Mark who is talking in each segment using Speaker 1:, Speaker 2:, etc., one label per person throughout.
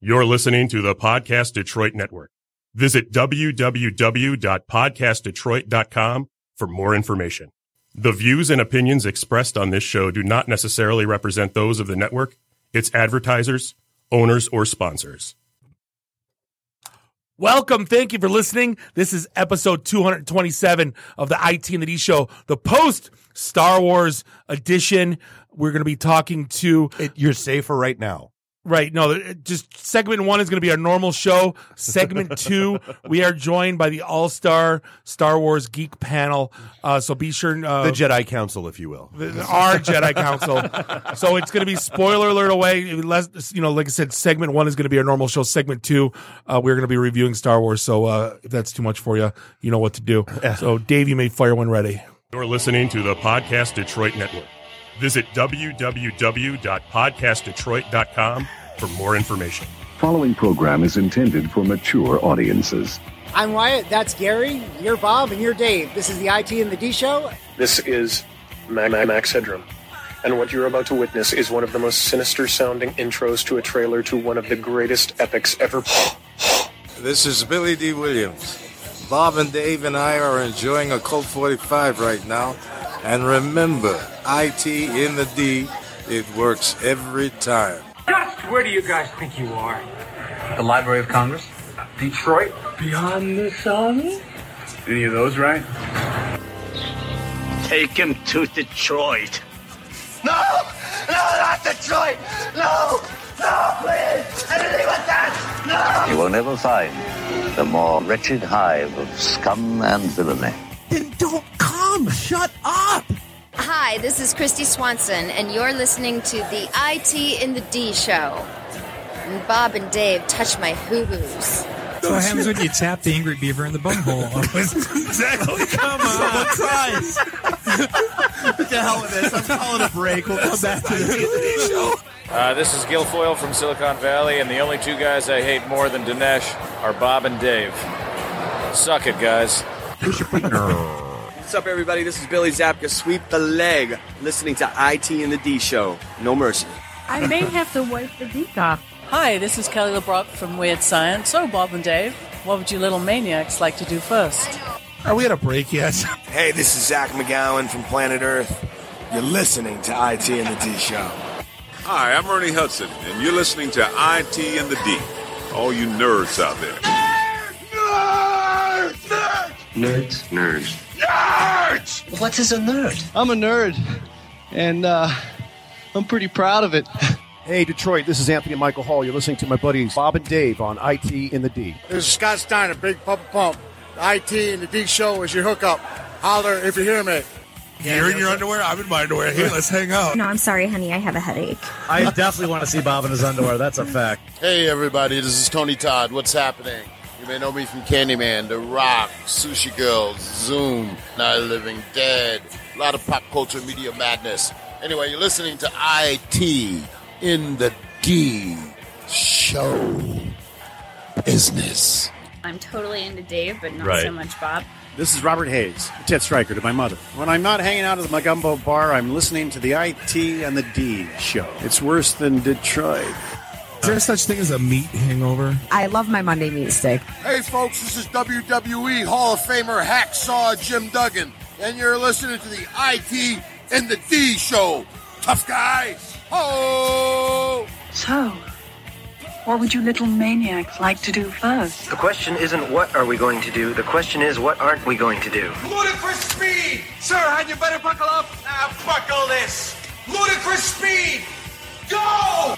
Speaker 1: You're listening to the Podcast Detroit Network. Visit www.podcastdetroit.com for more information. The views and opinions expressed on this show do not necessarily represent those of the network, its advertisers, owners, or sponsors.
Speaker 2: Welcome. Thank you for listening. This is episode 227 of the IT and the D show, the post Star Wars edition. We're going to be talking to,
Speaker 3: It, you're safer right now.
Speaker 2: right, no, it- just segment one is going to be our normal show. Segment two, we are joined by the all star Star Wars geek panel. Uh, so be sure. Uh,
Speaker 3: The Jedi Council, if you will.
Speaker 2: the- the- our Jedi Council. So it's going to be spoiler alert away. Unless, you know, like I said, segment one is going to be our normal show. Segment two, uh, we're going to be reviewing Star Wars. So uh, if that's too much for you, you know what to do. So Dave, you may fire when ready.
Speaker 1: You're listening to the Podcast Detroit Network. Visit www.podcastdetroit.com for more information.
Speaker 4: Following program is intended for mature audiences.
Speaker 5: I'm Wyatt, that's Gary, you're Bob, and you're Dave. This is the IT and the D Show.
Speaker 6: This is Ma- Ma- Max Headroom. And what you're about to witness is one of the most sinister sounding intros to a trailer to one of the greatest epics ever.
Speaker 7: This is Billy D. Williams. Bob and Dave and I are enjoying a Colt 45 right now. And remember, IT in the D, it works every time.
Speaker 8: Where do you guys think you are?
Speaker 9: The Library of Congress?
Speaker 8: Detroit?
Speaker 9: Beyond the sun?
Speaker 8: Any of those right?
Speaker 10: Take him to Detroit. No! No, not Detroit! No! No, please! Anything but that! No! You will never find the more wretched hive of scum and villainy.
Speaker 11: Hi, this is Christy Swanson, and you're listening to the IT in the D show. And Bob and Dave touch my hoo hoos.
Speaker 9: So what happens when you tap the angry beaver in the bunghole?
Speaker 2: Exactly.
Speaker 9: Come on, Christ!
Speaker 3: What the hell with this? I'm calling a break. We'll come back to this.
Speaker 7: Uh, this is Guilfoyle from Silicon Valley, and the only two guys I hate more than Dinesh are Bob and Dave. Suck it, guys.
Speaker 8: What's up, everybody? This is Billy Zapka. Sweep the leg. Listening to IT and the D Show. No mercy.
Speaker 11: I may have to wipe the beak off.
Speaker 9: Hi, this is Kelly LeBrock from Weird Science. So, Bob and Dave, what would you little maniacs like to do first?
Speaker 2: Are we at a break yet?
Speaker 7: Hey, this is Zach McGowan from Planet Earth. You're listening to IT and the D Show.
Speaker 6: Hi, I'm Ernie Hudson, and you're listening to IT and the D. All you nerds out there.
Speaker 10: Nerds. Nerds.
Speaker 9: What is a nerd?
Speaker 8: I'm a nerd, and uh, I'm pretty proud of it.
Speaker 3: Hey, Detroit, this is Anthony Michael Hall. You're listening to my buddies Bob and Dave on IT in the D.
Speaker 5: This is Scott Steiner, Big Papa Pump. The IT and the D Show is your hookup. Holler if you hear me.
Speaker 2: You're in your underwear. I'm in my underwear. Hey, let's hang out.
Speaker 11: No, I'm sorry, honey. I have a headache.
Speaker 9: I definitely want to see Bob in his underwear. That's a fact.
Speaker 8: Hey, everybody. This is Tony Todd. What's happening? You may know me from Candyman, The Rock, Sushi Girl, Zoom, Night of the Living Dead, a lot of pop culture media madness. Anyway, you're listening to IT in the D Show Business.
Speaker 11: I'm totally into Dave, but not
Speaker 3: Right.
Speaker 11: so much Bob.
Speaker 8: This is Robert Hayes, Ted Stryker to my mother. When I'm not hanging out at my gumbo bar, I'm listening to the IT and the D show. It's worse than Detroit.
Speaker 9: Is there such thing as a meat hangover?
Speaker 11: I love my Monday meat steak.
Speaker 8: Hey, folks, this is WWE Hall of Famer Hacksaw Jim Duggan, and you're listening to the IT and the D show. Tough guy. Oh!
Speaker 9: So, what would you little maniacs like to do first?
Speaker 10: The question isn't what are we going to do, the question is what aren't we going to do.
Speaker 8: Ludicrous speed! Sir, had you better buckle up? Now, buckle this. Ludicrous speed! Go!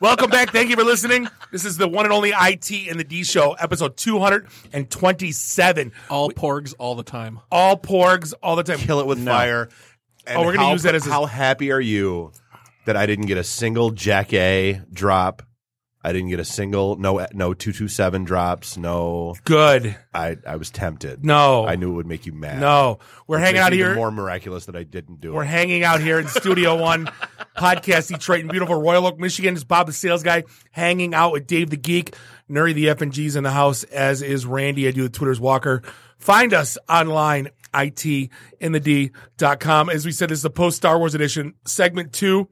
Speaker 2: Welcome back. Thank you for listening. This is the one and only IT in the D show, episode 227.
Speaker 9: All porgs all the time.
Speaker 2: All porgs all the time.
Speaker 3: Kill it with fire. And
Speaker 2: Oh, we're gonna
Speaker 3: how-
Speaker 2: use that as a-
Speaker 3: How happy are you that I didn't get a single Jack A drop
Speaker 12: I didn't get a single no no two two seven drops no
Speaker 2: good.
Speaker 12: I I was tempted.
Speaker 2: No.
Speaker 12: I knew it would make you mad.
Speaker 2: No. We're
Speaker 12: Which
Speaker 2: hanging
Speaker 12: makes
Speaker 2: out
Speaker 12: it even
Speaker 2: here-
Speaker 12: More miraculous that I didn't do
Speaker 2: We're
Speaker 12: it.
Speaker 2: hanging out here in Studio One, podcast Detroit and beautiful Royal Oak, Michigan. It's Bob the Sales Guy hanging out with Dave the Geek, Nuri the FNG's in the house, as is Randy. I do the Twitter's Walker. Find us online, itinthed.com. As we said, this is the post Star Wars edition, segment two.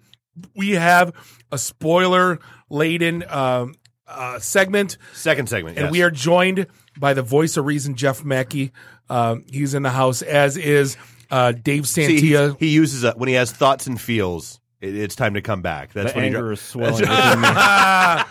Speaker 2: We have a spoiler laden um, uh, segment.
Speaker 12: Second segment,
Speaker 2: And
Speaker 12: yes.
Speaker 2: we are joined by the voice of reason, Jeff Mackey. Um, he's in the house, as is uh, Dave
Speaker 12: See,
Speaker 2: Santia.
Speaker 12: he- he, uses a, when he has thoughts and feels. it- it's time to come back. That's
Speaker 13: The
Speaker 12: when
Speaker 13: anger
Speaker 12: he dro-
Speaker 13: is swelling
Speaker 12: That's-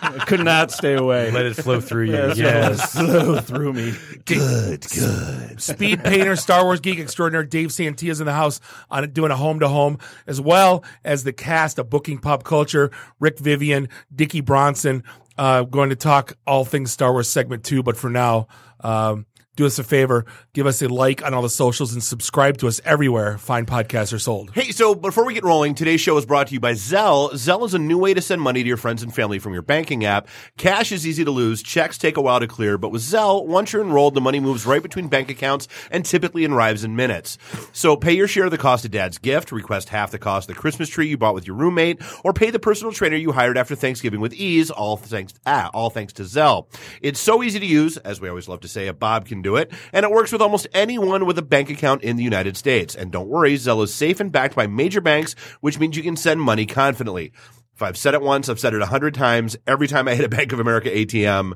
Speaker 13: within me. I could not stay away.
Speaker 12: Let it flow through you.
Speaker 13: Yes,
Speaker 12: Yes.
Speaker 13: let it flow through me.
Speaker 2: Good, good. Speed painter, Star Wars geek extraordinaire Dave Santia's in the house on doing a home to home, as well as the cast of Booking Pop Culture, Rick Vivian, Dickie Bronson, uh, going to talk all things Star Wars segment two. But for now, um, do us a favor, give us a like on all the socials and subscribe to us everywhere fine podcasts are sold.
Speaker 12: Hey, so before we get rolling, today's show is brought to you by Zelle. Zelle is a new way to send money to your friends and family from your banking app. Cash is easy to lose, checks take a while to clear, but with Zelle, once you're enrolled, the money moves right between bank accounts and typically arrives in minutes. So pay your share of the cost of dad's gift, request half the cost of the Christmas tree you bought with your roommate, or pay the personal trainer you hired after Thanksgiving with ease, all thanks ah, all thanks to Zelle. It's so easy to use, as we always love to say, a Bob can do it, and it works with almost anyone with a bank account in the United States. And don't worry, Zelle is safe and backed by major banks, which means you can send money confidently. If I've said it once, I've said it a hundred times. Every time I hit a Bank of America ATM,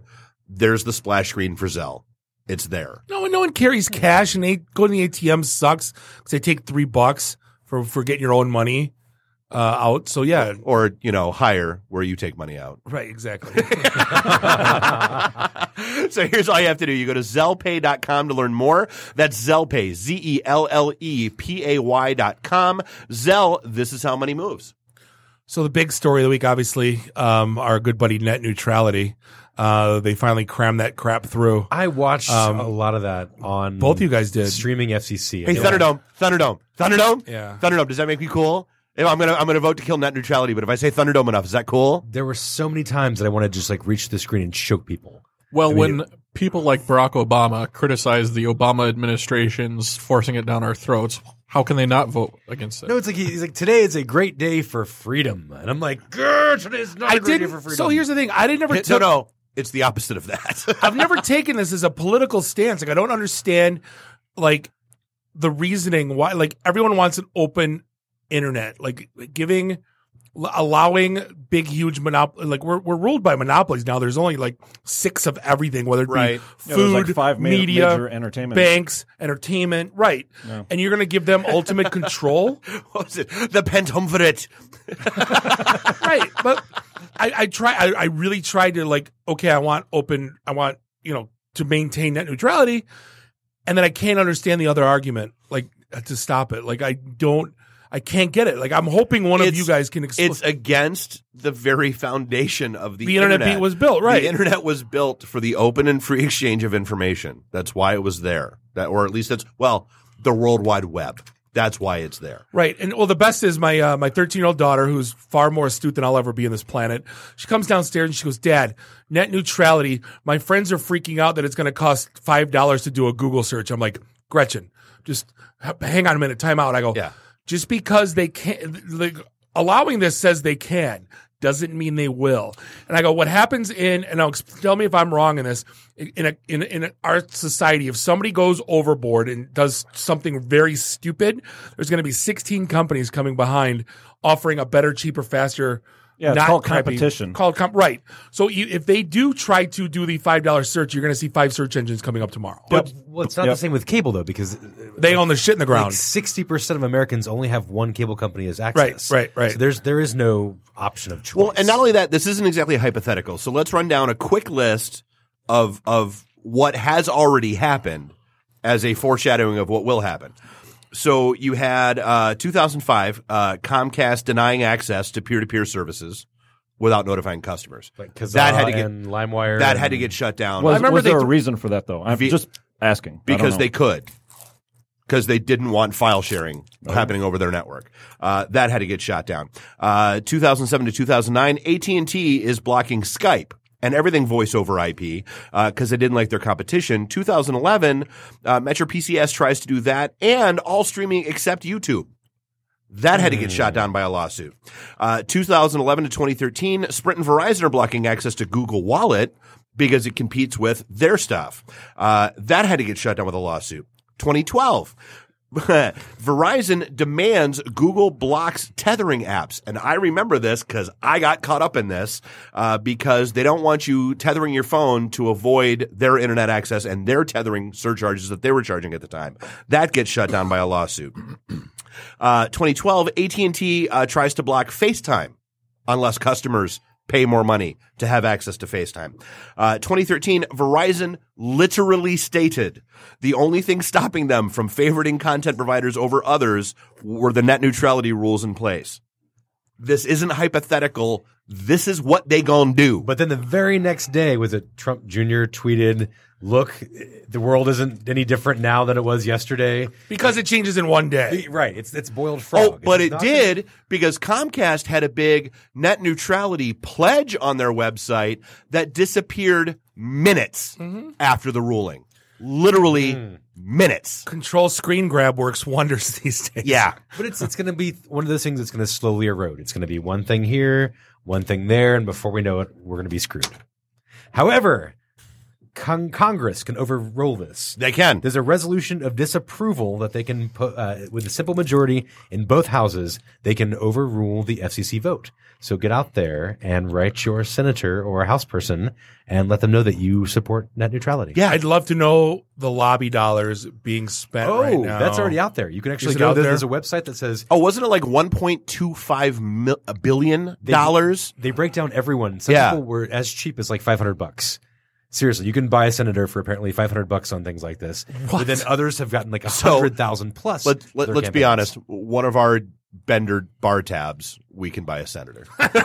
Speaker 12: there's the splash screen for Zelle. It's there.
Speaker 2: No one, no one carries cash, and they go to the ATM sucks because they take three bucks for for getting your own money uh, out. So yeah,
Speaker 12: or you know higher where you take money out.
Speaker 2: right, exactly.
Speaker 12: so here's all you have to do. You go to Zellpay.com to learn more. That's Zellpay, Z E L L E P A Y dot com. Zell, this is how money moves.
Speaker 2: So the big story of the week, obviously, um, our good buddy net neutrality. Uh, they finally crammed that crap through. Um,
Speaker 13: I watched a lot of that on
Speaker 2: Both you guys did
Speaker 13: streaming FCC.
Speaker 12: Hey,
Speaker 13: Yeah.
Speaker 12: Thunderdome, Thunderdome, Thunderdome.
Speaker 13: Yeah.
Speaker 12: Thunderdome, does that make me cool? You know, I'm going to I'm gonna vote to kill net neutrality, but if I say Thunderdome enough, is that cool?
Speaker 13: There were so many times that I wanted to just like reach the screen and choke people.
Speaker 14: Well,
Speaker 13: I mean,
Speaker 14: when people like Barack Obama criticize the Obama administration's forcing it down our throats, how can they not vote against it?
Speaker 13: No, it's like he- he's like today is a great day for freedom, and I'm like, "Grr, today's not
Speaker 2: I
Speaker 13: a great day
Speaker 2: didn't-
Speaker 13: for freedom.
Speaker 2: so here's the thing, I didn't ever
Speaker 13: Hit-
Speaker 2: took-
Speaker 12: no, it's the opposite of that.
Speaker 2: I've never taken this as a political stance. Like I don't understand, like the reasoning why. Like everyone wants an open internet. Like giving, l- allowing big, huge monopoly. Like we're we're ruled by monopolies now. There's only like six of everything, whether it
Speaker 13: Right.
Speaker 2: be
Speaker 13: Yeah, there's,
Speaker 2: food,
Speaker 13: like, five ma-
Speaker 2: media,
Speaker 13: major entertainment.
Speaker 2: banks, entertainment. Right,
Speaker 13: Yeah.
Speaker 2: and you're gonna give them ultimate control.
Speaker 12: what was it? The pentumvirate.
Speaker 2: right but i i try I, I really tried to like okay i want open i want you know to maintain net neutrality and then i can't understand the other argument like uh, to stop it like i don't i can't get it like i'm hoping one of
Speaker 12: It's-
Speaker 2: you guys can explain
Speaker 12: It's against the very foundation of the,
Speaker 2: The internet being- was built, right.
Speaker 12: The internet was built for the open and free exchange of information. That's why it was there. That, or at least that's well, the World Wide Web. That's why it's there.
Speaker 2: Right, and well, the best is my uh, my 13 year old daughter, who's far more astute than I'll ever be on this planet. She comes downstairs and she goes, "Dad, net neutrality. My friends are freaking out that it's going to cost five dollars to do a Google search." I'm like, "Gretchen, just h- hang on a minute, time out." I go, "Yeah." Just because they can't, like, allowing this says they can doesn't mean they will. And I go, what happens in, and I'll ex- tell me if I'm wrong in this, in- in a, in, in our society, if somebody goes overboard and does something very stupid, there's going to be 16 companies coming behind offering a better, cheaper, faster,
Speaker 13: Yeah, it's
Speaker 2: not
Speaker 13: called
Speaker 2: crappy-
Speaker 13: competition.
Speaker 2: Called comp, right. So you, if they do try to do the $5 search, you're going to see five search engines coming up tomorrow.
Speaker 13: But well, it's not the same with cable though, because uh,
Speaker 2: they own the shit in the ground.
Speaker 13: Sixty percent of Americans only have one cable company as access.
Speaker 2: right, right.
Speaker 13: So there's there is no option of choice.
Speaker 12: Well, and not only that, this isn't exactly hypothetical. So let's run down a quick list of of what has already happened as a foreshadowing of what will happen. So you had uh, 2005 uh, Comcast denying access to peer to peer services without notifying customers.
Speaker 13: Kazaa
Speaker 12: that had to get
Speaker 13: and LimeWire.
Speaker 12: that had
Speaker 13: and-
Speaker 12: to get shut down.
Speaker 13: Was-
Speaker 12: I
Speaker 13: was there
Speaker 12: they
Speaker 13: a reason for that though? I'm just asking. I don't
Speaker 12: because
Speaker 13: know.
Speaker 12: they could. because they didn't want file sharing
Speaker 13: Oh.
Speaker 12: happening over their network. Uh, that had to get shot down. Uh, 2007 to 2009, AT&T is blocking Skype and everything voice over IP because they didn't like their competition. 2011, uh, Metro PCS tries to do that and all streaming except YouTube. That had to get shot down by a lawsuit. Uh, 2011 to 2013, Sprint and Verizon are blocking access to Google Wallet because it competes with their stuff. Uh, that had to get shut down with a lawsuit. 2012, Verizon demands Google blocks tethering apps. And I remember this because I got caught up in this uh, because they don't want you tethering your phone to avoid their internet access and their tethering surcharges that they were charging at the time. That gets shut down by a lawsuit. Uh, 2012, AT&T uh, tries to block FaceTime unless customers pay more money to have access to FaceTime. Uh, 2013, Verizon literally stated the only thing stopping them from favoriting content providers over others were the net neutrality rules in place. This isn't hypothetical. This is what they gonna do.
Speaker 13: But then the very next day was it Trump Jr. tweeted, "Look, the world isn't any different now than it was yesterday."
Speaker 2: because it changes in one day.
Speaker 13: Right. It's it's boiled frog.
Speaker 12: Oh, but
Speaker 13: It's
Speaker 12: it
Speaker 13: not-
Speaker 12: did because Comcast had a big net neutrality pledge on their website that disappeared minutes
Speaker 13: Mm-hmm.
Speaker 12: after the ruling. Literally
Speaker 13: Mm.
Speaker 12: minutes.
Speaker 2: Control screen grab works wonders these days.
Speaker 12: Yeah.
Speaker 13: But it's it's going to be one of those things that's going to slowly erode. It's going to be one thing here, one thing there, and before we know it, we're going to be screwed. However, con- Congress can overrule this.
Speaker 12: They can.
Speaker 13: There's a resolution of disapproval that they can put uh, with a simple majority in both houses. They can overrule the FCC vote. So get out there and write your senator or house person and let them know that you support net neutrality.
Speaker 2: Yeah, I'd love to know the lobby dollars being spent.
Speaker 13: Oh,
Speaker 2: right now.
Speaker 13: that's already out there. You can
Speaker 2: Is
Speaker 13: actually
Speaker 2: it
Speaker 13: go
Speaker 2: out
Speaker 13: there.
Speaker 2: there?
Speaker 13: There's a website that says
Speaker 12: Oh, wasn't it like 1.25 mil- a billion dollars?
Speaker 13: They break down everyone. Some
Speaker 12: Yeah.
Speaker 13: people were as cheap as like five hundred bucks. Seriously, you can buy a senator for apparently five hundred bucks on things like this. But then others have gotten like a
Speaker 12: So,
Speaker 13: hundred thousand plus.
Speaker 12: Let,
Speaker 13: for
Speaker 12: let,
Speaker 13: their
Speaker 12: let's be
Speaker 13: campaigns.
Speaker 12: honest. One of our Bender bar tabs, we can buy a senator.
Speaker 13: Can we,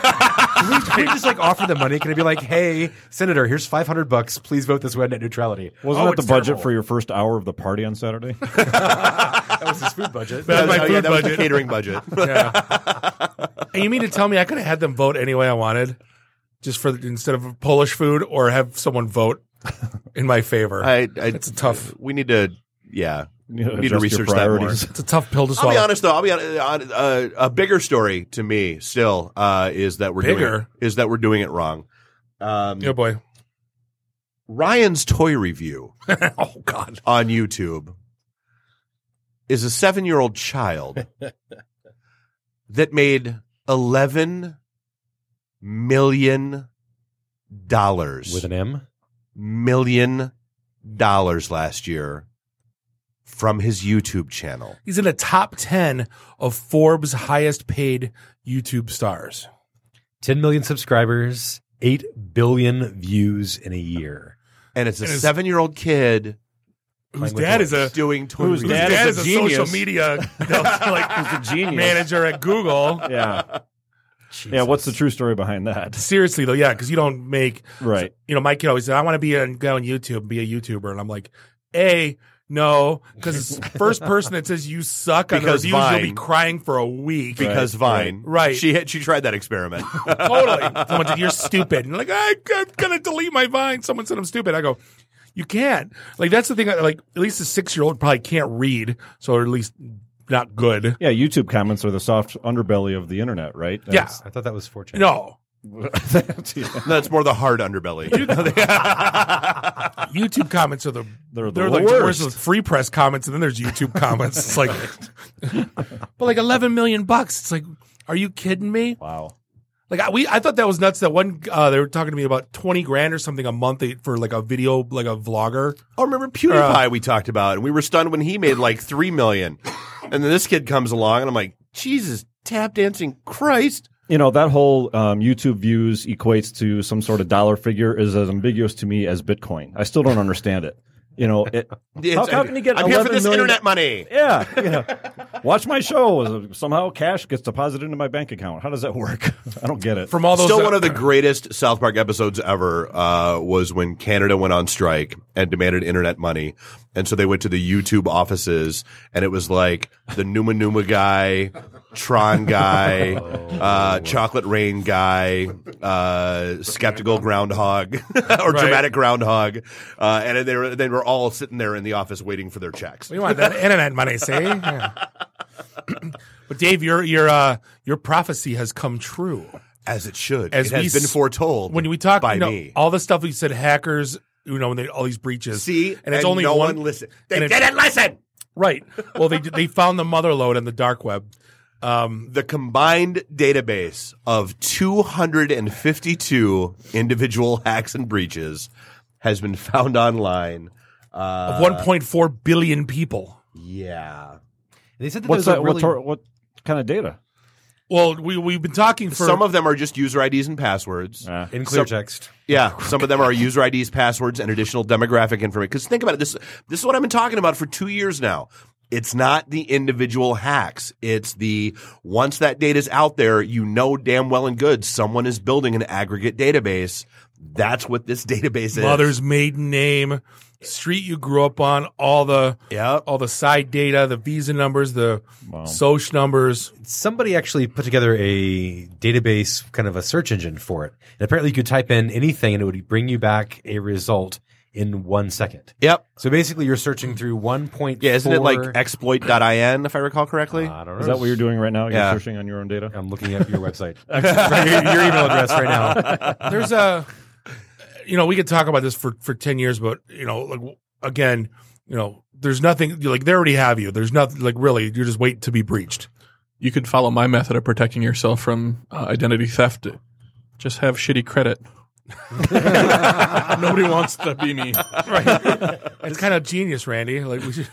Speaker 13: can we just like offer the money? Can it be like, hey, senator, here's five hundred bucks. Please vote this way on net neutrality.
Speaker 15: Wasn't
Speaker 13: Oh,
Speaker 15: that the
Speaker 13: it's
Speaker 15: budget
Speaker 13: terrible.
Speaker 15: for your first hour of the party on Saturday?
Speaker 13: that was his food budget?
Speaker 2: That was my
Speaker 12: Oh,
Speaker 2: food
Speaker 12: yeah, that was the
Speaker 2: budget.
Speaker 12: catering budget.
Speaker 2: Yeah. and you mean to tell me I could have had them vote any way I wanted, just for the, instead of Polish food, or have someone vote in my favor?
Speaker 12: I, I,
Speaker 2: it's a tough.
Speaker 12: We need to, yeah, we
Speaker 15: You know,
Speaker 12: need to
Speaker 15: adjust
Speaker 12: research
Speaker 15: your
Speaker 12: that more.
Speaker 15: priorities.
Speaker 2: It's a tough pill to
Speaker 12: I'll
Speaker 2: swallow.
Speaker 12: be honest though. I'll be honest, uh, a bigger story to me still uh, is that we're doing
Speaker 2: Bigger?
Speaker 12: it, is that we're doing it wrong. Um,
Speaker 2: Oh boy.
Speaker 12: Ryan's toy review
Speaker 2: oh God.
Speaker 12: on YouTube is a seven-year-old child that made eleven million dollars
Speaker 13: With an M?
Speaker 12: million dollars last year from his YouTube channel.
Speaker 2: He's in the top ten of Forbes' highest-paid YouTube stars.
Speaker 13: 10 million subscribers, 8 billion views in a year.
Speaker 12: and it's a
Speaker 2: And it's-
Speaker 12: seven year old kid
Speaker 2: Whose dad is a
Speaker 12: doing toy
Speaker 15: whose
Speaker 12: reviews.
Speaker 15: dad
Speaker 2: dad is
Speaker 15: is a
Speaker 2: a
Speaker 15: genius.
Speaker 2: social media like
Speaker 15: genius.
Speaker 2: manager at Google.
Speaker 15: Yeah. Yeah, what's the true story behind that?
Speaker 2: Seriously though, yeah, because you don't make
Speaker 15: Right.
Speaker 2: you know, my kid always said, I want to be on, go on YouTube and be a YouTuber. And I'm like, A, no, because first person that says you suck on the
Speaker 12: Because
Speaker 2: reviews, you'll
Speaker 12: Vine.
Speaker 2: be crying for a week.
Speaker 12: because Vine,
Speaker 2: Right.
Speaker 12: She hit, she tried that experiment.
Speaker 2: totally. Someone said, you're stupid. And like, I, I'm going to delete my Vine. Someone said I'm stupid. I go, you can't. Like, that's the thing. Like, at least a six-year-old probably can't read, so or at least not good.
Speaker 15: Yeah, YouTube comments are the soft underbelly of the internet, right?
Speaker 2: Yeah.
Speaker 13: I thought that was fortunate.
Speaker 2: No.
Speaker 15: That's- yeah.
Speaker 12: That's more the hard underbelly.
Speaker 2: YouTube comments are the
Speaker 15: They're
Speaker 2: they're,
Speaker 15: the
Speaker 2: like
Speaker 15: worst.
Speaker 2: the worst. Free press comments, and then there's YouTube comments. It's like, but like 11 million bucks. It's like, are you kidding me?
Speaker 15: Wow.
Speaker 2: Like I, we, I thought that was nuts. That one, uh, they were talking to me about 20 grand or something a month they- for like a video, like a vlogger.
Speaker 12: Oh, remember PewDiePie
Speaker 2: Uh,
Speaker 12: we talked about, and we were stunned when he made like three million, and then this kid comes along, and I'm like, Jesus, tap dancing Christ.
Speaker 15: You know, that whole um, YouTube views equates to some sort of dollar figure is as ambiguous to me as Bitcoin. I still don't understand it. You know, it, how, how can you get?
Speaker 12: I'm here for
Speaker 15: 11
Speaker 12: this
Speaker 15: million
Speaker 12: internet money.
Speaker 15: Yeah, yeah. Watch my show. Somehow cash gets deposited into my bank account. How does that work? I don't get it.
Speaker 12: still one of the greatest South Park episodes ever uh, was when Canada went on strike and demanded internet money, and so they went to the YouTube offices, and it was like the Numa Numa guy, Tron guy, uh, Chocolate Rain guy, uh, Skeptical Groundhog, or Dramatic Groundhog, uh, and they were they were all sitting there in the office waiting for their checks.
Speaker 2: We want that internet money, see? Yeah. but Dave, your your uh, your prophecy has come true,
Speaker 12: as it should.
Speaker 2: As
Speaker 12: It has
Speaker 2: we
Speaker 12: been
Speaker 2: s-
Speaker 12: foretold
Speaker 2: When we talk
Speaker 12: by
Speaker 2: you know,
Speaker 12: me.
Speaker 2: all the stuff we said, hackers, you know, when they, all these breaches.
Speaker 12: See,
Speaker 2: and it's only
Speaker 12: no
Speaker 2: one.
Speaker 12: one, listened. They
Speaker 2: and it-
Speaker 12: didn't listen.
Speaker 2: Right. Well, they they found the mother lode on the dark web.
Speaker 12: Um, the combined database of 252 individual hacks and breaches has been found online. Uh,
Speaker 2: of 1.4 billion people.
Speaker 12: Yeah.
Speaker 13: They said
Speaker 15: What's that? What, tor- what kind of data?
Speaker 2: Well, we we've been talking for
Speaker 12: some of them are just user IDs and passwords
Speaker 13: In clear
Speaker 12: Some-
Speaker 13: text.
Speaker 12: Yeah, some of them are user IDs, passwords, and additional demographic information. Because think about it this this is what I've been talking about for two years now. It's not the individual hacks. It's the once that data is out there, you know damn well and good someone is building an aggregate database. That's what this database is.
Speaker 2: mother's maiden name, street you grew up on, all the all the side data, the visa numbers, the soch numbers.
Speaker 13: Somebody actually put together a database, kind of a search engine for it. And apparently, you could type in anything and it would bring you back a result in one second.
Speaker 12: Yep.
Speaker 13: So basically, you're searching through one point.
Speaker 12: Yeah, isn't it like exploit.in if I recall correctly?
Speaker 13: I don't know.
Speaker 15: Uh, Is that what you're doing right now? You're
Speaker 12: Yeah.
Speaker 15: searching on your own data.
Speaker 13: I'm looking at your website.
Speaker 15: Actually,
Speaker 13: your, your email address right now.
Speaker 2: There's a, you know, we could talk about this for for ten years, but you know, like again, you know, there's nothing like they already have you. There's nothing like really. You're just waiting to be breached.
Speaker 14: You could follow my method of protecting yourself from uh, identity theft. Just have shitty credit. Nobody wants to be me.
Speaker 2: Right. It's kind of genius, Randy. Like we should,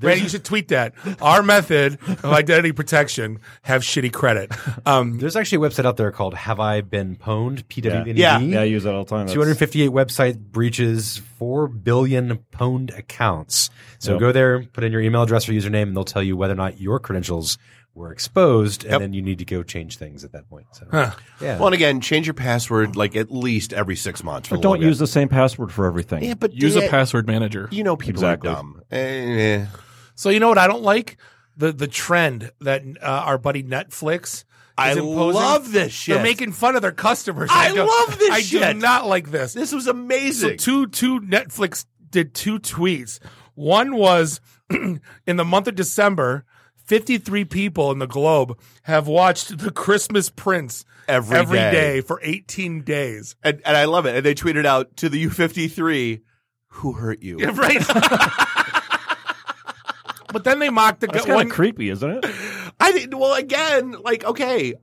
Speaker 2: Randy, you should tweet that. Our method of identity protection have shitty credit. Um,
Speaker 13: There's actually a website out there called Have I Been Pwned? PWND.
Speaker 2: Yeah.
Speaker 15: Yeah, I use that all the time. That's-
Speaker 13: 258 website breaches, 4 billion pwned accounts. So
Speaker 15: Yep.
Speaker 13: go there, put in your email address or username, and they'll tell you whether or not your credentials were exposed, and
Speaker 12: Yep.
Speaker 13: then you need to go change things at that point. So, yeah.
Speaker 12: Well, and again, change your password like at least every six months. For
Speaker 15: But
Speaker 12: the
Speaker 15: don't
Speaker 12: longest.
Speaker 15: use the same password for everything.
Speaker 12: Yeah, but
Speaker 14: Use
Speaker 12: yeah,
Speaker 14: a password manager.
Speaker 12: You know, people
Speaker 15: Exactly.
Speaker 12: are dumb. Eh, eh.
Speaker 2: So you know what I don't like the the trend that uh, our buddy Netflix. Is
Speaker 12: I
Speaker 2: imposing.
Speaker 12: love this shit.
Speaker 2: They're making fun of their customers.
Speaker 12: I
Speaker 2: don't-
Speaker 12: love this
Speaker 2: I
Speaker 12: shit.
Speaker 2: do not like this.
Speaker 12: This was
Speaker 2: So
Speaker 12: amazing.
Speaker 2: two two Netflix did two tweets. One was in the month of December, fifty three people in the globe have watched The Christmas Prince
Speaker 12: Every
Speaker 2: every
Speaker 12: day.
Speaker 2: day. for eighteen days.
Speaker 12: and, and I love it. And they tweeted out to the U fifty three, "Who hurt you?"
Speaker 2: Yeah, right. but then they mocked the
Speaker 15: That's
Speaker 2: guy.
Speaker 15: kind
Speaker 2: One,
Speaker 15: of creepy, isn't it?
Speaker 12: I didn't. Well, again, like okay,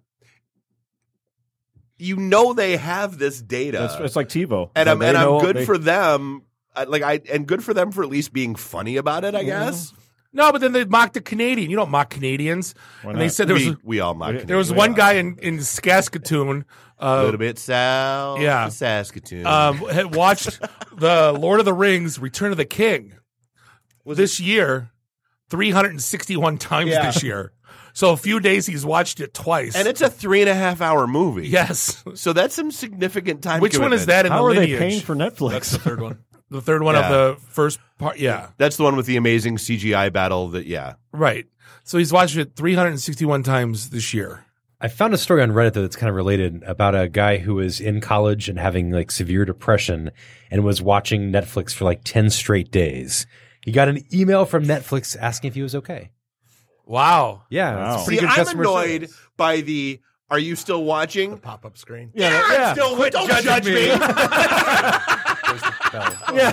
Speaker 12: you know they have this data,
Speaker 15: That's, it's like TiVo.
Speaker 12: and I'm
Speaker 15: They
Speaker 12: and
Speaker 15: know-
Speaker 12: I'm good
Speaker 15: they-
Speaker 12: for them. I- Like I and good for them for at least being funny about it. I guess
Speaker 2: no, but then they mocked a Canadian. You don't mock Canadians. and they
Speaker 12: not?
Speaker 2: said there was
Speaker 12: We- we all mock
Speaker 2: There was
Speaker 12: Canadians.
Speaker 2: one guy in in Saskatoon.
Speaker 12: a
Speaker 2: Uh,
Speaker 12: little bit south,
Speaker 2: yeah.
Speaker 12: of Saskatoon.
Speaker 2: um, had watched the Lord of the Rings: Return of the King this year, three hundred and sixty-one times
Speaker 12: Yeah.
Speaker 2: this year. So a few days he's watched it twice.
Speaker 12: and it's a three and a half hour movie.
Speaker 2: yes.
Speaker 12: So that's some significant time.
Speaker 2: Which one is
Speaker 12: commitment.
Speaker 2: that in
Speaker 15: How
Speaker 2: the
Speaker 15: are
Speaker 2: lineage?
Speaker 15: they paying for
Speaker 14: That's
Speaker 15: Netflix?
Speaker 14: the third one.
Speaker 2: the third one
Speaker 12: Yeah.
Speaker 2: of the first part. Yeah,
Speaker 12: That's the one with the amazing CGI battle. That yeah,
Speaker 2: right. So he's watched it three hundred and sixty-one times this year.
Speaker 13: I found a story on Reddit though that's kind of related about a guy who was in college and having like severe depression and was watching Netflix for like 10 straight days. He got an email from Netflix asking if he was okay.
Speaker 2: Wow.
Speaker 13: Yeah. it's a
Speaker 15: Wow.
Speaker 13: pretty
Speaker 12: See,
Speaker 13: good
Speaker 12: I'm
Speaker 13: customer service.
Speaker 12: annoyed by the. Are you still watching?
Speaker 2: Pop-up screen.
Speaker 15: Yeah, yeah.
Speaker 12: Still, don't judge, me.
Speaker 15: yeah,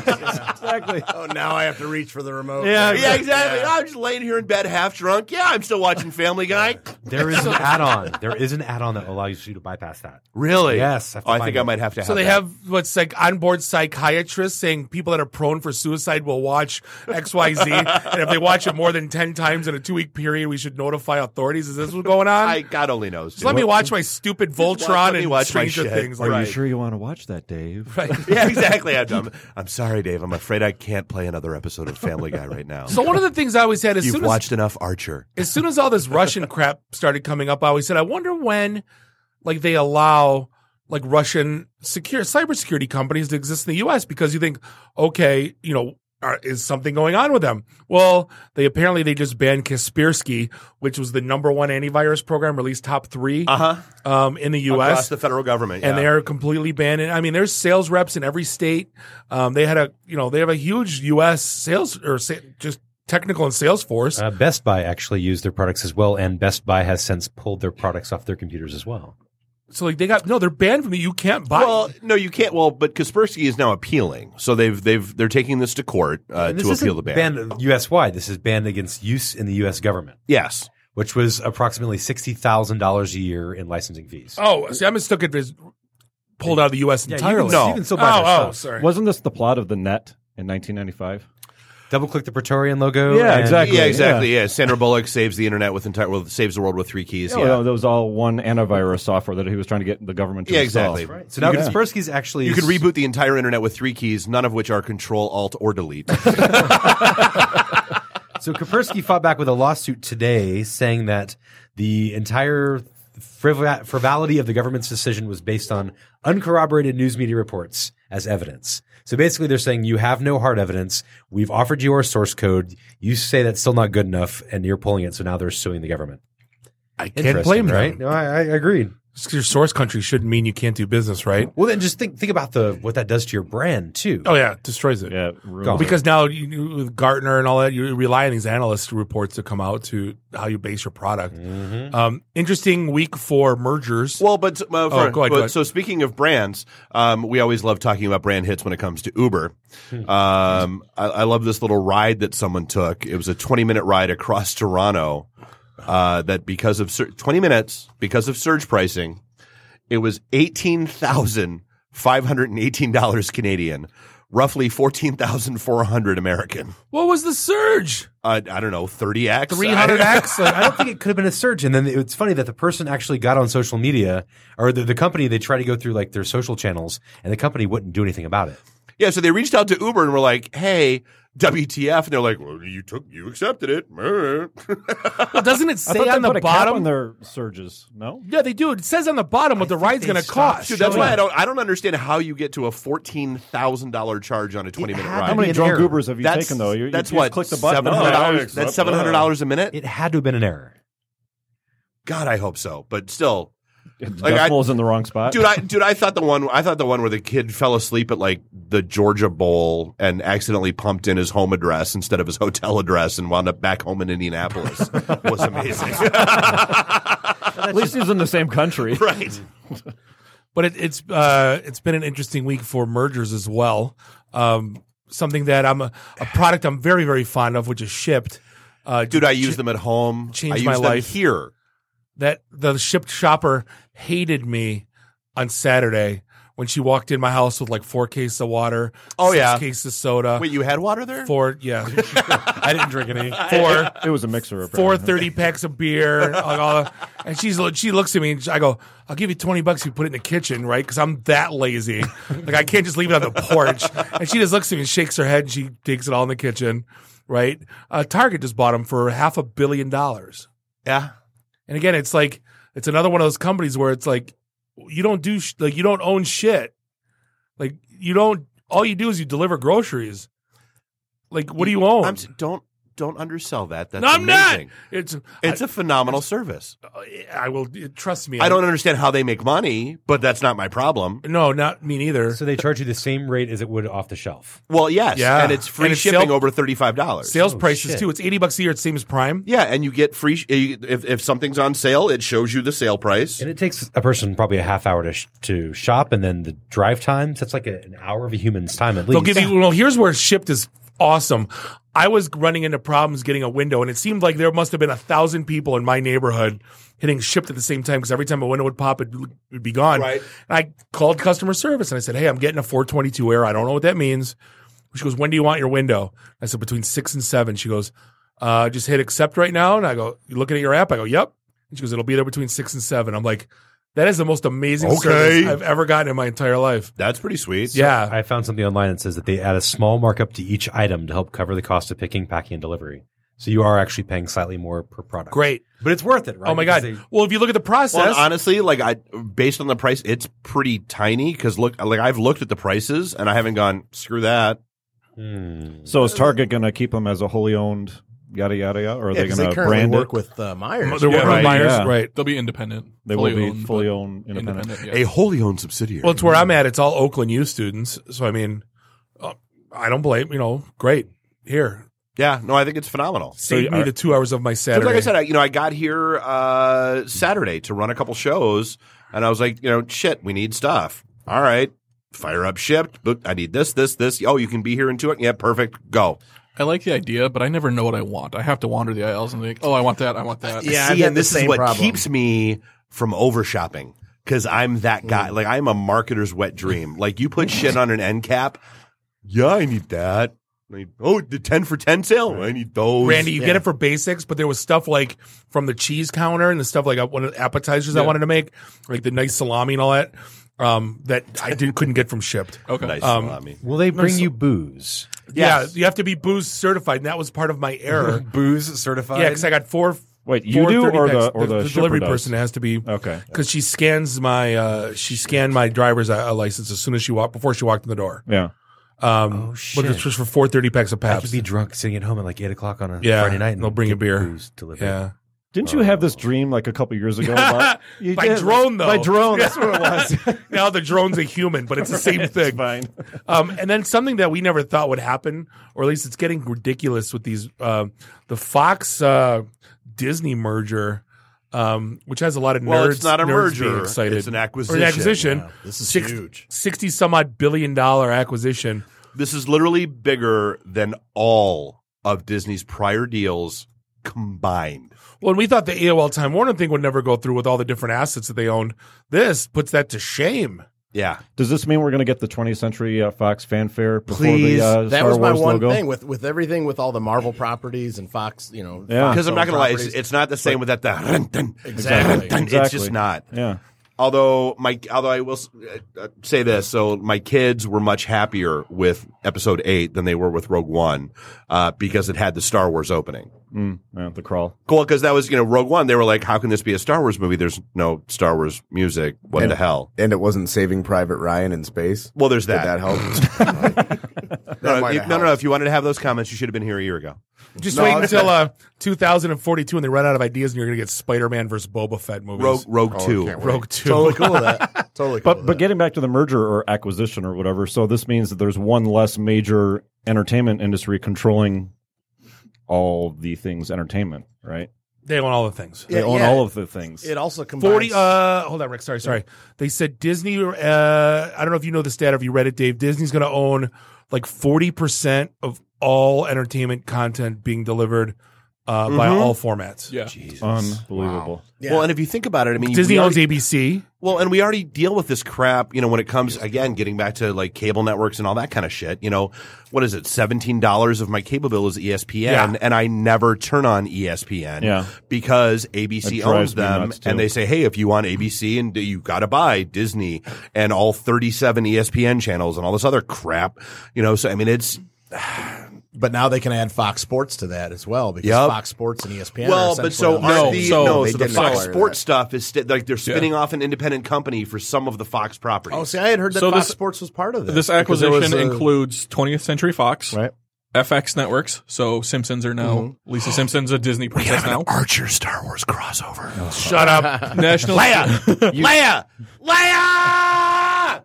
Speaker 15: exactly.
Speaker 16: Oh, now I have to reach for the remote.
Speaker 15: Yeah,
Speaker 12: yeah, exactly. Ah, I'm just laying here in bed, half drunk. Yeah, I'm still watching Family Guy.
Speaker 13: There is an add-on. There is an add-on that allows you to bypass that.
Speaker 12: Really?
Speaker 13: Yes, I have to
Speaker 12: Oh, I
Speaker 13: find
Speaker 12: think
Speaker 13: it.
Speaker 12: I might have to.
Speaker 2: So
Speaker 12: have
Speaker 2: they
Speaker 12: that.
Speaker 2: have what's like onboard psychiatrists saying people that are prone for suicide will watch XYZ. and if they watch it more than 10 times in a two week period, we should notify authorities. Is this what's going on?
Speaker 12: I God only knows.
Speaker 2: Just let me
Speaker 12: dude.
Speaker 2: watch my stupid Voltron
Speaker 12: let me
Speaker 2: and
Speaker 12: watch my
Speaker 2: Stranger
Speaker 12: shit.
Speaker 2: Things.
Speaker 15: Are
Speaker 2: Like,
Speaker 15: you sure you want to watch that, Dave?
Speaker 2: right.
Speaker 12: yeah, exactly. I'm, I'm, I'm sorry, Dave. I'm afraid I can't play another episode of Family Guy right now.
Speaker 2: So one of the things I always had as
Speaker 12: You've
Speaker 2: soon as
Speaker 12: watched enough Archer.
Speaker 2: as soon as all this Russian crap started coming up, I always said, I wonder when, like, they allow like Russian secure cybersecurity companies to exist in the U.S. because you think, okay, you know, are, is something going on with them? Well, they apparently they just banned Kaspersky, which was the number one antivirus program released top three
Speaker 12: Uh-huh.
Speaker 2: um, in the U.S.
Speaker 12: Across the federal government,
Speaker 2: and
Speaker 12: yeah.
Speaker 2: they are completely banned. And I mean, there's sales reps in every state. Um, they had a, you know, they have a huge U.S. sales or sa- just technical and sales force.
Speaker 13: Uh, Best Buy actually used their products as well, and Best Buy has since pulled their products off their computers as well.
Speaker 2: So like they got no, they're banned from the you can't buy.
Speaker 12: Well, no, you can't. Well, but Kaspersky is now appealing, so they've they've they're taking this to court uh,
Speaker 13: And this
Speaker 12: to
Speaker 13: isn't
Speaker 12: appeal the ban.
Speaker 13: Banned U.S. wide. This is banned against use in the U.S. government.
Speaker 12: Yes,
Speaker 13: which was approximately sixty thousand dollars a year in licensing fees.
Speaker 2: Oh, see, I mistook it as pulled out of the U.S.
Speaker 13: Yeah, you
Speaker 2: entirely.
Speaker 13: can- you can still buy
Speaker 2: oh,
Speaker 13: their
Speaker 2: oh,
Speaker 13: stuff.
Speaker 2: sorry.
Speaker 15: Wasn't this the plot of the net in 1995?
Speaker 13: Double click the Praetorian logo.
Speaker 15: Yeah,
Speaker 13: and-
Speaker 15: exactly.
Speaker 12: Yeah, exactly. Yeah. Sandra Bullock saves the internet with entire well, saves the world with three keys.
Speaker 15: Yeah,
Speaker 12: Yeah,
Speaker 15: well, that was all one antivirus software that he was trying to get the government to
Speaker 12: Yeah,
Speaker 15: install.
Speaker 12: exactly.
Speaker 13: So now Kaspersky's actually
Speaker 12: you could reboot the entire internet with three keys, none of which are Control Alt or Delete.
Speaker 13: So Kaspersky fought back with a lawsuit today saying that the entire friv- frivolity of the government's decision was based on uncorroborated news media reports as evidence. So basically, they're saying you have no hard evidence. We've offered you our source code. You say that's still not good enough, and you're pulling it. So now they're suing the government.
Speaker 12: I
Speaker 2: Can't blame them.
Speaker 13: right? No, I, I agreed.
Speaker 2: Just 'cause your source country shouldn't mean you can't do business, right?
Speaker 13: Well, then just think think about the what that does to your brand too.
Speaker 2: Oh yeah, it destroys it.
Speaker 15: Yeah,
Speaker 2: Well, because now you, you- with Gartner and all that, you rely on these analyst reports that come out to how you base your product. Um, interesting week for mergers.
Speaker 12: Mm-hmm. Well, but uh, for-
Speaker 2: oh, go ahead,
Speaker 12: but-
Speaker 2: go ahead.
Speaker 12: So speaking of brands, um, we always love talking about brand hits when it comes to Uber.
Speaker 2: Hmm.
Speaker 12: Um, I, I love this little ride that someone took. It was a 20 minute ride across Toronto. Uh, that because of sur- 20 minutes because of surge pricing, it was eighteen thousand five hundred and eighteen dollars Canadian, roughly fourteen thousand four hundred American.
Speaker 2: what was the surge?
Speaker 12: Uh, I don't know, 30x,
Speaker 2: 300x.
Speaker 13: Like, I don't think it could have been a surge. And then it's funny that the person actually got on social media, or the, the company they tried to go through like their social channels, and the company wouldn't do anything about it.
Speaker 12: Yeah, so they reached out to Uber and were like, "Hey, WTF?" And they're like, "Well, you took, you accepted it."
Speaker 2: Doesn't it
Speaker 15: I
Speaker 2: say
Speaker 15: thought they
Speaker 2: on
Speaker 15: put
Speaker 2: the
Speaker 15: a cap
Speaker 2: bottom?
Speaker 15: on their surges. No,
Speaker 2: yeah, they do. It says on the bottom what the ride's going to cost.
Speaker 12: Dude, that's why I don't. I don't understand how you get to a fourteen thousand dollar charge on a twenty minute ride.
Speaker 15: How many drunk Ubers have you
Speaker 12: That's-
Speaker 15: taken though? You, you
Speaker 12: that's
Speaker 15: just
Speaker 12: what
Speaker 15: Click the button.
Speaker 12: $700
Speaker 15: uh,
Speaker 12: that's seven hundred dollars a minute.
Speaker 13: It had to have been an error.
Speaker 12: God, I hope so, but still,
Speaker 15: Like Decibel's in the wrong spot.
Speaker 12: dude, I dude, I thought the one, I thought the one where the kid fell asleep at like the Georgia Bowl and accidentally pumped in his home address instead of his hotel address and wound up back home in Indianapolis was amazing.
Speaker 15: At least he's in the same country,
Speaker 12: right?
Speaker 2: But it, it's uh, it's been an interesting week for mergers as well. Um, something that I'm a, a product I'm very very fond of, which is shipped. Uh,
Speaker 12: Dude, I use them at home.
Speaker 2: Changed
Speaker 12: I use
Speaker 2: my
Speaker 12: them
Speaker 2: life
Speaker 12: here.
Speaker 2: That the shipped shopper hated me on Saturday when she walked in my house with like four cases of water.
Speaker 12: Oh,
Speaker 2: six
Speaker 12: yeah.
Speaker 2: cases of soda.
Speaker 12: Wait, you had water there?
Speaker 2: Four, yeah. I didn't drink any. Four.
Speaker 15: It, it was a mixer.
Speaker 2: Four
Speaker 15: apparently.
Speaker 2: thirty packs of beer, like all the- and she's she looks at me and I go, "I'll give you twenty bucks if you put it in the kitchen, right? Because I'm that lazy, like I can't just leave it on the porch." And she just looks at me and shakes her head and she takes it all in the kitchen, right? Uh, Target just bought them for half a billion dollars.
Speaker 12: Yeah,
Speaker 2: and again, it's like it's another one of those companies where it's like you don't do sh- like you don't own shit, like you don't. All you do is you deliver groceries. Like, what do you own?
Speaker 12: I'm s- don't don't undersell that. That's
Speaker 2: No, I'm not.
Speaker 12: amazing.
Speaker 2: It's
Speaker 12: it's a phenomenal service.
Speaker 2: I will trust me.
Speaker 12: I don't understand how they make money, but that's not my problem.
Speaker 2: No, not me neither.
Speaker 13: So they charge you the same rate as it would off the shelf.
Speaker 12: Well, yes,
Speaker 2: Yeah.
Speaker 12: and it's free
Speaker 2: And it's
Speaker 12: shipping
Speaker 2: sale-
Speaker 12: over thirty five dollars.
Speaker 2: Sales prices too. It's eighty bucks a year. It's same as Prime.
Speaker 12: Yeah, and you get free. Sh- eh, you- if if something's on sale, it shows you the sale price.
Speaker 13: And it takes a person probably a half hour to sh- to shop, and then the drive time. So that's like a, an hour of a human's time at
Speaker 2: They'll
Speaker 13: least.
Speaker 2: give you. Well, here's where shipped is awesome. I was running into problems getting a window, and it seemed like there must have been a thousand people in my neighborhood hitting shipped at the same time because every time a window would pop, it would be gone. Right. And I called customer service and I said, "Hey, I'm getting a 422 error. I don't know what that means." She goes, "When do you want your window?" I said, "Between six and seven. She goes, uh, "Just hit accept right now." And I go, "You looking at your app?" I go, "Yep." And she goes, "It'll be there between six and seven. I'm like, That is the most amazing
Speaker 13: Okay.
Speaker 2: service I've ever gotten in my entire life.
Speaker 12: That's pretty sweet.
Speaker 2: Yeah.
Speaker 13: I found something online that says that they add a small markup to each item to help cover the cost of picking, packing, and delivery. So you are actually paying slightly more per product.
Speaker 2: Great.
Speaker 13: But it's worth it, right?
Speaker 2: Oh my
Speaker 13: Because
Speaker 2: god.
Speaker 13: they-
Speaker 2: well, if you look at the process,
Speaker 12: Well, and honestly, like I, based on the price, it's pretty tiny. Because look, like I've looked at the prices and I haven't gone screw that.
Speaker 13: Hmm.
Speaker 15: So is Target going to keep them as a wholly owned yada yada yada, or are they
Speaker 16: because
Speaker 15: going
Speaker 16: they
Speaker 15: to
Speaker 16: currently
Speaker 15: brand
Speaker 16: work
Speaker 15: it?
Speaker 16: with uh, Myers.
Speaker 2: They're working with Myers,
Speaker 15: yeah.
Speaker 2: right?
Speaker 14: They'll be independent.
Speaker 15: They will be fully owned, independent.
Speaker 12: A wholly owned subsidiary.
Speaker 2: Well, it's where I'm at. It's all Oakland U students. So I mean, uh, I don't blame. You know, great here.
Speaker 12: Yeah, no, I think it's phenomenal.
Speaker 2: Saved
Speaker 12: So,
Speaker 2: me
Speaker 12: are-
Speaker 2: the two hours of my
Speaker 12: 'Cause
Speaker 2: Saturday.
Speaker 12: Like I said, I, you know, I got here uh, Saturday to run a couple shows, and I was like, you know, shit, we need stuff. All right, fire up shipped, but I need this, this, this. Oh, you can be here in two. Yeah, perfect. Go.
Speaker 14: I like the idea, but I never know what I want. I have to wander the aisles and think, oh, I want that, I want that.
Speaker 12: See, and this is what keeps me from over shopping because I'm that guy.
Speaker 15: Mm.
Speaker 12: Like I'm a marketer's wet dream. Like you put shit on an end cap. Yeah, I need that. I need- oh, the ten for ten sale. I need those.
Speaker 2: Randy, you
Speaker 12: Yeah.
Speaker 2: get it for basics, but there was stuff like from the cheese counter and the stuff like I- one of the appetizers I
Speaker 14: Yeah.
Speaker 2: wanted to make, like the nice salami and all that, um, that I didn't couldn't get from shipped.
Speaker 14: Okay.
Speaker 12: Nice
Speaker 2: Um,
Speaker 12: salami.
Speaker 13: Will they bring
Speaker 2: nice-
Speaker 13: you booze?
Speaker 2: Yeah, you have to be booze certified, and that was part of my error.
Speaker 13: booze certified.
Speaker 2: Yeah, because I got four.
Speaker 15: Wait, you
Speaker 2: four
Speaker 15: do
Speaker 2: 30
Speaker 15: or the-
Speaker 2: packs.
Speaker 15: or the shipper
Speaker 2: delivery
Speaker 15: does?
Speaker 2: person has to be
Speaker 15: Okay.
Speaker 2: because she scans my uh, she scanned my driver's uh, license as soon as she walked before she walked in the door.
Speaker 15: Yeah.
Speaker 2: Um, But this was for four thirty packs of
Speaker 13: Oh, I
Speaker 2: Pabst.
Speaker 13: could be drunk sitting at home at like eight o'clock on a
Speaker 2: Yeah,
Speaker 13: Friday night, and
Speaker 2: they'll bring
Speaker 13: get
Speaker 2: a beer.
Speaker 13: Booze delivered.
Speaker 2: Yeah.
Speaker 15: Didn't you have this dream like a couple years ago? About, You
Speaker 2: by
Speaker 15: did.
Speaker 2: drone though.
Speaker 15: By drone. That's what it was.
Speaker 2: now the drone's a human, but it's the same
Speaker 15: Right,
Speaker 2: thing.
Speaker 15: it's fine.
Speaker 2: Um, and then something that we never thought would happen, or at least it's getting ridiculous with these uh, the Fox uh, Disney merger. Um, which has a lot of nerds.
Speaker 12: Well, it's not a
Speaker 2: nerds
Speaker 12: merger.
Speaker 2: being excited.
Speaker 12: It's an
Speaker 2: Or
Speaker 12: acquisition.
Speaker 2: acquisition.
Speaker 12: Yeah, this is huge.
Speaker 2: Sixty some odd billion dollar acquisition.
Speaker 12: This is literally bigger than all of Disney's prior deals combined.
Speaker 2: Well, and we thought the AOL Time Warner thing would never go through with all the different assets that they owned. This puts that to shame.
Speaker 12: Yeah.
Speaker 15: Does this mean we're going to get the 20th Century uh, Fox fanfare before the uh,
Speaker 16: that
Speaker 15: Star
Speaker 16: was my
Speaker 15: Wars
Speaker 16: one
Speaker 15: logo?
Speaker 16: thing with with everything with all the Marvel properties and Fox. You know,
Speaker 15: Yeah.
Speaker 16: Fox
Speaker 12: Because I'm not
Speaker 16: owned
Speaker 12: going to lie, it's,
Speaker 16: properties.
Speaker 12: it's not the same with that. The,
Speaker 16: Exactly.
Speaker 12: It's
Speaker 16: Exactly.
Speaker 12: just not.
Speaker 15: Yeah.
Speaker 12: Although my, although I will s- uh, uh, say this, so my kids were much happier with Episode Eight than they were with Rogue One, uh, because it had the Star Wars opening.
Speaker 15: Mm, yeah, the crawl.
Speaker 12: Cool, because that was you know Rogue One. They were like, "How can this be a Star Wars movie? There's no Star Wars music. What
Speaker 17: And-
Speaker 12: the hell?"
Speaker 17: And it wasn't Saving Private Ryan in space.
Speaker 12: Well, there's
Speaker 17: Did
Speaker 12: that.
Speaker 17: that help?
Speaker 12: No, no,
Speaker 17: might
Speaker 12: you-
Speaker 17: have
Speaker 12: no, no, no. If you wanted to have those comments, you should have been here a year ago.
Speaker 2: Just
Speaker 12: No,
Speaker 2: wait
Speaker 12: I-
Speaker 2: until uh, 2042 and they run out of ideas and you're going to get Spider-Man versus Boba Fett movies.
Speaker 12: Rogue- Rogue Oh, Two.
Speaker 15: can't wait.
Speaker 2: Rogue 2.
Speaker 15: Totally cool
Speaker 2: with
Speaker 15: with
Speaker 2: that.
Speaker 17: Totally
Speaker 15: But but getting back to the merger or acquisition or whatever, so this means that there's one less major entertainment industry controlling all the things entertainment, right?
Speaker 2: They own all the things.
Speaker 15: They own all of the things.
Speaker 16: It also combines
Speaker 2: 40 uh hold on Rick sorry sorry they said Disney uh I don't know if you know the stat or if you read it Dave Disney's going to own like 40% of all entertainment content being delivered uh by
Speaker 12: Mhm.
Speaker 2: all formats
Speaker 14: yeah
Speaker 15: Unbelievable.
Speaker 12: Well, and if you think about it, I mean,
Speaker 2: Disney
Speaker 12: we
Speaker 2: owns
Speaker 12: already-
Speaker 2: ABC
Speaker 12: Well, and we already deal with this crap, you know, when it comes again, getting back to like cable networks and all that kind of shit. You know, what is it? Seventeen dollars of my cable bill is E ESPN,
Speaker 15: Yeah.
Speaker 12: and I never turn on E ESPN
Speaker 15: Yeah.
Speaker 12: because
Speaker 15: It
Speaker 12: ABC
Speaker 15: drives
Speaker 12: owns
Speaker 15: me
Speaker 12: them,
Speaker 15: nuts, too.
Speaker 12: and they say, hey, if you want ABC, and you got to buy Disney and all thirty-seven E ESPN channels and all this other crap. You know, so I mean, it's
Speaker 16: But now they can add Fox Sports to that as well because
Speaker 12: Yep.
Speaker 16: Fox Sports and E ESPN.
Speaker 12: Well,
Speaker 16: are
Speaker 12: but
Speaker 16: essentially
Speaker 12: so
Speaker 16: on the
Speaker 12: aren't
Speaker 16: same-
Speaker 12: the no, so the Fox Sports stuff is sti- like they're spinning off an independent company for some of the Fox properties.
Speaker 16: Oh, see, I had heard that
Speaker 12: So
Speaker 16: Fox
Speaker 12: this-
Speaker 16: Sports was part of that.
Speaker 14: This
Speaker 16: because there
Speaker 14: acquisition
Speaker 16: was a-
Speaker 14: includes 20th Century Fox,
Speaker 16: right?
Speaker 14: FX networks. So Simpsons are now
Speaker 16: Mhm.
Speaker 14: Lisa Simpson's a Disney princess now.
Speaker 12: Archer Star Wars crossover.
Speaker 2: Shut up.
Speaker 14: National
Speaker 12: Leia. Leia. Leia.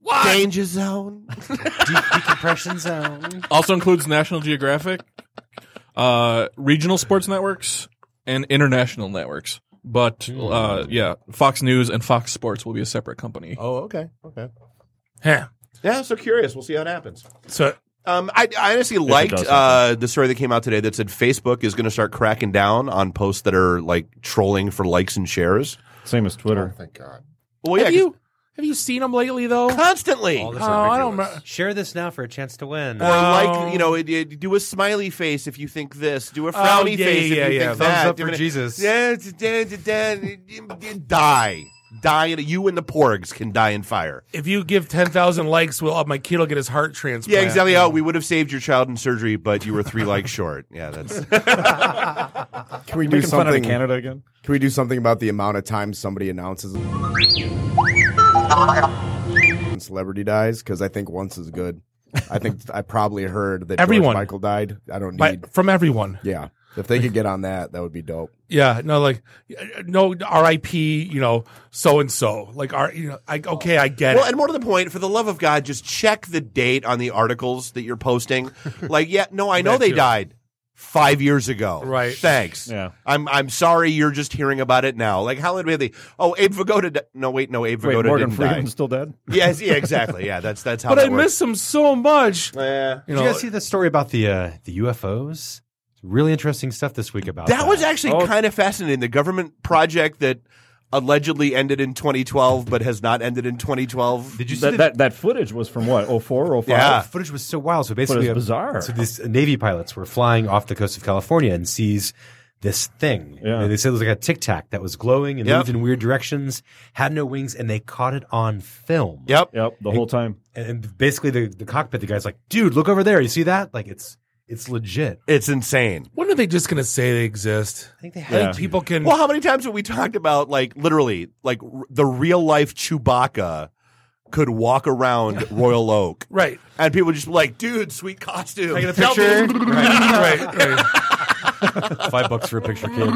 Speaker 12: What?
Speaker 17: Danger zone.
Speaker 13: decompression zone.
Speaker 14: Also includes National Geographic, uh, regional sports networks, and international networks. But
Speaker 12: Hmm.
Speaker 14: uh, yeah, Fox News and Fox Sports will be a separate company.
Speaker 16: Oh, okay, okay.
Speaker 2: Yeah.
Speaker 12: Yeah, so curious. We'll see how it happens.
Speaker 2: So
Speaker 12: Um, I, I honestly
Speaker 15: it
Speaker 12: liked
Speaker 15: does
Speaker 12: uh, the story that came out today that said Facebook is going to start cracking down on posts that are like trolling for likes and shares.
Speaker 15: Same as Twitter.
Speaker 16: Oh, thank God.
Speaker 12: Well, yeah,
Speaker 2: have
Speaker 12: 'cause-
Speaker 2: you have you seen them lately though
Speaker 12: constantly
Speaker 13: All this
Speaker 2: oh, I don't
Speaker 13: ridiculous.
Speaker 2: remember
Speaker 13: Share this now for a chance to win.
Speaker 12: Or like you know, it, it- do a smiley face if you think this. Do a
Speaker 13: Um, Oh,
Speaker 12: frowny
Speaker 13: yeah,
Speaker 12: face
Speaker 13: yeah,
Speaker 12: if you
Speaker 13: yeah. Thumbs
Speaker 12: think that.
Speaker 13: up for Jesus.
Speaker 12: Yeah, it's- da- da- da- die. die in you and the porgs can die in fire.
Speaker 2: If you give ten thousand likes, will uh, my kid will get his heart transplant?
Speaker 12: Yeah, exactly. Oh, we would have saved your child in surgery, but you were three likes short. Yeah, that's
Speaker 17: Can we do
Speaker 15: Making fun
Speaker 17: something
Speaker 15: of Canada again?
Speaker 17: Can we do something about the amount of times somebody announces when celebrity dies? Because I think once is good. I think I probably heard that George
Speaker 2: Everyone.
Speaker 17: Michael died. I don't
Speaker 2: By-
Speaker 17: need
Speaker 2: from everyone.
Speaker 17: Yeah, if they could get on that, that would be dope.
Speaker 2: Yeah, no, like uh, no R.I.P. You know, so and so. Like, R, you know, I, okay, I get
Speaker 12: well,
Speaker 2: it.
Speaker 12: and more to the point, for the love of God, just check the date on the articles that you're posting. like, yeah, no, I know
Speaker 2: That
Speaker 12: they
Speaker 2: too.
Speaker 12: died five years ago.
Speaker 2: Right.
Speaker 12: Thanks.
Speaker 2: Yeah.
Speaker 12: I'm I'm sorry you're just hearing about it now. Like, how did we? Oh, Abe Vigoda. Di- no, wait, no, Abe
Speaker 15: Wait,
Speaker 12: Vigoda
Speaker 15: Morgan
Speaker 12: didn't
Speaker 15: Freeman's
Speaker 12: die.
Speaker 15: still dead?
Speaker 12: Yes, yeah, exactly. Yeah, that's that's how.
Speaker 2: but
Speaker 12: that
Speaker 2: I
Speaker 12: works.
Speaker 2: miss him so much.
Speaker 12: Yeah,
Speaker 13: Did you guys see the story about the uh, the UFOs? Really interesting stuff this week about
Speaker 12: that,
Speaker 13: that.
Speaker 12: was
Speaker 15: Oh.
Speaker 12: actually kind of fascinating. The government project that allegedly ended in 2012, but has not ended in 2012.
Speaker 13: Did
Speaker 15: that, that that footage was from what 04, 05?
Speaker 13: Yeah, the footage was so wild. So
Speaker 15: But it was
Speaker 13: basically, uh,
Speaker 15: bizarre.
Speaker 13: So these Navy pilots were flying off the coast of California and sees this thing.
Speaker 15: Yeah.
Speaker 13: And they said it was like a tic tac that was glowing and
Speaker 15: Yep.
Speaker 13: moved in weird directions, had no wings, and they caught it on film.
Speaker 12: Yep.
Speaker 15: Yep. The whole time.
Speaker 13: And, and basically, the, the cockpit, the guy's like, "Dude, look over there. You see that? Like, it's it's legit.
Speaker 12: It's insane."
Speaker 2: When are they just going to say they exist? I think they
Speaker 12: have to.
Speaker 2: people can.
Speaker 12: Well, how many times have we talked about like literally like r- the real life Chewbacca could walk around Royal Oak,
Speaker 2: Right.
Speaker 12: And people just be like, dude, sweet costume.
Speaker 2: I get a
Speaker 12: Tell
Speaker 2: picture.
Speaker 12: me-
Speaker 2: right, right, right.
Speaker 13: Five bucks for a picture, kid.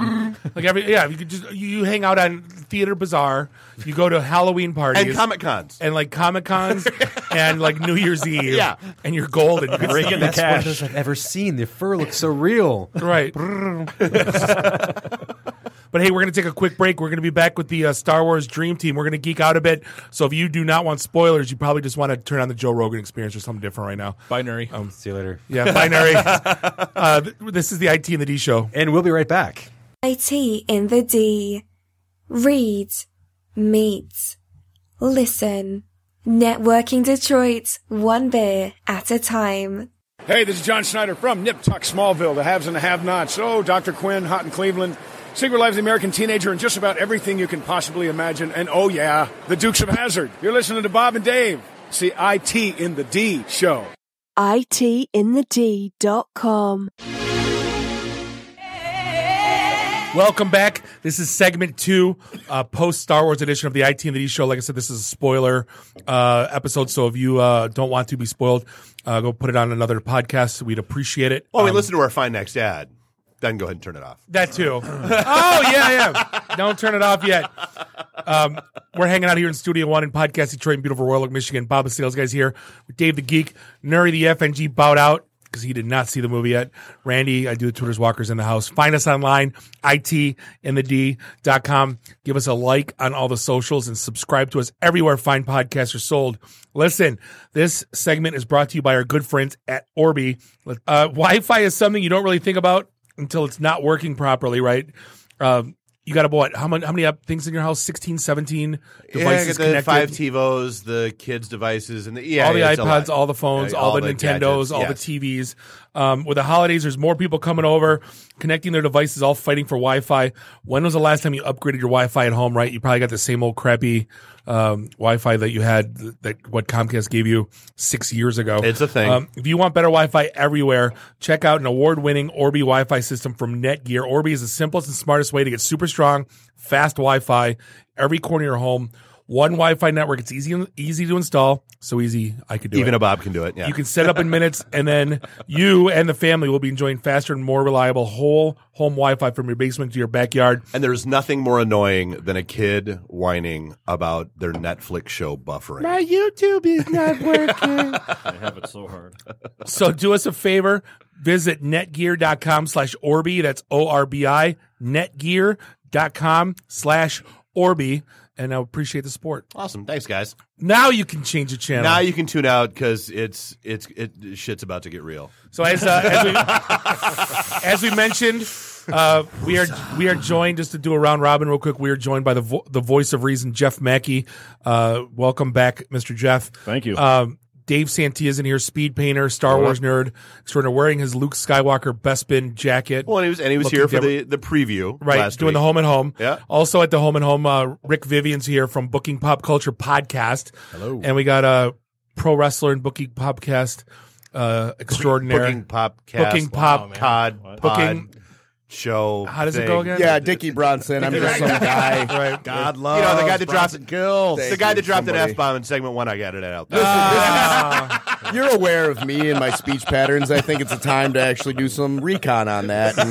Speaker 2: Like every yeah, you could just you, you hang out on theater bazaar, you go to Halloween parties
Speaker 12: And Comic Cons.
Speaker 2: and like Comic Cons and like New Year's Eve.
Speaker 12: Yeah.
Speaker 2: and you're golden. You could
Speaker 13: It's
Speaker 2: see
Speaker 13: the
Speaker 2: that.
Speaker 13: best photos I've ever seen. The fur looks so real.
Speaker 2: Right. But hey, we're going to take a quick break. We're going to be back with the uh, Star Wars Dream Team. We're going to geek out a bit. So if you do not want spoilers, you probably just want to turn on the Joe Rogan experience or something different right now.
Speaker 14: Binary.
Speaker 2: Um,
Speaker 13: See you later.
Speaker 2: Yeah, binary. uh, th- this is the IT and the D show.
Speaker 13: And we'll be right back.
Speaker 18: IT in the D. Read. Meet. Listen. Networking Detroit, one beer at a time.
Speaker 5: Hey, this is John Schneider from Nip Tuck Smallville, the haves and the have nots. Oh, Dr. Quinn, hot in Cleveland. Secret Life of the American Teenager, and just about everything you can possibly imagine. And oh, yeah, the Dukes of Hazard. You're listening to Bob and Dave. See IT in the D show.
Speaker 18: ITinthedD.com.
Speaker 2: Welcome back. This is segment two, uh, post Star Wars edition of the IT and the D show. Like I said, this is a spoiler uh, episode. So if you uh, don't want to be spoiled, uh, go put it on another podcast. We'd appreciate it.
Speaker 12: Oh, wait,
Speaker 2: Um,
Speaker 12: listen to our fine next ad. Then go ahead and turn it off.
Speaker 2: That too. oh yeah, yeah. Don't turn it off yet. Um, we're hanging out here in Studio One in Podcast Detroit, in beautiful Royal Oak, Michigan. Bob the Sales Guys here with Dave the Geek, Nuri the FNG bowed out because he did not see the movie yet. Randy, I do the Twitter's Walkers in the house. Find us online, it in the d.com. Give us a like on all the socials and subscribe to us everywhere fine podcasts are sold. Listen, this segment is brought to you by our good friends at Orbi. Uh, Wi-Fi is something you don't really think about until it's not working properly, right? Um, you got about what, how many how many up things in your house? 16, 17
Speaker 12: yeah, I
Speaker 2: devices
Speaker 12: got the
Speaker 2: connected.
Speaker 12: five TiVos, the kids' devices, and the yeah,
Speaker 2: all the
Speaker 12: it's a lot.
Speaker 2: iPods, all the phones,
Speaker 12: Yeah,
Speaker 2: all, the, Nintendos,
Speaker 12: gadgets,
Speaker 2: all
Speaker 12: yes.
Speaker 2: the TVs. Um, with the holidays, there's more people coming over, connecting their devices, all fighting for Wi-Fi. When was the last time you upgraded your Wi-Fi at home? Right, you probably got the same old crappy um, Wi-Fi that you had that what Comcast gave you six years ago. Um,
Speaker 12: It's a thing.
Speaker 2: if you want better Wi-Fi everywhere, check out an award-winning Orbi Wi-Fi system from Netgear. Orbi is the simplest and smartest way to get super strong, fast Wi-Fi every corner of your home. One Wi-Fi network. It's easy easy to install. So easy, I could do it.
Speaker 12: Even a Bob can do it. Yeah,
Speaker 2: You can set up in minutes, and then you and the family will be enjoying faster and more reliable whole home Wi-Fi from your basement to your backyard.
Speaker 12: And there's nothing more annoying than a kid whining about their Netflix show buffering.
Speaker 2: My YouTube is not working.
Speaker 15: I have it so hard.
Speaker 2: so do us a favor. Visit netgear.com slash Orbi. That's O-R-B-I. Netgear.com slash Orbi. And I appreciate the support.
Speaker 12: Awesome. Thanks, guys.
Speaker 2: Now you can change the channel.
Speaker 12: Now you can tune out because it's it's it shit's about to get real.
Speaker 2: So as uh, as, we, as we mentioned, uh, we are we are joined just to do a round robin real quick. We are joined by the vo- the voice of reason, Jeff Mackey. Uh, welcome back, Mr. Jeff.
Speaker 15: Thank you.
Speaker 2: Um, Dave Santia's in here, speed painter, Star
Speaker 12: Yeah.
Speaker 2: Wars nerd, extraordinary, wearing his Luke Skywalker Bespin jacket.
Speaker 12: Well, and he was and he was
Speaker 2: Looking
Speaker 12: here for
Speaker 2: different.
Speaker 12: the, the preview.
Speaker 2: Right,
Speaker 12: last
Speaker 2: doing the
Speaker 12: week.
Speaker 2: home and home.
Speaker 12: Yeah.
Speaker 2: Also at the home and home, uh, Rick Vivian's here from Booking Pop Culture podcast. Hello. And we got a pro wrestler and Booking Popcast uh, extraordinaire.
Speaker 12: Booking Popcast.
Speaker 2: Booking Pop
Speaker 12: Wow, man. Pod,
Speaker 2: Booking.
Speaker 12: show.
Speaker 2: How does it
Speaker 12: thing.
Speaker 2: go again?
Speaker 17: Yeah, Dickie Bronson. I'm just some guy.
Speaker 2: Right.
Speaker 17: God
Speaker 12: You
Speaker 17: loves
Speaker 12: know the guy that dropped
Speaker 17: Bronson kills.
Speaker 12: The guy that
Speaker 17: Thank you,
Speaker 12: dropped an
Speaker 17: somebody.
Speaker 12: f bomb in segment one. I got it out. there.
Speaker 2: Ah.
Speaker 17: You're
Speaker 12: aware
Speaker 17: of me and my speech patterns. I think it's a time to actually do some recon on that and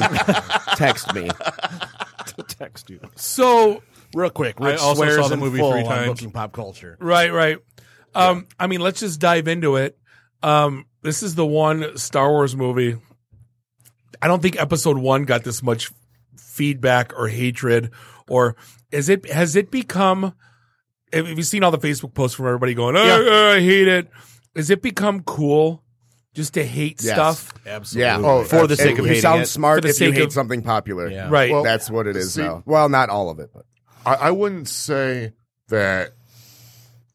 Speaker 17: text me.
Speaker 2: to text you. So
Speaker 16: real quick,
Speaker 2: I
Speaker 16: Rich
Speaker 2: also
Speaker 16: swears
Speaker 2: saw the
Speaker 16: in
Speaker 2: movie
Speaker 16: full
Speaker 2: three
Speaker 16: on
Speaker 2: times.
Speaker 16: Booking pop culture.
Speaker 2: Right, right. Um, I mean, let's just dive into it. Um, this is the one Star Wars movie. I don't think Episode One got this much feedback or hatred, or is it? Has it become? Have have you seen all the Facebook posts from everybody going, "Oh, oh, I hate it"? Has it become cool just to hate
Speaker 17: Yes.
Speaker 2: stuff?
Speaker 17: Yeah. absolutely. you sound smart
Speaker 2: For the
Speaker 17: if you
Speaker 2: sake
Speaker 17: hate
Speaker 2: of-
Speaker 17: something popular.
Speaker 2: Yeah. Right. Well,
Speaker 17: That's what it is
Speaker 19: see-
Speaker 17: now. Well, not all of it, but
Speaker 19: I, I wouldn't say that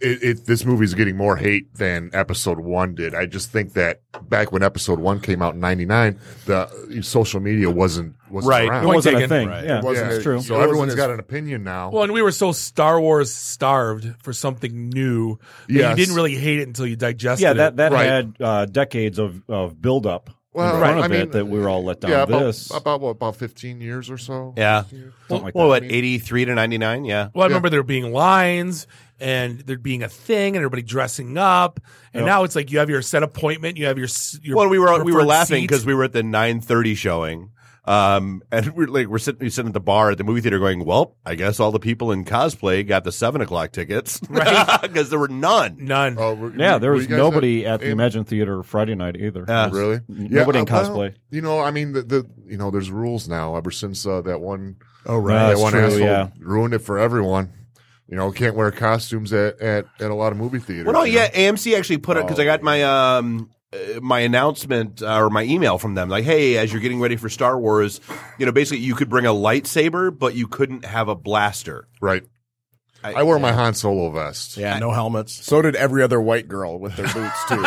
Speaker 19: it, it this movie's getting more hate than episode one did. I just think that back when episode one came out in '99, the uh, social media wasn't wasn't
Speaker 2: Right.
Speaker 19: around.
Speaker 2: It wasn't a Point taken. thing.
Speaker 19: It
Speaker 2: Yeah.
Speaker 19: wasn't
Speaker 2: Yeah.
Speaker 19: a-
Speaker 2: True.
Speaker 19: So
Speaker 2: It wasn't
Speaker 19: everyone's
Speaker 2: as-
Speaker 19: got an opinion now.
Speaker 2: Well, and we were so Star Wars starved for something new. that You
Speaker 15: Yes.
Speaker 2: didn't really hate it until you digested
Speaker 15: yeah,
Speaker 2: it.
Speaker 15: that that had uh, decades of of buildup
Speaker 19: Well,
Speaker 15: in front
Speaker 19: I
Speaker 15: of
Speaker 19: mean,
Speaker 15: it that we were all let down.
Speaker 19: yeah, about,
Speaker 15: this
Speaker 19: about what about 15 years or so.
Speaker 12: Yeah. Well,
Speaker 19: Something like
Speaker 12: well,
Speaker 19: that.
Speaker 12: what eighty three to ninety nine? Yeah.
Speaker 2: Well, I remember there being lines and there being a thing and everybody dressing up. And
Speaker 12: Yep.
Speaker 2: now it's like you have your set appointment, you have your. s- your
Speaker 12: well, we were we were
Speaker 2: preferred
Speaker 12: laughing
Speaker 2: seat.
Speaker 12: because we were at the nine thirty showing, um, and we're like we're sitting we're sitting at the bar at the movie theater going, well, I guess all the people in cosplay got the seven o'clock tickets, right? Because there were none,
Speaker 2: none.
Speaker 17: Oh,
Speaker 15: yeah, there was nobody at the Imagine Theater Friday night either.
Speaker 19: really?
Speaker 15: Nobody in
Speaker 19: uh, well,
Speaker 15: cosplay.
Speaker 19: you know, I mean, the, the you know, there's rules now. Ever since uh, that one,
Speaker 15: Oh, right.
Speaker 19: that
Speaker 15: That's
Speaker 19: one
Speaker 15: true,
Speaker 19: asshole
Speaker 15: yeah.
Speaker 19: ruined it for everyone. You know, can't wear costumes at, at, at a lot of movie theaters.
Speaker 12: Well, no,
Speaker 19: you know?
Speaker 12: yeah, AMC actually put it because I got
Speaker 19: Oh.
Speaker 12: my um uh, my announcement uh, or my email from them like, hey, as you're getting ready for Star Wars, you know, basically you could bring a lightsaber, but you couldn't have a blaster.
Speaker 19: Right. I, wore my Han Solo vest.
Speaker 16: Yeah, no helmets.
Speaker 17: So did every other white girl with their boots too.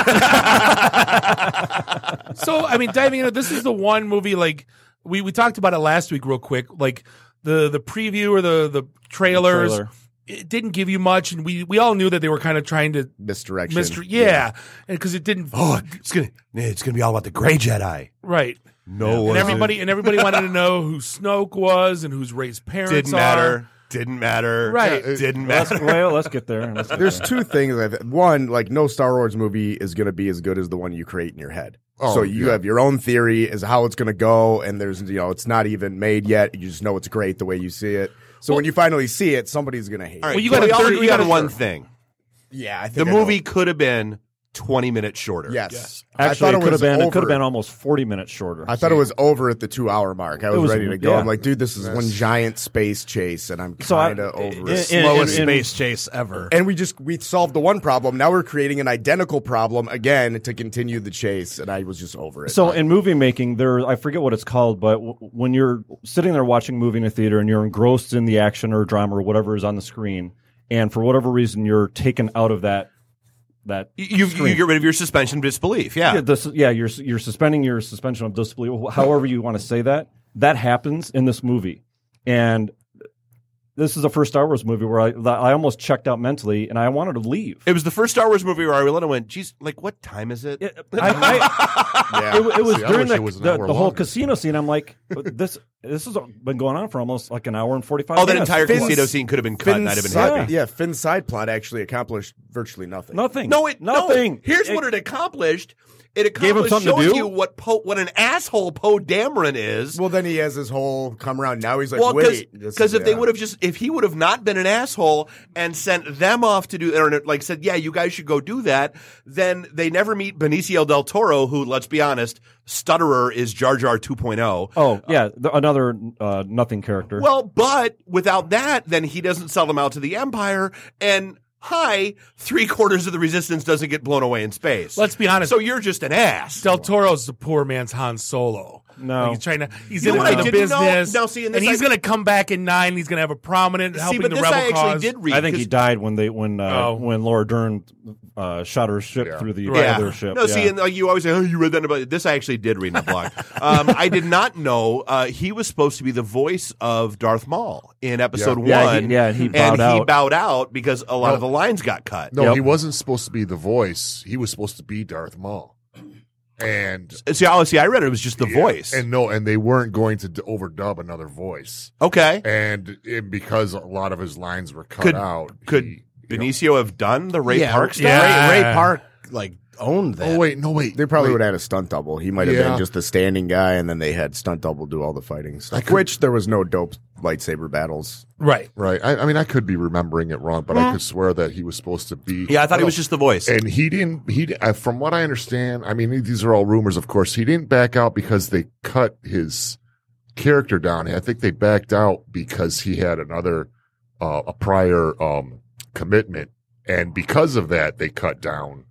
Speaker 2: so I mean, diving into this is the one movie like we we talked about it last week real quick. Like the the preview or the the trailers.
Speaker 17: trailer.
Speaker 2: It didn't give you much, and we, we all knew that they were kind of trying to
Speaker 17: Misdirection.
Speaker 2: Mister, yeah, because it didn't. Oh,
Speaker 12: it's gonna it's gonna be all about the Gray Jedi,
Speaker 2: right?
Speaker 12: No
Speaker 2: and
Speaker 12: one-
Speaker 2: everybody and everybody wanted to know who Snoke was and whose race parents
Speaker 12: Didn't
Speaker 2: are.
Speaker 12: matter. Didn't matter.
Speaker 2: Right.
Speaker 12: Didn't
Speaker 15: Let's-
Speaker 12: matter.
Speaker 15: well, let's get there. Let's get
Speaker 17: There's
Speaker 15: there.
Speaker 17: two things. I th- one, like no Star Wars movie is going to be as good as the one you create in your head.
Speaker 19: Oh,
Speaker 17: so you
Speaker 19: yeah.
Speaker 17: have your own theory as how it's going to go, and there's you know it's not even made yet. You just know it's great the way you see it. So when you finally see it, somebody's going to hate.
Speaker 12: All right,
Speaker 17: it.
Speaker 12: well, you got a third, you got one thing.
Speaker 17: Yeah, I think
Speaker 12: the
Speaker 17: I know.
Speaker 12: movie could have been twenty minutes shorter.
Speaker 17: Yes. Yes. I
Speaker 15: Actually,
Speaker 17: thought
Speaker 15: it
Speaker 17: it
Speaker 15: could have
Speaker 17: was
Speaker 15: been it
Speaker 17: over.
Speaker 15: could have been almost forty minutes shorter.
Speaker 17: I thought it was over at the two hour mark. I was,
Speaker 15: It was-
Speaker 17: ready to go.
Speaker 15: yeah.
Speaker 17: I'm like, dude, this is
Speaker 15: Yes.
Speaker 17: one giant space chase, and I'm
Speaker 15: So I-
Speaker 17: kind of over
Speaker 15: in-
Speaker 17: it.
Speaker 15: in- Slowest in- in- space
Speaker 16: chase ever.
Speaker 17: And we just we solved the one problem. Now we're creating an identical problem again to continue the chase, and I was just over it.
Speaker 15: So in movie making, there I forget what it's called, but w- when you're sitting there watching a movie in a theater and you're engrossed in the action or drama or whatever is on the screen, and for whatever reason you're taken out of that that
Speaker 12: You, you
Speaker 15: screen.
Speaker 12: get rid of your suspension of disbelief. Yeah.
Speaker 15: yeah, this, yeah you're you're suspending your suspension of disbelief, wh- however you want to say that. That happens in this movie, and this is the first Star Wars movie where I I almost checked out mentally and I wanted to leave.
Speaker 12: It was the first Star Wars movie where I Arletta went, geez, like, what time is it?
Speaker 15: it, w- it was during the, the, the whole casino scene. I'm like, this this has been going on for almost like an hour and forty five.
Speaker 12: Oh, that entire casino scene could have been cut, and I'd have been happy.
Speaker 17: Yeah, Finn's side plot actually accomplished virtually nothing.
Speaker 15: Nothing.
Speaker 12: No, it
Speaker 15: Nothing.
Speaker 12: No. Here's what it accomplished. It
Speaker 17: Gave him
Speaker 12: accomplished
Speaker 17: something to
Speaker 12: showing
Speaker 17: do?
Speaker 12: you what Poe, what an asshole Poe Dameron is.
Speaker 17: Well, then he has his whole come around. Now he's like,
Speaker 12: Well,
Speaker 17: wait, this
Speaker 12: because
Speaker 17: is-
Speaker 12: if they
Speaker 17: yeah.
Speaker 12: would have just if he would have not been an asshole and sent them off to do or like said, yeah, you guys should go do that, then they never meet Benicio del Toro, who, let's be honest, stutterer is Jar Jar 2.0.
Speaker 15: Oh yeah, the, another uh, nothing character.
Speaker 12: Well, but without that, then he doesn't sell them out to the Empire, and hi, three quarters of the resistance doesn't get blown away in space.
Speaker 2: Let's be honest.
Speaker 12: So you're just an ass.
Speaker 2: Del Toro's the poor man's Han Solo.
Speaker 15: No.
Speaker 2: Like, he's trying to. He's
Speaker 15: You
Speaker 2: in
Speaker 15: know
Speaker 2: it
Speaker 15: what
Speaker 2: for
Speaker 15: I
Speaker 2: the
Speaker 15: didn't know?
Speaker 2: business.
Speaker 15: Now, see, and
Speaker 2: and
Speaker 15: this
Speaker 2: he's
Speaker 15: I-
Speaker 2: going to come back in nine. He's going to have a prominent helping the rebel cause.
Speaker 15: I think he died when they when uh,
Speaker 2: Oh.
Speaker 15: when Laura Dern uh, shot her ship through the other ship.
Speaker 12: No, see,
Speaker 15: yeah.
Speaker 12: and like, you always say, "Oh, you read that about this." I actually did read in the blog. um, I did not know uh, he was supposed to be the voice of Darth Maul in Episode
Speaker 19: Yeah. Yeah, he-
Speaker 12: One.
Speaker 19: yeah, and he bowed out. Oh.
Speaker 12: bowed out because a lot
Speaker 19: No.
Speaker 12: of the lines got cut.
Speaker 19: No, he wasn't supposed to be the voice. He was supposed to be Darth Maul. And
Speaker 12: see, I see. I read it, it was just the voice.
Speaker 19: and no, and they weren't going to d- overdub another voice.
Speaker 12: Okay,
Speaker 19: and it, because a lot of his lines were cut
Speaker 12: Could-
Speaker 19: out.
Speaker 12: Could Benicio have done the Ray
Speaker 17: Yeah,
Speaker 12: Park stuff?
Speaker 17: yeah. Ray- Ray Park, like,
Speaker 12: owned
Speaker 17: that.
Speaker 19: Oh wait, no wait.
Speaker 17: They probably
Speaker 19: wait.
Speaker 17: would have had a stunt double. He might have
Speaker 19: Yeah.
Speaker 17: been just the standing guy, and then they had stunt double do all the fighting stuff. which there was no dope lightsaber battles.
Speaker 2: Right.
Speaker 19: Right. I, I mean, I could be remembering it wrong, but I could swear that he was supposed to be. Oh,
Speaker 12: Yeah, I thought he was just the voice.
Speaker 19: And he didn't. He, di- uh, from what I understand, I mean, these are all rumors, of course. He didn't back out because they cut his character down. I think they backed out because he had another, uh, a prior um, commitment, and because of that, they cut down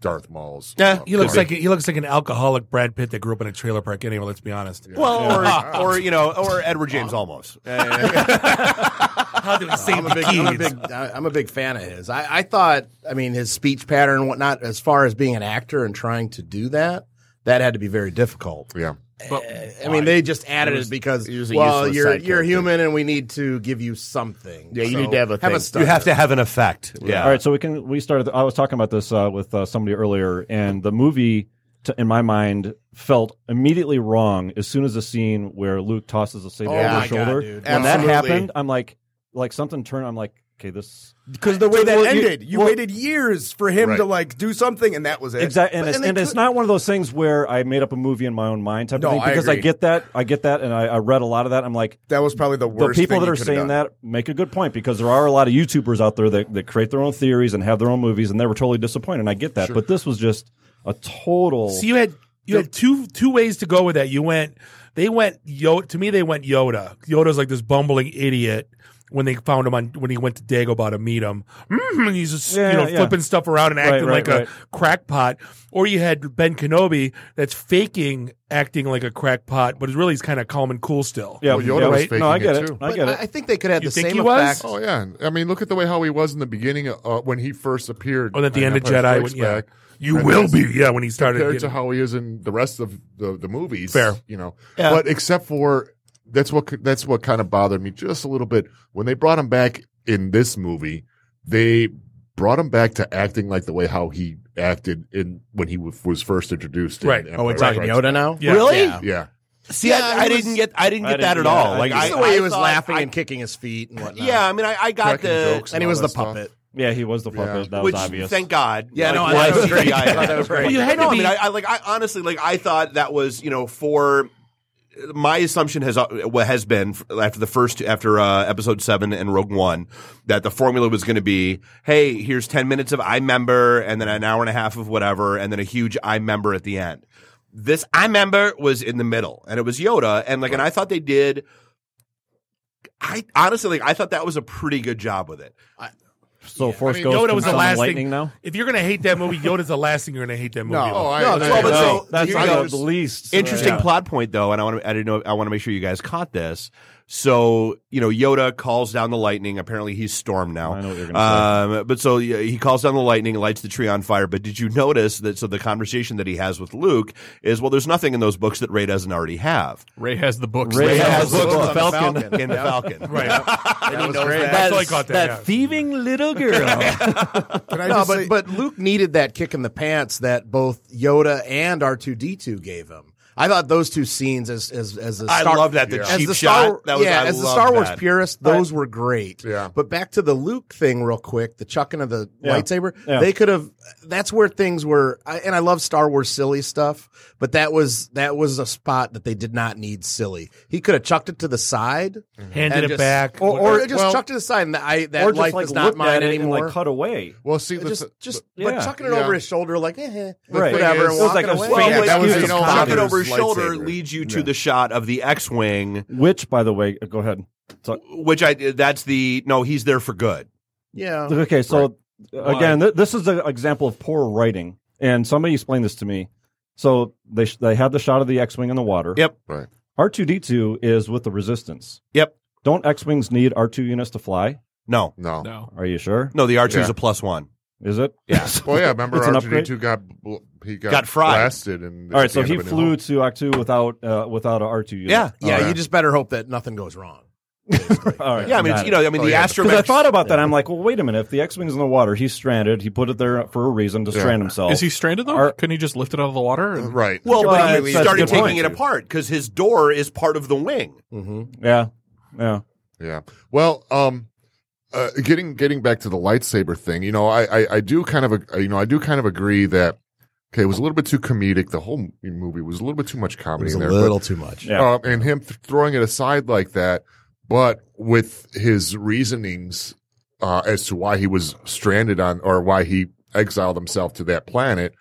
Speaker 19: Darth Maul's. uh,
Speaker 2: Yeah, he looks
Speaker 19: could
Speaker 2: like he looks like an alcoholic Brad Pitt that grew up in a trailer park. Anyway, let's be honest.
Speaker 12: Well,
Speaker 2: Yeah.
Speaker 12: or, or you know, or Edward James
Speaker 19: Uh-huh.
Speaker 12: almost.
Speaker 2: How do we save
Speaker 16: I'm
Speaker 2: the
Speaker 16: a, big, I'm, a
Speaker 2: keys?
Speaker 16: big, I'm a big fan of his. I, I thought, I mean, his speech pattern and whatnot, as far as being an actor and trying to do that, that had to be very difficult.
Speaker 19: Yeah.
Speaker 16: But Eh, I mean, they just added
Speaker 17: It
Speaker 16: it,
Speaker 17: was-
Speaker 16: because
Speaker 17: he was a
Speaker 16: well,
Speaker 17: useless
Speaker 16: you're
Speaker 17: side
Speaker 16: you're
Speaker 17: character.
Speaker 16: human, and we need to give you something.
Speaker 17: Yeah, you
Speaker 16: So
Speaker 17: need to have a thing.
Speaker 16: stunt.
Speaker 12: You have to have an effect.
Speaker 15: All right, so we can we started. I was talking about this uh, with uh, somebody earlier, and the movie, to, in my mind, felt immediately wrong as soon as the scene where Luke tosses the saber
Speaker 16: Oh
Speaker 15: over
Speaker 16: my
Speaker 15: his
Speaker 16: God,
Speaker 15: shoulder.
Speaker 16: dude.
Speaker 15: when that
Speaker 16: Absolutely.
Speaker 15: happened, I'm like, like something turned. I'm like, okay, this
Speaker 17: Because the way that
Speaker 15: Well,
Speaker 17: ended, you
Speaker 15: well-
Speaker 17: waited years for him
Speaker 15: Right.
Speaker 17: to like do something, and that was it.
Speaker 15: Exactly, and,
Speaker 17: But-
Speaker 15: it's,
Speaker 17: they
Speaker 15: and it's
Speaker 17: could-
Speaker 15: not one of those things where I made up a movie in my own mind type
Speaker 17: No,
Speaker 15: of thing.
Speaker 17: I
Speaker 15: Because I,
Speaker 17: agree.
Speaker 15: get that, I get that, and I, I read a lot of that. I'm like,
Speaker 17: that was probably the worst
Speaker 15: people
Speaker 17: thing
Speaker 15: that
Speaker 17: you
Speaker 15: are
Speaker 17: could've
Speaker 15: saying
Speaker 17: done.
Speaker 15: that make a good point because there are a lot of YouTubers out there that, that create their own theories and have their own movies, and they were totally disappointed. And I get that,
Speaker 2: Sure.
Speaker 15: but this was just a total.
Speaker 2: So you had you had two two ways to go with that. You went they went Yo to me they went Yoda. Yoda's like this bumbling idiot when they found him on when he went to Dagobah to meet him. Mm, and he's just
Speaker 15: Yeah,
Speaker 2: you know
Speaker 15: yeah.
Speaker 2: flipping stuff around and
Speaker 15: Right,
Speaker 2: acting
Speaker 15: right,
Speaker 2: like a
Speaker 15: right.
Speaker 2: crackpot. Or you had Ben Kenobi that's faking acting like a crackpot, but really he's kind of calm and cool still.
Speaker 19: Yeah, Well, Yoda yeah, was right. faking No, I it, get it. too. I get it.
Speaker 16: I think they could have
Speaker 2: You
Speaker 16: the
Speaker 2: think
Speaker 16: same
Speaker 2: he was?
Speaker 16: effect.
Speaker 19: Oh yeah, I mean, look at the way how he was in the beginning uh, when he first appeared.
Speaker 2: Oh, at the
Speaker 19: on
Speaker 2: end of
Speaker 19: Empire
Speaker 2: Jedi,
Speaker 19: Strikes
Speaker 2: when- yeah.
Speaker 19: Back.
Speaker 2: You
Speaker 19: And
Speaker 2: will
Speaker 19: that's
Speaker 2: be, yeah, when he started
Speaker 19: compared
Speaker 2: getting-
Speaker 19: to how he is in the rest of the the movies.
Speaker 2: Fair.
Speaker 19: you know,
Speaker 2: Yeah.
Speaker 19: but except for that's what c- that's what kind of bothered me just a little bit when they brought him back in this movie. They brought him back to acting like the way how he acted in when he w- was first introduced. in
Speaker 16: Right. Oh, we're
Speaker 19: Empire
Speaker 16: talking
Speaker 19: Strikes
Speaker 16: Yoda now?
Speaker 19: Back.
Speaker 16: Yeah. Really?
Speaker 19: Yeah.
Speaker 12: See,
Speaker 16: Yeah,
Speaker 12: I, I
Speaker 16: it was-
Speaker 12: didn't get, I didn't
Speaker 16: I
Speaker 12: get that at
Speaker 16: didn't- yeah,
Speaker 12: all.
Speaker 16: I
Speaker 12: like
Speaker 16: just
Speaker 12: I,
Speaker 16: the way he
Speaker 12: I
Speaker 16: was
Speaker 12: thought-
Speaker 16: laughing and kicking his feet and whatnot.
Speaker 12: Yeah, I mean, I, I got
Speaker 16: Cracking
Speaker 12: the,
Speaker 16: jokes and And he all was that the stuff. puppet.
Speaker 15: Yeah, he was the puppet. That
Speaker 12: Which,
Speaker 15: was obvious.
Speaker 12: Thank God.
Speaker 16: Yeah, no, I
Speaker 12: why
Speaker 16: thought that was
Speaker 12: CGI?
Speaker 16: great. I thought that was great.
Speaker 12: Well,
Speaker 16: you had
Speaker 12: no,
Speaker 16: to
Speaker 12: I mean,
Speaker 16: be-
Speaker 12: I, I like, I honestly, like, I thought that was, you know, for my assumption has uh, what has been f- after the first after uh, episode seven and Rogue One that the formula was going to be, hey, here's ten minutes of I member and then an hour and a half of whatever and then a huge I member at the end. This I member was in the middle and it was Yoda and like, and I thought they did. I honestly like I thought that was a pretty good job with it.
Speaker 15: So Force
Speaker 2: I mean,
Speaker 15: Ghost
Speaker 2: Yoda
Speaker 15: can
Speaker 2: was the
Speaker 15: summon
Speaker 2: last
Speaker 15: lightning
Speaker 2: thing.
Speaker 15: now?
Speaker 2: If you're gonna hate that movie, Yoda's the last thing you're gonna hate that movie.
Speaker 12: No,
Speaker 2: about.
Speaker 12: no, well, but so
Speaker 15: That's
Speaker 12: here
Speaker 15: like
Speaker 12: goes.
Speaker 15: the least.
Speaker 12: Interesting
Speaker 15: Yeah.
Speaker 12: plot point though, and I want to. I didn't know. I want to make sure you guys caught this. So you know, Yoda calls down the lightning. Apparently, he's Storm now. I know what you're
Speaker 15: gonna
Speaker 12: um, But so yeah, he calls down the lightning, lights the tree on fire. But did you notice that? So the conversation that he has with Luke is, well, there's nothing in those books that Ray doesn't already have.
Speaker 14: Ray has the books.
Speaker 12: Ray has
Speaker 14: the
Speaker 12: books
Speaker 14: books.
Speaker 12: on the Falcon. In the
Speaker 14: Yeah.
Speaker 12: Falcon.
Speaker 14: Right.
Speaker 12: That was great.
Speaker 2: That's- I caught that, that yeah.
Speaker 16: thieving little girl. no,
Speaker 2: just
Speaker 16: but
Speaker 2: say-
Speaker 16: but Luke needed that kick in the pants that both Yoda and R two D two gave him. I thought those two scenes as as as a
Speaker 12: I
Speaker 16: Star,
Speaker 12: love that, the
Speaker 16: as
Speaker 12: cheap
Speaker 16: the Star,
Speaker 12: shot. That was-
Speaker 16: yeah,
Speaker 12: I
Speaker 16: as the
Speaker 12: love
Speaker 16: Star Wars
Speaker 12: that.
Speaker 16: purist, those were great.
Speaker 12: Yeah.
Speaker 16: But back to the Luke thing, real quick, the chucking of the
Speaker 12: Yeah.
Speaker 16: lightsaber.
Speaker 12: Yeah.
Speaker 16: They could have. That's where things were. I, and I love Star Wars silly stuff, but that was that was a spot that they did not need silly. He could have chucked it to the side,
Speaker 2: Handed
Speaker 16: and
Speaker 2: it
Speaker 16: just-
Speaker 2: back.
Speaker 16: or, or
Speaker 2: Well-
Speaker 16: just chucked it aside. And I that
Speaker 15: Mm-hmm. or just
Speaker 16: life
Speaker 15: like
Speaker 16: is
Speaker 15: looked
Speaker 16: not
Speaker 15: at
Speaker 16: mine
Speaker 15: it and,
Speaker 16: anymore.
Speaker 15: like, cut away.
Speaker 19: Well, see,
Speaker 16: just just
Speaker 15: but-
Speaker 16: but
Speaker 15: yeah.
Speaker 16: chucking it
Speaker 15: Yeah.
Speaker 16: over his shoulder, like eh, eh,
Speaker 15: Right.
Speaker 16: whatever.
Speaker 15: It
Speaker 16: and
Speaker 15: was like
Speaker 16: walking
Speaker 15: a
Speaker 16: away.
Speaker 15: fan-
Speaker 12: Well,
Speaker 15: that
Speaker 12: like,
Speaker 15: was
Speaker 12: you
Speaker 15: his
Speaker 12: know, pocket
Speaker 15: father's
Speaker 12: over his shoulder
Speaker 15: lightsaber.
Speaker 12: leads you to
Speaker 15: Yeah.
Speaker 12: the shot of the X-wing,
Speaker 15: Which, by the way, go ahead. So-
Speaker 12: which I that's the no, he's there for good.
Speaker 16: Yeah.
Speaker 15: Okay, so
Speaker 12: Oh, Right.
Speaker 15: again, th- this is an example of poor writing, and somebody explained this to me. So they sh- they had the shot of the X wing in the water.
Speaker 12: Yep. Right.
Speaker 15: R two D two is with the resistance.
Speaker 12: Yep.
Speaker 15: Don't X wings need R two units to fly?
Speaker 12: No.
Speaker 19: No.
Speaker 14: No.
Speaker 15: Are you sure?
Speaker 12: No, the R2 is
Speaker 19: Yeah.
Speaker 12: a plus one.
Speaker 15: Is it?
Speaker 19: Yes. Well, yeah. Remember
Speaker 15: It's an
Speaker 19: R2D2 got bl- he got,
Speaker 12: Got fried.
Speaker 19: blasted and
Speaker 15: All right, so he flew to Octu without uh, without a R two unit.
Speaker 19: Oh,
Speaker 16: yeah. You just better hope that nothing goes wrong.
Speaker 15: All right. Oh,
Speaker 12: Yeah, I mean, it's- you know, I mean,
Speaker 2: Oh,
Speaker 12: the
Speaker 15: Because
Speaker 12: astromech.
Speaker 15: I thought about that. I'm like, well, wait a minute. If the X wing's in the water, he's stranded. He put it there for a reason to strand himself.
Speaker 14: Is he stranded though?
Speaker 15: Are-
Speaker 14: Couldn't he just lift it out of the water? And-
Speaker 19: right.
Speaker 12: Well, uh, but
Speaker 15: Yeah, but
Speaker 12: he
Speaker 15: that's a
Speaker 12: started
Speaker 15: good
Speaker 12: taking
Speaker 15: point.
Speaker 12: it apart because his door is part of the wing.
Speaker 15: Yeah. Yeah.
Speaker 19: Mm-hmm. Yeah. Well, um, uh, getting getting back to the lightsaber thing, you know, I, I I do kind of ag- you know I do kind of agree that okay, it was a little bit too comedic. The whole movie was a little bit too much comedy.
Speaker 16: was
Speaker 19: in
Speaker 16: a
Speaker 19: there,
Speaker 16: little too much. Yeah.
Speaker 19: Um, and him th- throwing it aside like that, but with his reasonings uh, as to why he was stranded on or why he exiled himself to that planet,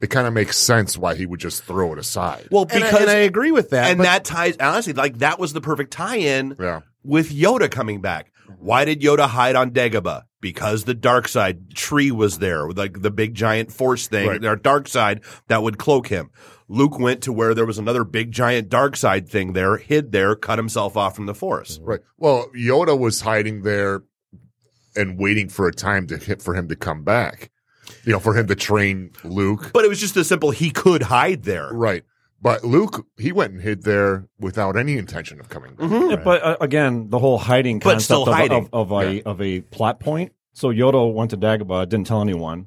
Speaker 19: it kind of makes sense why he would just throw it aside.
Speaker 12: Well, because
Speaker 16: and I agree with that.
Speaker 12: and
Speaker 16: but-
Speaker 12: that ties honestly, like that was the perfect tie-in
Speaker 19: Yeah.
Speaker 12: with Yoda coming back. Why did Yoda hide on Dagobah? Because the dark side tree was there, like the big giant force thing,
Speaker 19: Right.
Speaker 12: their dark side that would cloak him. Luke went to where there was another big giant dark side thing there, hid there, cut himself off from the force.
Speaker 19: Right. Well, Yoda was hiding there and waiting for a time to hit for him to come back. You know, for him to train Luke.
Speaker 12: But it was just a simple he could hide there.
Speaker 19: Right. But Luke, he went and hid there without any intention of coming back.
Speaker 15: Yeah, But uh, again, the whole hiding
Speaker 12: Mm-hmm. But
Speaker 15: concept
Speaker 12: still
Speaker 15: of,
Speaker 12: hiding.
Speaker 15: Of, of a
Speaker 12: Yeah.
Speaker 15: of a plot point. So Yoda went to Dagobah, didn't tell anyone.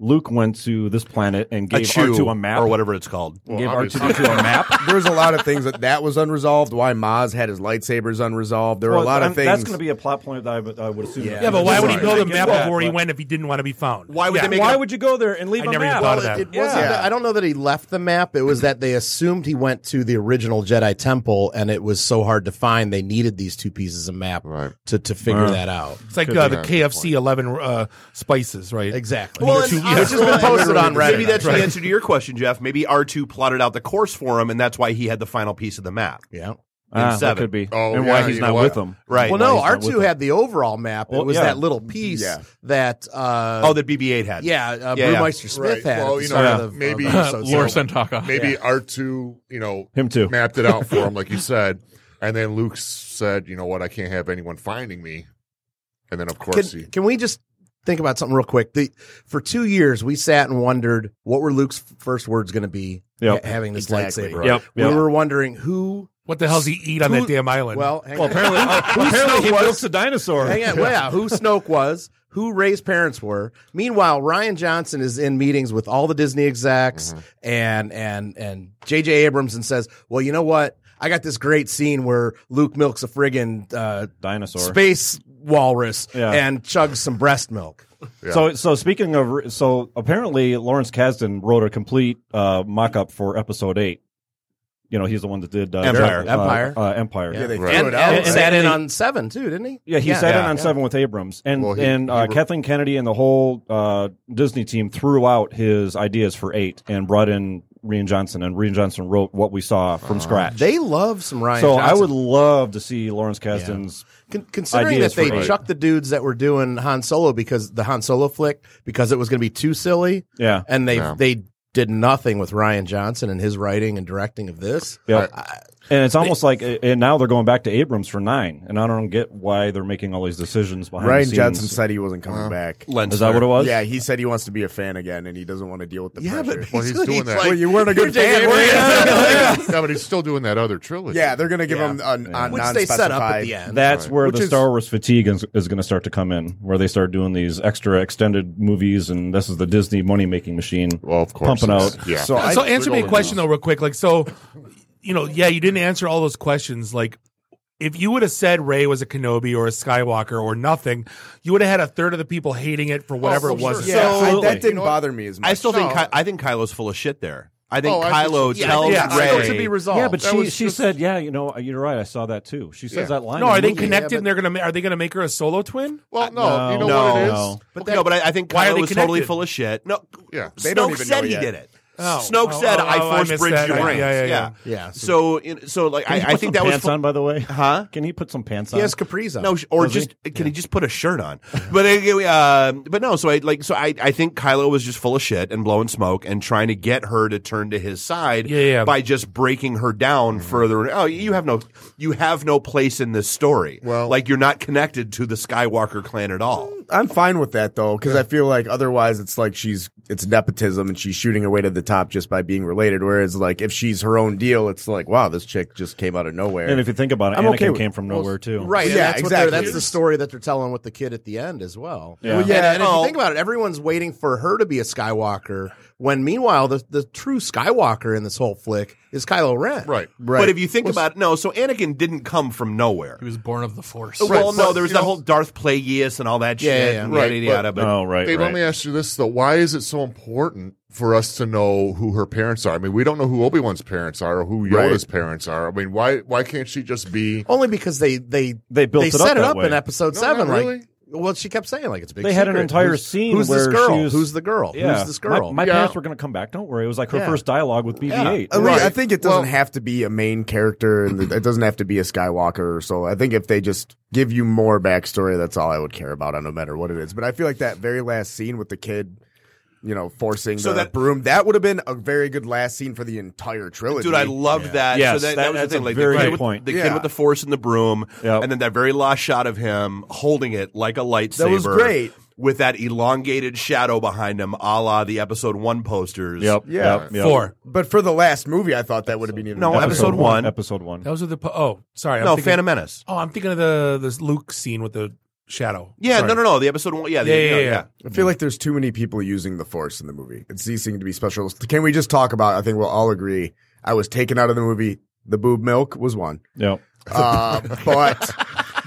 Speaker 15: Luke went to this planet and
Speaker 12: A
Speaker 15: gave
Speaker 12: chew,
Speaker 15: R2 a map
Speaker 12: or whatever it's called.
Speaker 15: gave R2 to a map.
Speaker 17: There's a lot of things that that was unresolved. Why Maz had his lightsabers unresolved. There were a
Speaker 15: Well,
Speaker 17: lot
Speaker 15: I'm-
Speaker 17: of things.
Speaker 15: That's going to be a plot point that I would, I would assume.
Speaker 17: Yeah.
Speaker 15: that-
Speaker 2: Yeah, but why would he build a
Speaker 15: Sorry.
Speaker 2: map
Speaker 15: Yeah,
Speaker 2: of where he
Speaker 15: but-
Speaker 2: went if he didn't want to be found?
Speaker 15: Yeah.
Speaker 2: Yeah.
Speaker 15: Why would you go there and leave
Speaker 2: I
Speaker 15: a
Speaker 2: never
Speaker 15: map?
Speaker 2: even thought of that.
Speaker 16: It wasn't that- I don't know that he left the map. It was that they assumed he went to the original Jedi Temple, and it was so hard to find. They needed these two pieces of map to to figure
Speaker 2: Uh,
Speaker 16: that out.
Speaker 2: It's like uh, the KFC eleven uh, spices, right?
Speaker 16: Exactly.
Speaker 12: Well,
Speaker 2: Which
Speaker 12: and I-
Speaker 2: has
Speaker 12: Maybe that's the answer to your question, Jeff. Maybe R two plotted out the course for him, and that's why he had the final piece of the map.
Speaker 16: Yeah, in
Speaker 15: Ah, that
Speaker 12: seven
Speaker 15: could be.
Speaker 19: Oh,
Speaker 15: and
Speaker 19: yeah,
Speaker 15: why he's
Speaker 19: you
Speaker 15: not
Speaker 19: know what?
Speaker 15: with them.
Speaker 12: right?
Speaker 16: Well, no, R two had the overall map.
Speaker 15: Well,
Speaker 16: it was
Speaker 15: yeah.
Speaker 16: that little piece
Speaker 17: Yeah.
Speaker 16: that. Uh,
Speaker 12: oh, that BB eight had.
Speaker 16: yeah, uh,
Speaker 12: Yeah, yeah.
Speaker 16: Brewmeister Smith had.
Speaker 19: Well,
Speaker 16: at
Speaker 19: you
Speaker 16: the
Speaker 19: know,
Speaker 16: start of the-
Speaker 19: maybe
Speaker 16: of the episode.
Speaker 14: Laura
Speaker 16: So-
Speaker 14: Sentaka.
Speaker 19: Maybe
Speaker 16: Yeah.
Speaker 19: R2, you know,
Speaker 15: Him too.
Speaker 19: mapped it out for him, like you said. And then Luke said, you know what, I can't have anyone finding me. And then, of course,
Speaker 16: Can,
Speaker 19: he.
Speaker 16: can we just think about something real quick? The, for two years, we sat and wondered what were Luke's f- first words going to be
Speaker 15: Yep.
Speaker 16: ha- having this
Speaker 17: Exactly.
Speaker 16: lightsaber.
Speaker 15: Yep.
Speaker 16: We
Speaker 15: Yep.
Speaker 16: were wondering who.
Speaker 2: What the hell's he eat on
Speaker 16: Who-
Speaker 2: that damn island?
Speaker 16: Well, hang
Speaker 15: Well,
Speaker 16: on.
Speaker 15: apparently, uh, apparently he built a dinosaur.
Speaker 16: Hang on. Well, yeah, who Snoke was, who Ray's parents were. Meanwhile, Ryan Johnson is in meetings with all the Disney execs
Speaker 2: Mm-hmm.
Speaker 16: and and and J.J. Abrams and says, "Well, you know what? I got this great scene where Luke milks a friggin' uh,
Speaker 15: Dinosaur.
Speaker 16: space walrus
Speaker 15: Yeah.
Speaker 16: and chugs some breast milk."
Speaker 15: So, so speaking of, so apparently Lawrence Kasdan wrote a complete uh, mock-up for Episode Eight. You know, he's the one that did uh,
Speaker 12: Empire.
Speaker 15: uh,
Speaker 16: Empire.
Speaker 15: uh, Empire.
Speaker 16: Yeah,
Speaker 17: they
Speaker 16: And,
Speaker 17: threw it
Speaker 16: and,
Speaker 17: out.
Speaker 16: sat in
Speaker 15: they-
Speaker 16: on seven too, didn't he?
Speaker 15: Yeah, he sat in on seven with Abrams, and
Speaker 19: Well, he-
Speaker 15: and
Speaker 19: he
Speaker 15: uh,
Speaker 19: wrote-
Speaker 15: Kathleen Kennedy and the whole uh, Disney team threw out his ideas for eight and brought in Rian Johnson, and Rian Johnson wrote what we saw from scratch.
Speaker 16: They love some Ryan.
Speaker 15: so I
Speaker 16: Johnson.
Speaker 15: would love to see Lawrence Kasdan's.
Speaker 16: Con- considering that
Speaker 15: ideas
Speaker 16: they
Speaker 15: for eight.
Speaker 16: chucked the dudes that were doing Han Solo because the Han Solo flick because it was going to be too silly.
Speaker 15: Yeah.
Speaker 16: and they
Speaker 19: Yeah.
Speaker 16: they did nothing with Ryan Johnson and his writing and directing of this.
Speaker 15: Yep. and it's almost like, and now they're going back to Abrams for nine, and I don't get why they're making all these decisions behind. the
Speaker 17: Ryan
Speaker 15: scenes.
Speaker 17: Johnson said he wasn't coming back.
Speaker 12: Lens
Speaker 15: Is that what it was?
Speaker 17: Yeah, he said he wants to be a fan again, and he doesn't want to deal with the
Speaker 16: Yeah,
Speaker 17: pressure.
Speaker 16: but Well, he's basically doing he's that. like,
Speaker 17: well, you weren't a
Speaker 16: "You're
Speaker 17: good
Speaker 16: J.J.
Speaker 17: fan. were
Speaker 16: Abrams."
Speaker 17: you?
Speaker 19: no, but he's still doing that other trilogy.
Speaker 17: Yeah, they're going to give
Speaker 16: Yeah.
Speaker 17: him an, an
Speaker 16: Which they set up at the
Speaker 17: non-specified-
Speaker 16: end.
Speaker 15: That's where
Speaker 17: Which
Speaker 15: the
Speaker 17: is-
Speaker 15: Star Wars fatigue is, is going to start to come in, where they start doing these extra extended movies, and this is the Disney money making machine.
Speaker 19: Well, of course.
Speaker 15: Pumping
Speaker 19: it's-
Speaker 15: out.
Speaker 19: Yeah.
Speaker 17: So I-
Speaker 2: so answer me a
Speaker 19: Golden
Speaker 2: question
Speaker 19: Goose.
Speaker 2: though, real quick. Like, so you know, yeah, you didn't answer all those questions. Like, if you would have said Ray was a Kenobi or a Skywalker or nothing, you would have had a third of the people hating it for whatever
Speaker 19: Oh,
Speaker 2: it
Speaker 19: for
Speaker 2: was.
Speaker 19: sure.
Speaker 17: Yeah, I-
Speaker 12: Absolutely.
Speaker 17: that didn't
Speaker 19: You know
Speaker 17: bother me as much.
Speaker 12: I still think
Speaker 19: No.
Speaker 12: Ky- I think Kylo's full of shit there. I think
Speaker 19: Oh, I
Speaker 12: Kylo
Speaker 19: think- yeah,
Speaker 12: tells
Speaker 2: yeah, I
Speaker 12: Ray
Speaker 2: think
Speaker 16: to be resolved.
Speaker 15: Yeah, but
Speaker 19: That
Speaker 15: she
Speaker 19: was
Speaker 15: she
Speaker 19: just-
Speaker 15: said, yeah, you know, you're right. I saw that too. She says
Speaker 19: Yeah.
Speaker 15: that line.
Speaker 2: No,
Speaker 15: in
Speaker 2: are
Speaker 15: the
Speaker 2: they
Speaker 15: movie.
Speaker 2: connected?
Speaker 16: Yeah,
Speaker 2: and they're gonna ma- are they gonna make her a solo twin?
Speaker 19: Well, Uh, no, you know
Speaker 15: No.
Speaker 19: what it is?
Speaker 15: No.
Speaker 12: But no, but I, I think
Speaker 2: Why are
Speaker 12: Kylo
Speaker 2: they
Speaker 12: was totally
Speaker 2: connected?
Speaker 12: full of shit. No,
Speaker 19: Yeah.
Speaker 17: They
Speaker 12: Snoke
Speaker 17: don't even
Speaker 12: said
Speaker 17: know
Speaker 12: he
Speaker 17: yet.
Speaker 12: did it.
Speaker 2: Oh.
Speaker 12: Snoke
Speaker 2: Oh,
Speaker 12: said,
Speaker 2: oh,
Speaker 12: "I
Speaker 2: oh, I
Speaker 12: force
Speaker 2: missed
Speaker 12: bridge
Speaker 2: that.
Speaker 12: your
Speaker 2: Yeah,
Speaker 12: brains."
Speaker 2: yeah, yeah, yeah.
Speaker 16: Yeah,
Speaker 12: So, in, so like,
Speaker 15: Can he
Speaker 12: I, I think
Speaker 15: put some
Speaker 12: that was
Speaker 15: pants
Speaker 12: fu-
Speaker 15: on, by the way.
Speaker 12: Huh?
Speaker 15: Can he put some pants on?
Speaker 12: He has
Speaker 16: capris on.
Speaker 12: No, sh- or
Speaker 15: Does he?
Speaker 12: just can he just put a shirt on? But uh, but no. So I like so I I think Kylo was just full of shit and blowing smoke and trying to get her to turn to his side.
Speaker 2: Yeah, yeah.
Speaker 12: By just breaking her down further. Oh, you have no you have no place in this story. Well, like you're not connected to the Skywalker clan at all.
Speaker 17: I'm fine with that though, because I feel like otherwise it's like she's it's nepotism and she's shooting her way to the top just by being related. Whereas like if she's her own deal, it's like wow, this chick just came out of nowhere.
Speaker 15: And if you think about it,
Speaker 17: I'm
Speaker 15: Anakin
Speaker 17: okay with-
Speaker 15: came from nowhere too.
Speaker 16: Right.
Speaker 17: Yeah,
Speaker 16: Yeah. That's exactly.
Speaker 17: exactly.
Speaker 16: that's the story that they're telling with the kid at the end as well.
Speaker 17: Yeah. Well, yeah,
Speaker 16: And, and if
Speaker 17: oh.
Speaker 16: you think about it, everyone's waiting for her to be a Skywalker. When meanwhile, the the true Skywalker in this whole flick is Kylo Ren. Right.
Speaker 12: But if you think about it, no. So Anakin didn't come from nowhere. He
Speaker 14: was born of the Force.
Speaker 12: Well,
Speaker 19: Right.
Speaker 12: no,
Speaker 19: But,
Speaker 12: there was
Speaker 19: you
Speaker 12: that
Speaker 19: know-
Speaker 12: whole Darth Plagueis and all that shit. and Yada, yada,
Speaker 19: But
Speaker 12: but
Speaker 19: Dave, let me ask you this though: Why is it so important for us to know who her parents are? I mean, we don't know who Obi Wan's parents are or who
Speaker 16: Right.
Speaker 19: Yoda's parents are. I mean, why why can't she just be?
Speaker 16: Only because they they
Speaker 19: They built
Speaker 16: they
Speaker 19: it up
Speaker 16: set it
Speaker 19: that
Speaker 16: up
Speaker 19: way.
Speaker 16: in episode
Speaker 19: No,
Speaker 16: seven.
Speaker 19: not
Speaker 16: Like,
Speaker 19: really.
Speaker 16: well, she kept saying like it's a big.
Speaker 15: They had an
Speaker 16: secret.
Speaker 15: entire
Speaker 16: Who's-
Speaker 15: scene
Speaker 16: Who's
Speaker 15: where
Speaker 16: this girl?
Speaker 15: She was,
Speaker 16: who's the girl?
Speaker 15: Yeah.
Speaker 16: Who's this girl?
Speaker 15: My, my parents were going to come back. Don't worry. It was like her
Speaker 16: Yeah.
Speaker 15: first dialogue with BB-8.
Speaker 17: I, mean, I think it doesn't have to be a main character, and it doesn't have to be a Skywalker. So I think if they just give you more backstory, that's all I would care about, no matter what it is. But I feel like that very last scene with the kid, you know, forcing
Speaker 12: So
Speaker 17: the
Speaker 12: that-
Speaker 17: broom, that would have been a very good last scene for the entire trilogy.
Speaker 12: Dude, I loved that.
Speaker 17: Yeah,
Speaker 12: so that, that was the thing. Like the kid, With, the kid with the force in the broom, and then that very last shot of him holding it like a lightsaber.
Speaker 17: That was great.
Speaker 12: With that elongated shadow behind him, a la the episode one posters.
Speaker 17: Yeah. But for the last movie, I thought that would have been even
Speaker 12: No,
Speaker 17: better.
Speaker 12: episode Episode one. one.
Speaker 15: Episode one.
Speaker 2: Those are the po- oh, sorry.
Speaker 12: No, Phantom Menace.
Speaker 2: Oh, I'm thinking of the this Luke scene with the shadow.
Speaker 12: Yeah,
Speaker 2: Sorry.
Speaker 12: no, no, no. The episode one. Oh, Yeah, the,
Speaker 2: Yeah, yeah,
Speaker 12: no,
Speaker 2: yeah.
Speaker 17: I feel like there's too many people using the force in the movie. It's ceasing to be special. Can we just talk about? I think we'll all agree. I was taken out of the movie. The boob milk was one.
Speaker 15: Yep.
Speaker 17: Uh, but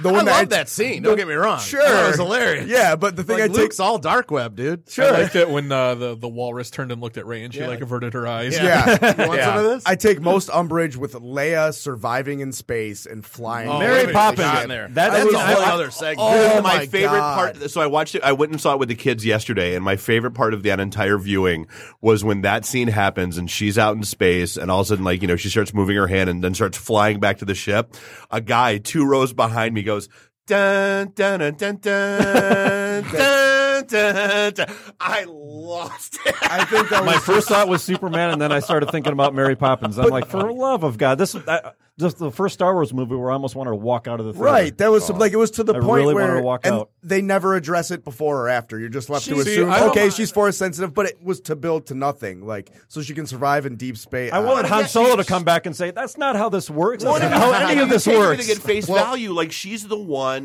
Speaker 17: the one
Speaker 16: I
Speaker 17: that
Speaker 16: love
Speaker 17: I-
Speaker 16: that scene. Don't get me wrong.
Speaker 17: Sure,
Speaker 16: That was hilarious.
Speaker 17: Yeah, but the thing
Speaker 16: Like,
Speaker 17: I take
Speaker 16: Luke's all dark web, dude.
Speaker 14: I liked it when uh, the the walrus turned and looked at Ray, and she
Speaker 16: Yeah.
Speaker 14: like averted her eyes.
Speaker 17: Yeah.
Speaker 14: Yeah.
Speaker 17: I take most umbrage with Leia surviving in space and flying.
Speaker 12: Oh, Mary Poppins.
Speaker 17: That-
Speaker 12: That's a whole
Speaker 16: other segment.
Speaker 12: Oh,
Speaker 17: Oh
Speaker 12: my,
Speaker 17: my
Speaker 12: favorite
Speaker 17: God.
Speaker 12: part. So I watched it. I went and saw it with the kids yesterday, and my favorite part of that entire viewing was when that scene happens and she's out in space, and all of a sudden, like you know, she starts moving her hand and then starts flying back to the ship. A guy two rows behind me goes. Dun, dun, dun, dun, dun, dun, dun, dun. I lost it.
Speaker 17: I think that
Speaker 15: my first thought was Superman, and then I started thinking about Mary Poppins. I'm like, for love of God, this I, just the first Star Wars movie where I almost wanted to walk out of the theater.
Speaker 17: Right, that was some, like it was to the
Speaker 15: I
Speaker 17: point
Speaker 15: really
Speaker 17: where
Speaker 15: wanted to walk
Speaker 17: and
Speaker 15: out.
Speaker 17: they never address it before or after. You're just left to
Speaker 15: She- see,
Speaker 17: assume
Speaker 15: I don't-
Speaker 17: okay, she's force sensitive, but it was to build to nothing, like so she can survive in deep space.
Speaker 15: I wanted
Speaker 17: Uh,
Speaker 15: Han Solo to come back and say, "That's not how this works. That's
Speaker 12: What
Speaker 15: not how any of this works."
Speaker 12: At face value, like she's the one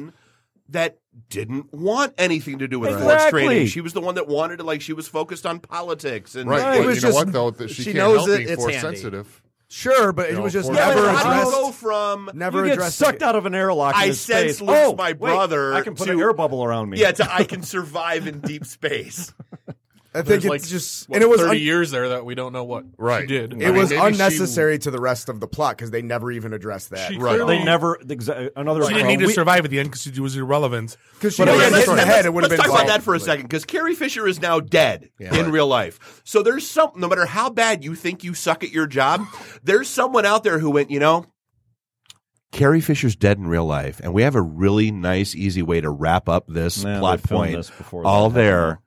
Speaker 12: that didn't want anything to do with
Speaker 15: Right.
Speaker 12: force
Speaker 15: Exactly.
Speaker 12: training. She was the one that wanted to, like, she was focused on politics and
Speaker 19: Right, but you know what though? That She,
Speaker 12: She
Speaker 19: can't
Speaker 12: knows
Speaker 19: help
Speaker 12: that
Speaker 19: being
Speaker 12: it's
Speaker 19: force
Speaker 12: handy.
Speaker 19: sensitive.
Speaker 17: Sure, but
Speaker 19: You
Speaker 17: it
Speaker 19: know,
Speaker 17: was just
Speaker 19: for-
Speaker 17: never
Speaker 12: Yeah, but how do you
Speaker 17: addressed.
Speaker 12: go from
Speaker 17: Never
Speaker 15: you get
Speaker 17: addressed
Speaker 15: sucked
Speaker 17: it.
Speaker 15: out of an airlock.
Speaker 12: I
Speaker 15: into
Speaker 12: sense
Speaker 15: space.
Speaker 12: Luke's
Speaker 15: oh,
Speaker 12: my
Speaker 15: wait,
Speaker 12: brother.
Speaker 15: I can put
Speaker 12: to,
Speaker 15: an air bubble around me.
Speaker 12: Yeah, to I can survive in deep space.
Speaker 17: I
Speaker 14: There's
Speaker 17: think
Speaker 14: like
Speaker 17: it's just
Speaker 14: what,
Speaker 17: and it was
Speaker 14: thirty
Speaker 17: un-
Speaker 14: years there that we don't know what she did.
Speaker 17: It was unnecessary to the rest of the plot because they never even addressed that.
Speaker 14: She
Speaker 15: Right. They never. the exa- another.
Speaker 2: She didn't need to
Speaker 15: We-
Speaker 2: survive at the end because she was irrelevant.
Speaker 17: 'Cause she
Speaker 2: But
Speaker 17: didn't
Speaker 2: I
Speaker 17: get
Speaker 2: guess-
Speaker 17: hit in the
Speaker 2: let's-
Speaker 17: head, it would've
Speaker 12: Let's
Speaker 17: been
Speaker 12: talk about
Speaker 17: fine.
Speaker 12: that for a second because Carrie Fisher is now dead in real life. So there's some, no matter how bad you think you suck at your job, there's someone out there who went, you know, Carrie Fisher's dead in real life, and we have a really nice, easy way to wrap up this
Speaker 15: Yeah, they
Speaker 12: plot
Speaker 15: filmed
Speaker 12: point.
Speaker 15: this before
Speaker 12: all
Speaker 15: that
Speaker 12: there.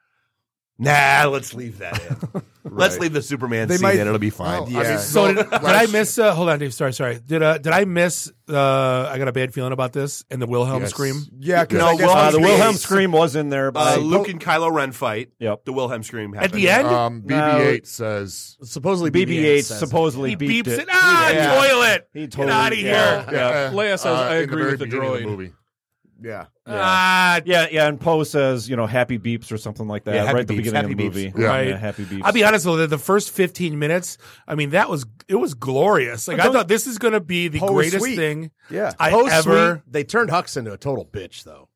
Speaker 12: Nah, let's leave that in. Let's
Speaker 2: Right.
Speaker 12: leave the Superman
Speaker 2: They
Speaker 12: scene
Speaker 2: might-
Speaker 12: in; it'll be fine.
Speaker 2: I mean, so did, did I miss? Uh, hold on, Dave. Sorry, sorry. Did uh, did I miss? Uh, I got a bad feeling about this and the Wilhelm
Speaker 12: Yes.
Speaker 2: scream.
Speaker 17: Yeah, 'cause
Speaker 12: No, I guess-
Speaker 15: Uh, the
Speaker 12: Wilhelm
Speaker 15: Wilhelm
Speaker 12: Space.
Speaker 15: scream was in there,
Speaker 12: Uh,
Speaker 15: but
Speaker 12: Luke and Kylo Ren fight.
Speaker 15: Yep.
Speaker 12: The Wilhelm scream
Speaker 15: At
Speaker 12: happened.
Speaker 15: the end?
Speaker 19: Um, BB-8 says
Speaker 16: supposedly
Speaker 15: BB-8 supposedly
Speaker 19: He
Speaker 15: beeped
Speaker 19: beeps
Speaker 15: it.
Speaker 19: it. Ah, toilet!
Speaker 15: He
Speaker 19: Get
Speaker 15: totally,
Speaker 19: outta here.
Speaker 15: yeah,
Speaker 19: Yeah.
Speaker 15: yeah.
Speaker 14: Leia says,
Speaker 19: Uh,
Speaker 14: "I
Speaker 19: in the
Speaker 14: agree
Speaker 19: very
Speaker 14: with the
Speaker 19: beginning of the
Speaker 14: droid."
Speaker 19: movie.
Speaker 17: Yeah.
Speaker 2: Ah,
Speaker 15: Yeah. yeah, yeah, and Poe says, you know, happy beeps or something like that,
Speaker 2: Yeah,
Speaker 15: right
Speaker 2: happy
Speaker 15: at the
Speaker 2: beeps,
Speaker 15: beginning of the
Speaker 2: happy
Speaker 15: movie.
Speaker 2: beeps. Right.
Speaker 15: Yeah, happy beeps.
Speaker 2: I'll be honest though, the, the first 15 minutes, I mean, that was it was glorious. Like I thought this is going to be the
Speaker 16: Poe was
Speaker 2: greatest
Speaker 16: sweet.
Speaker 2: thing.
Speaker 16: Yeah.
Speaker 2: I
Speaker 16: Poe's
Speaker 2: ever-
Speaker 16: sweet. Uh, They turned Hux into a total bitch, though.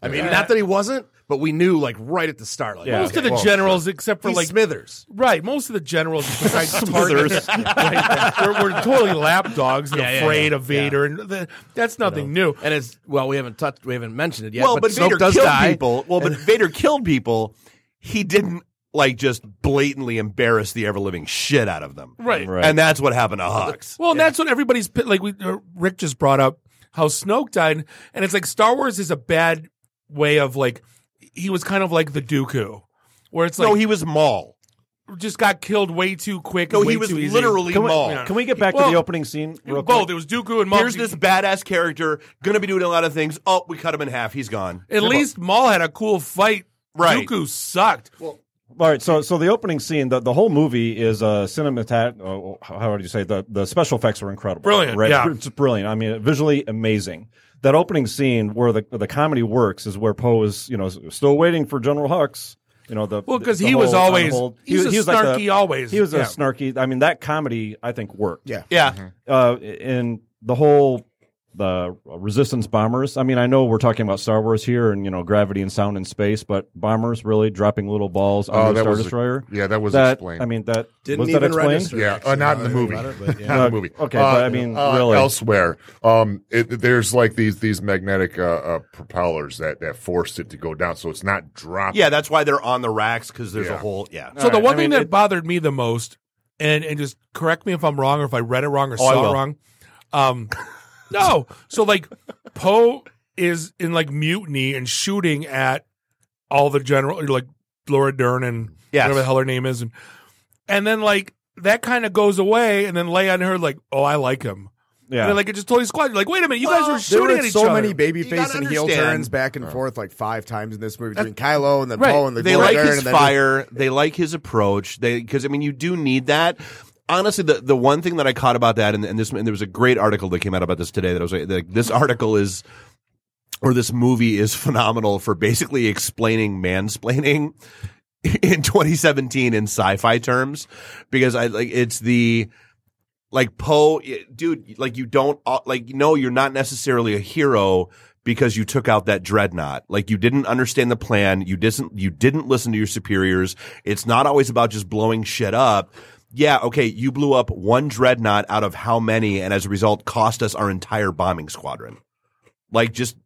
Speaker 16: I mean,
Speaker 2: Yeah.
Speaker 16: not that he wasn't, but we knew like right at the start. Like
Speaker 2: Most
Speaker 16: okay.
Speaker 2: of the
Speaker 16: Well,
Speaker 2: generals, except for
Speaker 16: He's
Speaker 2: like
Speaker 16: Smithers,
Speaker 2: right? Most of the generals besides Smithers, like, were, were totally lapdogs and
Speaker 16: Yeah, yeah,
Speaker 2: afraid
Speaker 16: yeah.
Speaker 2: of Vader, and the, that's nothing new.
Speaker 16: And it's well, we haven't touched, we haven't mentioned it yet.
Speaker 12: well, but,
Speaker 16: Snoke
Speaker 12: Vader
Speaker 16: does
Speaker 12: killed
Speaker 16: die.
Speaker 12: people. Well, but Vader killed people. He didn't like just blatantly embarrass the ever living shit out of them.
Speaker 2: Right. Right.
Speaker 12: And that's what happened to Hux.
Speaker 2: Well, and that's what everybody's pi- like. We, uh, Rick just brought up how Snoke died, and it's like Star Wars is a bad way of like he was kind of like the Dooku, where it's like
Speaker 12: No, he was Maul.
Speaker 2: Just got killed way too quick.
Speaker 12: No,
Speaker 2: and way
Speaker 12: he was
Speaker 2: too easy.
Speaker 12: literally
Speaker 2: Can we-
Speaker 12: Maul.
Speaker 2: yeah.
Speaker 12: Well,
Speaker 2: Well,
Speaker 15: scene?
Speaker 2: real both. quick? It was Dooku and Maul.
Speaker 12: Here's this badass character gonna be doing a lot of things. Oh, we cut him in half. He's gone.
Speaker 2: At least Maul had a cool fight.
Speaker 12: Right.
Speaker 2: Dooku sucked.
Speaker 15: All right, so so the opening scene, the, the whole movie is uh, cinematography. Uh, how how would you say the the special effects are incredible,
Speaker 2: Brilliant,
Speaker 15: right?
Speaker 2: yeah.
Speaker 15: it's brilliant. I mean, visually amazing. That opening scene where the the comedy works is where Poe is, you know, still waiting for General Hux. You know the
Speaker 2: Well, 'cause
Speaker 15: the
Speaker 2: he was
Speaker 15: whole-
Speaker 2: always-
Speaker 15: the whole-
Speaker 2: he's a
Speaker 15: like the-
Speaker 2: snarky always,
Speaker 15: He was a
Speaker 2: yeah.
Speaker 15: snarky. I mean, that comedy I think worked.
Speaker 2: Yeah.
Speaker 12: Yeah.
Speaker 15: Uh, and the whole the resistance bombers. I mean, I know we're talking about Star Wars here, and you know, gravity and sound in space, but bombers really dropping little balls on
Speaker 19: Oh,
Speaker 15: the
Speaker 19: that
Speaker 15: Star
Speaker 19: was-
Speaker 15: Destroyer.
Speaker 19: yeah, that was explained.
Speaker 15: I mean, that
Speaker 19: Didn't
Speaker 15: was that
Speaker 19: even
Speaker 15: explained?
Speaker 19: register, Yeah, uh, not in the movie. not in the movie.
Speaker 15: Okay,
Speaker 19: Uh,
Speaker 15: but I mean,
Speaker 19: uh,
Speaker 15: really,
Speaker 19: elsewhere, um, it, there's like these these magnetic uh, uh, propellers that that forced it to go down, so it's not dropping.
Speaker 12: Yeah, that's why they're on the racks because there's a
Speaker 19: Yeah.
Speaker 12: whole yeah.
Speaker 2: So the one thing that bothered me the most, and and just correct me if I'm wrong or if I read it wrong or
Speaker 12: Oh, I
Speaker 2: saw
Speaker 12: will.
Speaker 2: it wrong. Um, no, so like Poe is in like mutiny and shooting at all the general, like Laura Dern and
Speaker 12: Yes.
Speaker 2: whatever the hell her name is, and and then like that kind of goes away, and then lay on her like, oh, I like him.
Speaker 15: Yeah.
Speaker 2: And then, like it just totally squad. Like, wait a minute, you guys were
Speaker 17: there
Speaker 2: shooting
Speaker 17: were
Speaker 2: at each
Speaker 17: so
Speaker 2: other.
Speaker 17: many baby
Speaker 2: You
Speaker 17: face
Speaker 2: gotta
Speaker 17: and heel
Speaker 2: understand.
Speaker 17: turns back and
Speaker 2: Oh.
Speaker 17: forth like five times in this movie between Kylo and the
Speaker 12: Right.
Speaker 17: Poe and the
Speaker 12: they
Speaker 17: Lord
Speaker 12: like
Speaker 17: Dern
Speaker 12: his
Speaker 17: and then-
Speaker 12: fire. They like his approach. They because I mean you do need that. Honestly, the, the one thing that I caught about that, and, and this, and there was a great article that came out about this today. That I was like, that this article is, or this movie is phenomenal for basically explaining mansplaining in 2017 in sci-fi terms, because I like it's the like Poe, i- dude, like you don't uh, like no, you're not necessarily a hero because you took out that dreadnought. Like you didn't understand the plan. You didn't you didn't listen to your superiors. It's not always about just blowing shit up. Yeah, okay, you blew up one dreadnought out of how many, and as a result, cost us our entire bombing squadron. Like just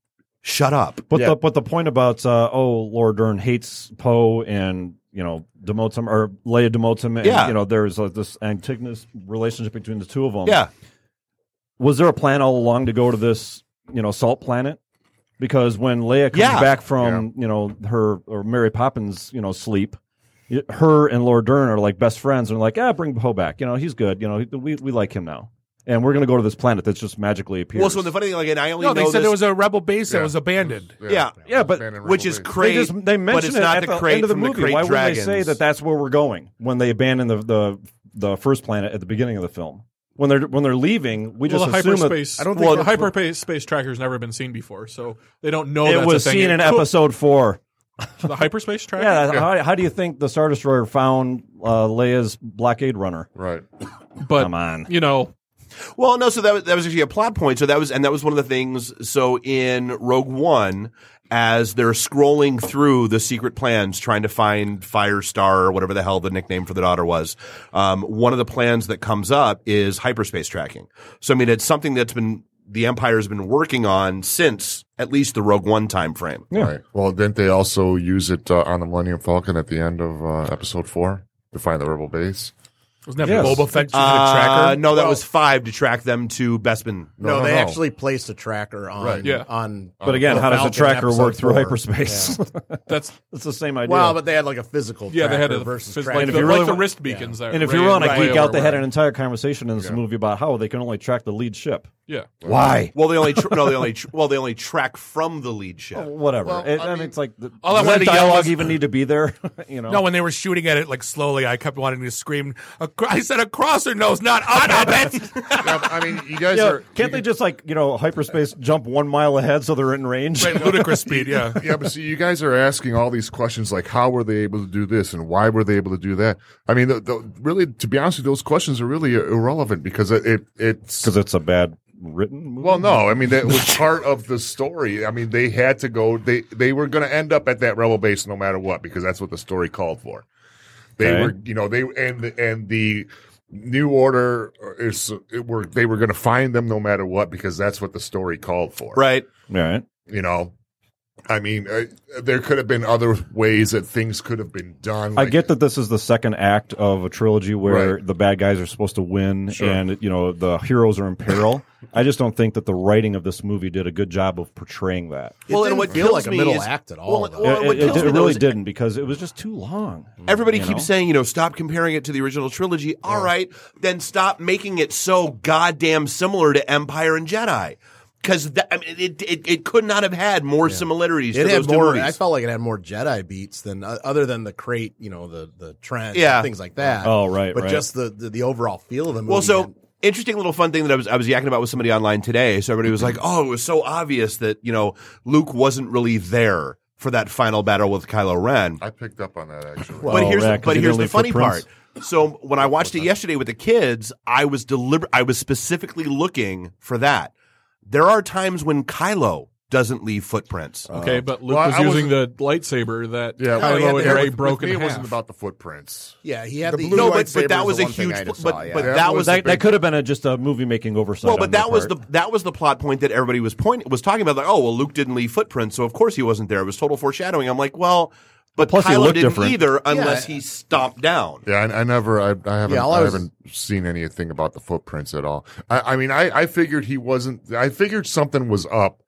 Speaker 12: shut up.
Speaker 15: But the but the point about uh, oh Laura Dern hates Poe and you know demotes him or Leia demotes him and
Speaker 12: Yeah.
Speaker 15: you know there's uh, this antagonist relationship between the two of them.
Speaker 12: Yeah.
Speaker 15: Was there a plan all along to go to this you know salt planet? Because when Leia comes
Speaker 12: Yeah.
Speaker 15: back from you know her or Mary Poppins you know sleep, y- her and Laura Dern are like best friends and like ah bring Poe back you know he's good you know we we like him now and we're gonna go to this planet that's just magically appears.
Speaker 12: Well, so the funny thing, like, and I only
Speaker 2: No,
Speaker 12: know
Speaker 2: they said
Speaker 12: this-
Speaker 2: there was a rebel base that was abandoned.
Speaker 12: Yeah. Yeah.
Speaker 15: Yeah, but
Speaker 12: which is
Speaker 15: They,
Speaker 12: crazy.
Speaker 15: just, they mention
Speaker 12: but it's
Speaker 15: it
Speaker 12: not
Speaker 15: at
Speaker 12: the,
Speaker 15: the,
Speaker 12: crate
Speaker 15: end of the
Speaker 12: from
Speaker 15: movie.
Speaker 12: Crate
Speaker 15: Why would they
Speaker 12: dragons.
Speaker 15: say that that's where we're going when they abandon the, the the first planet at the beginning of the film? When they're when they're leaving, we
Speaker 14: well,
Speaker 15: just
Speaker 14: the
Speaker 15: assume
Speaker 14: hyperspace.
Speaker 15: that
Speaker 14: I don't think well, the hyperspace space tracker's never been seen before, so they don't know.
Speaker 15: it
Speaker 14: that's
Speaker 15: was
Speaker 14: a thing.
Speaker 15: seen in
Speaker 14: Cool.
Speaker 15: episode four.
Speaker 14: The hyperspace tracker.
Speaker 15: Yeah, How, how do you think the Star Destroyer found uh, Leia's blockade runner?
Speaker 19: Right,
Speaker 14: but
Speaker 15: come on,
Speaker 14: you know.
Speaker 12: Well, no. So that was, that was actually a plot point. So that was, and that was one of the things. So in Rogue One, as they're scrolling through the secret plans, trying to find Firestar or whatever the hell the nickname for the daughter was, um, one of the plans that comes up is hyperspace tracking. So I mean, it's something that's been the Empire has been working on since at least the Rogue One time frame.
Speaker 19: Right. Well, didn't they also use it uh, on the Millennium Falcon at the end of uh, Episode Four to find the rebel base?
Speaker 2: Wasn't that
Speaker 19: Yes.
Speaker 2: Boba Fett?
Speaker 19: You had a tracker?
Speaker 12: Uh, no, that
Speaker 19: Well-
Speaker 12: was five to track them to Bespin.
Speaker 19: No,
Speaker 16: No, they
Speaker 19: no.
Speaker 16: actually placed a tracker on.
Speaker 12: Right. Yeah.
Speaker 16: on
Speaker 15: But again,
Speaker 16: the
Speaker 15: how does the
Speaker 16: Falcon
Speaker 15: tracker
Speaker 16: episode
Speaker 15: work through
Speaker 16: four.
Speaker 15: hyperspace?
Speaker 16: Yeah.
Speaker 14: That's
Speaker 15: it's the same idea.
Speaker 16: Well, but they had like a physical.
Speaker 14: Yeah, they had
Speaker 16: tracker
Speaker 14: a
Speaker 16: versus
Speaker 14: phys-
Speaker 16: tracker.
Speaker 14: like
Speaker 15: And if
Speaker 14: the-
Speaker 15: you
Speaker 14: like
Speaker 15: really-
Speaker 14: the wrist beacons that
Speaker 15: and if
Speaker 14: ray-
Speaker 15: you were on a
Speaker 14: ray
Speaker 15: geek out,
Speaker 14: over,
Speaker 15: they had
Speaker 14: right.
Speaker 15: an entire conversation in this movie about how they can only track the lead ship.
Speaker 14: Yeah.
Speaker 15: Why?
Speaker 12: Well, they only tr no, they only tr- well, they only track from the lead ship.
Speaker 15: Whatever. It- I, mean, it's like the,
Speaker 2: all I
Speaker 15: does
Speaker 2: wanted
Speaker 15: that
Speaker 2: to yell
Speaker 15: dialogue
Speaker 2: was-
Speaker 15: even need to be there? you know.
Speaker 2: No, when they were shooting at it like slowly, I kept wanting to scream. Acro- I said across her nose, not on her bit.
Speaker 19: I mean, you guys
Speaker 15: Yeah,
Speaker 19: are
Speaker 15: can't they just like you know hyperspace jump one mile ahead so they're in range?
Speaker 2: Right, ludicrous speed, yeah.
Speaker 19: yeah, but see, you guys are asking all these questions like, how were they able to do this and why were they able to do that? I mean, the, the, really, to be honest with you, those questions are really irrelevant because it, it it's because
Speaker 15: it's a bad written. Movie?
Speaker 19: Well, no, I mean that was part of the story. I mean, they had to go. They they were going to end up at that rebel base no matter what because that's what the story called for. They
Speaker 15: Okay.
Speaker 19: were, you know, they and and the new order is it were they were going to find them no matter what because that's what the story called for.
Speaker 12: Right.
Speaker 15: Right.
Speaker 19: You know, I mean, uh, there could have been other ways that things could have been done.
Speaker 15: I get that this is the second act of a trilogy where the bad guys are supposed to win
Speaker 19: Sure.
Speaker 15: and you know the heroes are in peril. I just don't think that the writing of this movie did a good job of portraying that.
Speaker 12: Well, and what kills me is- Well,
Speaker 15: It,
Speaker 12: well, what
Speaker 15: it-
Speaker 12: kills
Speaker 15: it
Speaker 12: me though
Speaker 15: really
Speaker 12: is
Speaker 15: didn't because it was just too long.
Speaker 2: mm,
Speaker 12: Everybody
Speaker 15: You
Speaker 12: keeps
Speaker 15: know?
Speaker 12: saying, you know, stop comparing it to the original trilogy. All right, then stop making it so goddamn similar to Empire and Jedi. Because I mean, it, it it could not have had more similarities.
Speaker 13: It
Speaker 12: to
Speaker 13: had
Speaker 12: those two
Speaker 13: more-
Speaker 12: movies.
Speaker 13: I felt like it had more Jedi beats than uh, other than the crate, you know, the the trend,
Speaker 12: Yeah.
Speaker 13: and things like that.
Speaker 12: Oh, right,
Speaker 13: but
Speaker 12: right.
Speaker 13: just the, the the overall feel of the movie.
Speaker 12: Well, so interesting little fun thing that I was I was yakking about with somebody online today. So everybody was like, "Oh, it was so obvious that you know Luke wasn't really there for that final battle with Kylo Ren."
Speaker 19: I picked up on that actually.
Speaker 12: but here's the, but here's the funny part. So when I watched it yesterday with the kids, I was deliberate. I was specifically looking for that. There are times when Kylo doesn't leave footprints.
Speaker 14: Okay, but Luke was using the lightsaber that
Speaker 12: Yeah, well,
Speaker 19: Oh,
Speaker 14: Kylo
Speaker 12: yeah,
Speaker 14: and
Speaker 12: yeah,
Speaker 14: Ray
Speaker 12: with-
Speaker 14: broke
Speaker 12: with
Speaker 14: in
Speaker 12: me, it
Speaker 14: half.
Speaker 12: wasn't
Speaker 19: about the footprints.
Speaker 13: Yeah, he had
Speaker 12: The
Speaker 13: the,
Speaker 12: blue No, but- but lightsaber that was was the a one thing huge- I just but- saw, yeah. but that was-
Speaker 15: that,
Speaker 12: the big-
Speaker 15: that could have been a, just a movie making oversight.
Speaker 12: Well,
Speaker 15: on
Speaker 12: but
Speaker 15: their
Speaker 12: that was
Speaker 15: part.
Speaker 12: the that was the plot point that everybody was point was talking about. Like, oh well, Luke didn't leave footprints, so of course he wasn't there. It was total foreshadowing. I'm like, well, but
Speaker 19: Plus he
Speaker 12: Kylo
Speaker 19: looked
Speaker 12: didn't
Speaker 19: different.
Speaker 12: either,
Speaker 19: Yeah.
Speaker 12: unless he stomped down.
Speaker 19: Yeah, I, I never, I, I haven't,
Speaker 12: Yeah, all I
Speaker 19: I,
Speaker 12: was-
Speaker 19: haven't seen anything about the footprints at all. I, I mean, I, I figured he wasn't. I figured something was up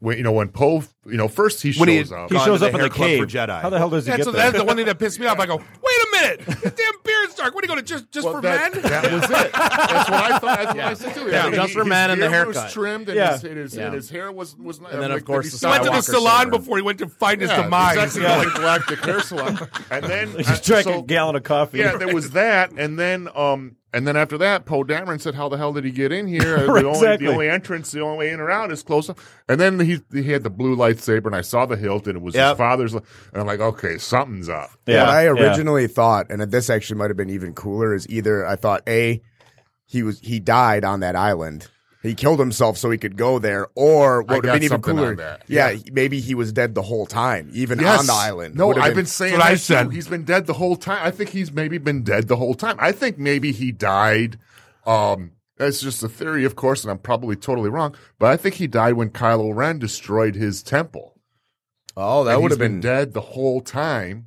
Speaker 19: when you know when Poe, you know, first he shows
Speaker 12: When he had
Speaker 19: up.
Speaker 12: He gone shows to the up in the hair club cave. for Jedi.
Speaker 19: How the hell does
Speaker 2: that's, that's the one thing that pissed me off. I go, wait a minute, this damn beard's dark. What are you going to just just for
Speaker 19: that-
Speaker 2: men?
Speaker 19: that was it. That's what I thought. That's
Speaker 2: Yeah.
Speaker 19: what I said too.
Speaker 2: Yeah,
Speaker 19: I mean,
Speaker 2: just
Speaker 19: he-
Speaker 2: for
Speaker 19: his
Speaker 2: men and the
Speaker 19: beard was
Speaker 2: haircut.
Speaker 19: trimmed, and,
Speaker 2: Yeah.
Speaker 19: his, and, his,
Speaker 2: Yeah.
Speaker 19: and his hair was was. not-
Speaker 2: And then,
Speaker 19: like,
Speaker 2: of course,
Speaker 19: he
Speaker 2: the He went to the
Speaker 19: Skywalker
Speaker 2: salon
Speaker 19: syndrome.
Speaker 2: before he went to find his
Speaker 19: Yeah,
Speaker 2: demise.
Speaker 19: Exactly,
Speaker 2: Yeah.
Speaker 19: like galactic hair salon. And then
Speaker 15: He just drank a gallon of coffee.
Speaker 19: Yeah, there was that, and then um, and then after that, Poe Dameron said, "How the hell did he get in here? Uh,
Speaker 15: Right,
Speaker 19: the, only,
Speaker 15: exactly.
Speaker 19: the only entrance, the only way in or out is
Speaker 12: Eh,
Speaker 19: close up." And then he he had the blue lightsaber, and I saw the hilt, and it was his
Speaker 17: Yep.
Speaker 19: father's. li- And I'm like, "Okay, something's up."
Speaker 17: What I originally thought, and this actually might have been even cooler, is either I thought a he was he died on that island. He killed himself so he could go there, or
Speaker 19: I
Speaker 17: what would
Speaker 19: got
Speaker 17: have been even
Speaker 19: something on
Speaker 17: cooler?
Speaker 19: that.
Speaker 17: Yeah,
Speaker 19: Yeah.
Speaker 17: maybe he was dead the whole time, even
Speaker 19: Yes.
Speaker 17: on the island.
Speaker 19: No,
Speaker 17: Would have
Speaker 19: I've been saying that too. He's been dead the whole time. I think he's maybe been dead the whole time. I think maybe he died. Um, that's just a theory, of course, and I'm probably totally wrong. But I think he died when Kylo Ren destroyed his temple.
Speaker 17: Oh,
Speaker 12: that would have been-
Speaker 19: dead the whole time.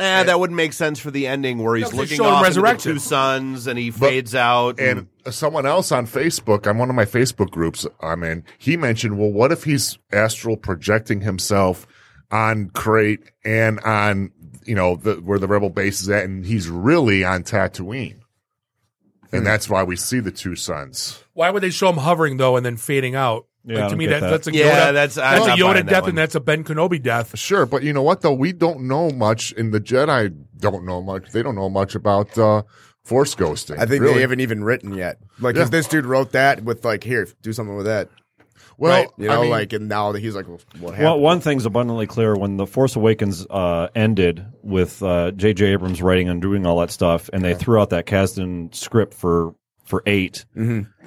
Speaker 12: Eh, that wouldn't make sense for the ending where he's
Speaker 19: No, 'cause they
Speaker 12: looking
Speaker 19: showed him
Speaker 12: off into the
Speaker 19: resurrected.
Speaker 12: two sons and he fades out.
Speaker 19: And
Speaker 12: And,
Speaker 2: Hmm.
Speaker 19: someone else on Facebook, on one of my Facebook groups I'm in, he mentioned, well, what if he's astral projecting himself on crate and on you know the, where the rebel base is at, and he's really on Tatooine,
Speaker 2: Hmm.
Speaker 19: and that's why we see the two sons.
Speaker 2: Why would they show him hovering though and then fading out?
Speaker 19: Yeah,
Speaker 2: Like,
Speaker 19: I
Speaker 2: to
Speaker 19: don't
Speaker 2: me,
Speaker 19: get
Speaker 2: that,
Speaker 19: that.
Speaker 2: that's a Yoda,
Speaker 19: Yeah, that's- I'm
Speaker 2: a
Speaker 19: not
Speaker 2: Yoda
Speaker 19: buying that
Speaker 2: death,
Speaker 19: one.
Speaker 2: and that's a Ben Kenobi death.
Speaker 19: Sure, but you know what though? We don't know much, and the Jedi don't know much. They don't know much about uh, Force ghosting.
Speaker 17: I think
Speaker 19: really.
Speaker 17: they haven't even written yet. Like
Speaker 19: Yeah.
Speaker 17: if this dude wrote that with like here, do something with that.
Speaker 19: Well,
Speaker 17: you
Speaker 19: I
Speaker 17: know,
Speaker 19: mean-
Speaker 17: like and now that he's like, well, what happened?
Speaker 15: Well, one thing's abundantly clear when the Force Awakens uh, ended with uh, J.J. Abrams writing and doing all that stuff, and they threw out that Kasdan script for for 8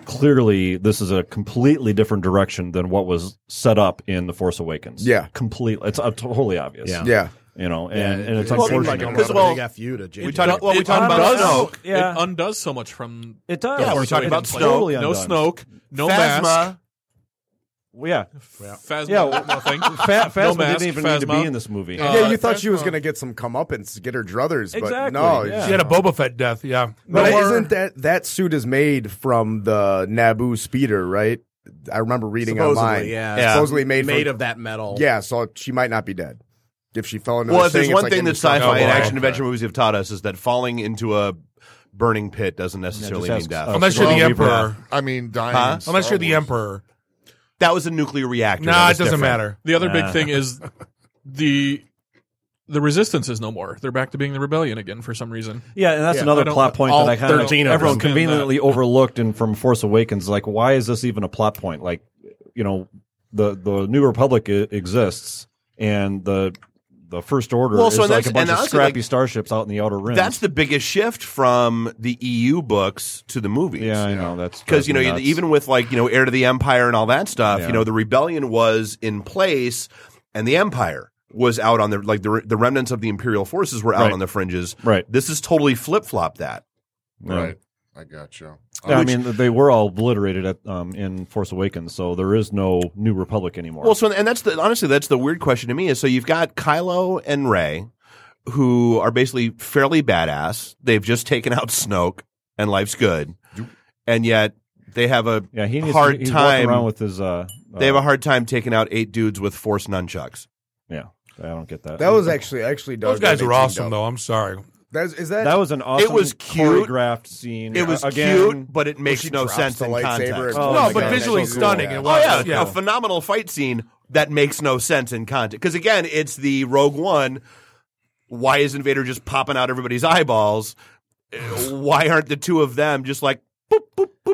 Speaker 15: Clearly, this is a completely different direction than what was set up in the Force Awakens.
Speaker 17: Yeah.
Speaker 15: completely. It's uh, totally obvious.
Speaker 17: Yeah. Yeah.
Speaker 15: you know, and,
Speaker 13: Yeah,
Speaker 15: and it's
Speaker 13: it seemed like
Speaker 15: unfortunate.
Speaker 13: a Because, rather well, big F you to J.J.
Speaker 14: We talked, well, we
Speaker 13: It
Speaker 14: talked about
Speaker 13: undoes-
Speaker 14: Snoke.
Speaker 13: yeah.
Speaker 14: It undoes so much from.
Speaker 15: It
Speaker 14: the
Speaker 15: does.
Speaker 14: Force
Speaker 15: Yeah, we're talking
Speaker 14: Awakens.
Speaker 15: about totally
Speaker 14: No
Speaker 15: undone.
Speaker 14: Snoke. No
Speaker 15: Phasma.
Speaker 14: mask.
Speaker 15: Well, yeah.
Speaker 14: Phasma.
Speaker 15: Yeah,
Speaker 14: Yeah. Nothing.
Speaker 15: Fa-
Speaker 14: no
Speaker 15: Phasma
Speaker 14: mask,
Speaker 15: didn't even need to
Speaker 14: Phasma.
Speaker 15: be in this movie.
Speaker 17: yeah, you thought she was
Speaker 15: Phasma.
Speaker 17: going to get some comeuppance, get her druthers, but
Speaker 15: Exactly,
Speaker 17: no,
Speaker 15: yeah.
Speaker 2: She had a Boba Fett death. Yeah,
Speaker 17: But
Speaker 2: No more-
Speaker 17: isn't that that suit is made from the Naboo speeder, right? I remember reading
Speaker 13: Supposedly,
Speaker 17: online.
Speaker 13: yeah. Yeah.
Speaker 17: Supposedly made
Speaker 13: Made
Speaker 17: from-
Speaker 13: of that metal.
Speaker 17: Yeah, so she might not be dead if she fell into.
Speaker 12: well,
Speaker 17: this
Speaker 12: if there's
Speaker 17: thing, it's
Speaker 12: one
Speaker 17: like
Speaker 12: thing that
Speaker 17: indestructible.
Speaker 15: Oh,
Speaker 12: sci-fi and action adventure movies have taught us is that falling into a burning pit doesn't necessarily mean death.
Speaker 2: Unless you're the Emperor.
Speaker 19: I mean, dying.
Speaker 12: Huh?
Speaker 2: Unless you're the Emperor.
Speaker 12: That was a nuclear reactor.
Speaker 2: Nah,
Speaker 12: That
Speaker 2: it
Speaker 12: was
Speaker 2: doesn't
Speaker 12: different.
Speaker 2: matter.
Speaker 14: The other
Speaker 12: Nah.
Speaker 14: big thing is the the resistance is no more. They're back to being the rebellion again for some reason.
Speaker 15: Yeah, and that's
Speaker 14: I
Speaker 15: another
Speaker 14: don't-
Speaker 15: plot point
Speaker 14: all
Speaker 15: that I kind of
Speaker 14: 13 of
Speaker 15: everyone
Speaker 14: them.
Speaker 15: conveniently overlooked and from Force Awakens. Like, why is this even a plot point? Like, you know, the the New Republic I- exists, and the the First Order
Speaker 12: Well,
Speaker 15: is
Speaker 12: so
Speaker 15: like
Speaker 12: that's-
Speaker 15: a bunch
Speaker 12: and
Speaker 15: of
Speaker 12: honestly,
Speaker 15: scrappy
Speaker 12: like,
Speaker 15: starships out in the outer rim.
Speaker 12: That's the biggest shift from the EU books to the movies. Yeah,
Speaker 15: I know that's
Speaker 12: because you know
Speaker 15: driving me nuts.
Speaker 12: even with like you know heir to the empire and all that stuff,
Speaker 15: Yeah.
Speaker 12: you know the rebellion was in place and the empire was out on the like the re- the remnants of the imperial forces were out
Speaker 15: Right.
Speaker 12: on the fringes.
Speaker 15: Right.
Speaker 12: This is totally flip flop that.
Speaker 19: Right. I got you.
Speaker 15: Yeah, I
Speaker 12: Which-
Speaker 15: mean, they were all obliterated at, um, in Force Awakens, so there is no New Republic anymore.
Speaker 12: Well, so and that's the honestly that's the weird question to me is so you've got Kylo and Ray, who are basically fairly badass. They've just taken out Snoke, and life's good, and yet they have a
Speaker 15: yeah, he needs
Speaker 12: hard
Speaker 15: he's walking
Speaker 12: time
Speaker 15: around with his. Uh,
Speaker 12: they have
Speaker 15: uh,
Speaker 12: a hard time taking out eight dudes with force nunchucks.
Speaker 15: Yeah, I don't get
Speaker 17: That was actually actually
Speaker 2: Those
Speaker 17: dug
Speaker 2: guys
Speaker 17: that
Speaker 2: were
Speaker 17: they teamed
Speaker 2: awesome,
Speaker 17: up.
Speaker 2: though. I'm sorry.
Speaker 17: That's, is that
Speaker 15: That was an awesome
Speaker 12: It was cute.
Speaker 15: choreographed scene.
Speaker 12: It was
Speaker 15: Uh, again,
Speaker 12: cute, but it
Speaker 15: when
Speaker 12: makes
Speaker 15: she
Speaker 12: no
Speaker 15: drops
Speaker 12: sense
Speaker 15: the
Speaker 12: in
Speaker 15: lightsaber
Speaker 12: context.
Speaker 15: and- Oh, No, my but God, visually that's so cool. stunning. It
Speaker 12: oh
Speaker 15: was,
Speaker 12: yeah,
Speaker 15: yeah.
Speaker 12: a phenomenal fight scene that makes no sense in context. Because again, it's the Rogue One. Why is Invader just popping out everybody's eyeballs? Uh, Why aren't the two of them just like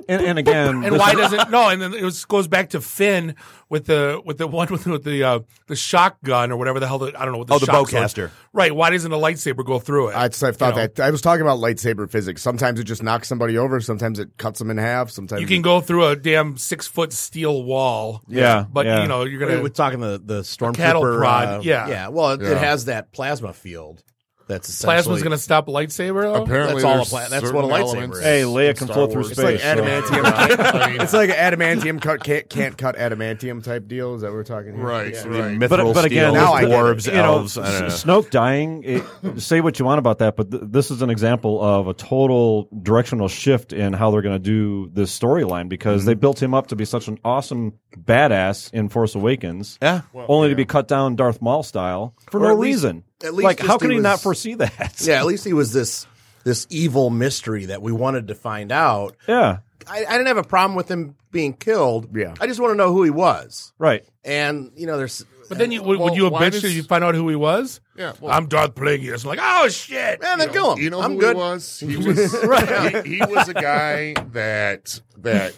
Speaker 15: And, and
Speaker 16: Mm.
Speaker 15: again,
Speaker 2: And
Speaker 15: this-
Speaker 2: why doesn't no? And then it was, goes back to Finn with the with the one with, the- with the uh, the shotgun or whatever the hell the, I don't know what the
Speaker 17: Oh, the
Speaker 2: shock sword-
Speaker 17: bowcaster.
Speaker 2: right? Why doesn't a lightsaber go through it?
Speaker 17: I, just- I thought
Speaker 2: You know.
Speaker 17: that I was talking about lightsaber physics. Sometimes it just knocks somebody over. Sometimes it cuts them in half. Sometimes
Speaker 2: You can go through a damn six foot steel wall. but you know you're gonna
Speaker 16: We're talking the the stormtrooper
Speaker 2: cattle prod,
Speaker 16: uh,
Speaker 2: yeah.
Speaker 16: yeah. Well, it,
Speaker 2: Yeah.
Speaker 16: it has that plasma field. That's essentially
Speaker 2: plasma's gonna stop lightsaber. Though?
Speaker 16: Apparently That's all a there's pla- that's what a certain lightsaber elements is. Hey, Leia can flow through
Speaker 17: it's like
Speaker 16: space, so-
Speaker 17: adamantium.
Speaker 16: I mean-
Speaker 17: it's like adamantium cut can't, can't cut adamantium type deal. Is that what we're talking here?
Speaker 12: Right,
Speaker 17: Yeah.
Speaker 12: right. But- Mithril but again, steel,
Speaker 17: now I get it.
Speaker 12: dwarves,
Speaker 15: you know,
Speaker 12: elves, I don't
Speaker 15: S- Snoke dying. It, say what you want about that, but th- this is an example of a total directional shift in how they're going to do this storyline because
Speaker 12: Mm-hmm.
Speaker 15: they built him up to be such an awesome badass in Force Awakens,
Speaker 12: yeah,
Speaker 15: only to be cut down Darth Maul style for
Speaker 16: Or
Speaker 15: no
Speaker 16: at least-
Speaker 15: reason.
Speaker 16: At least
Speaker 15: like,
Speaker 16: just
Speaker 15: how can he
Speaker 16: was-
Speaker 15: not foresee that?
Speaker 16: Yeah, at least he was this this evil mystery that we wanted to find out.
Speaker 15: Yeah,
Speaker 16: I, I didn't have a problem with him being killed. Yeah, I just want to know who he was.
Speaker 15: Right.
Speaker 16: And you know, there's.
Speaker 2: But then you would, would you have bitched if you find out who he was?
Speaker 16: Yeah, well-
Speaker 2: I'm Darth Plagueis. I'm like, oh shit.
Speaker 16: Man, then
Speaker 19: You
Speaker 16: kill
Speaker 19: know-
Speaker 16: him.
Speaker 19: You know
Speaker 16: I'm
Speaker 19: who
Speaker 16: good.
Speaker 19: he was? He was
Speaker 16: Right.
Speaker 19: he, he was a guy that that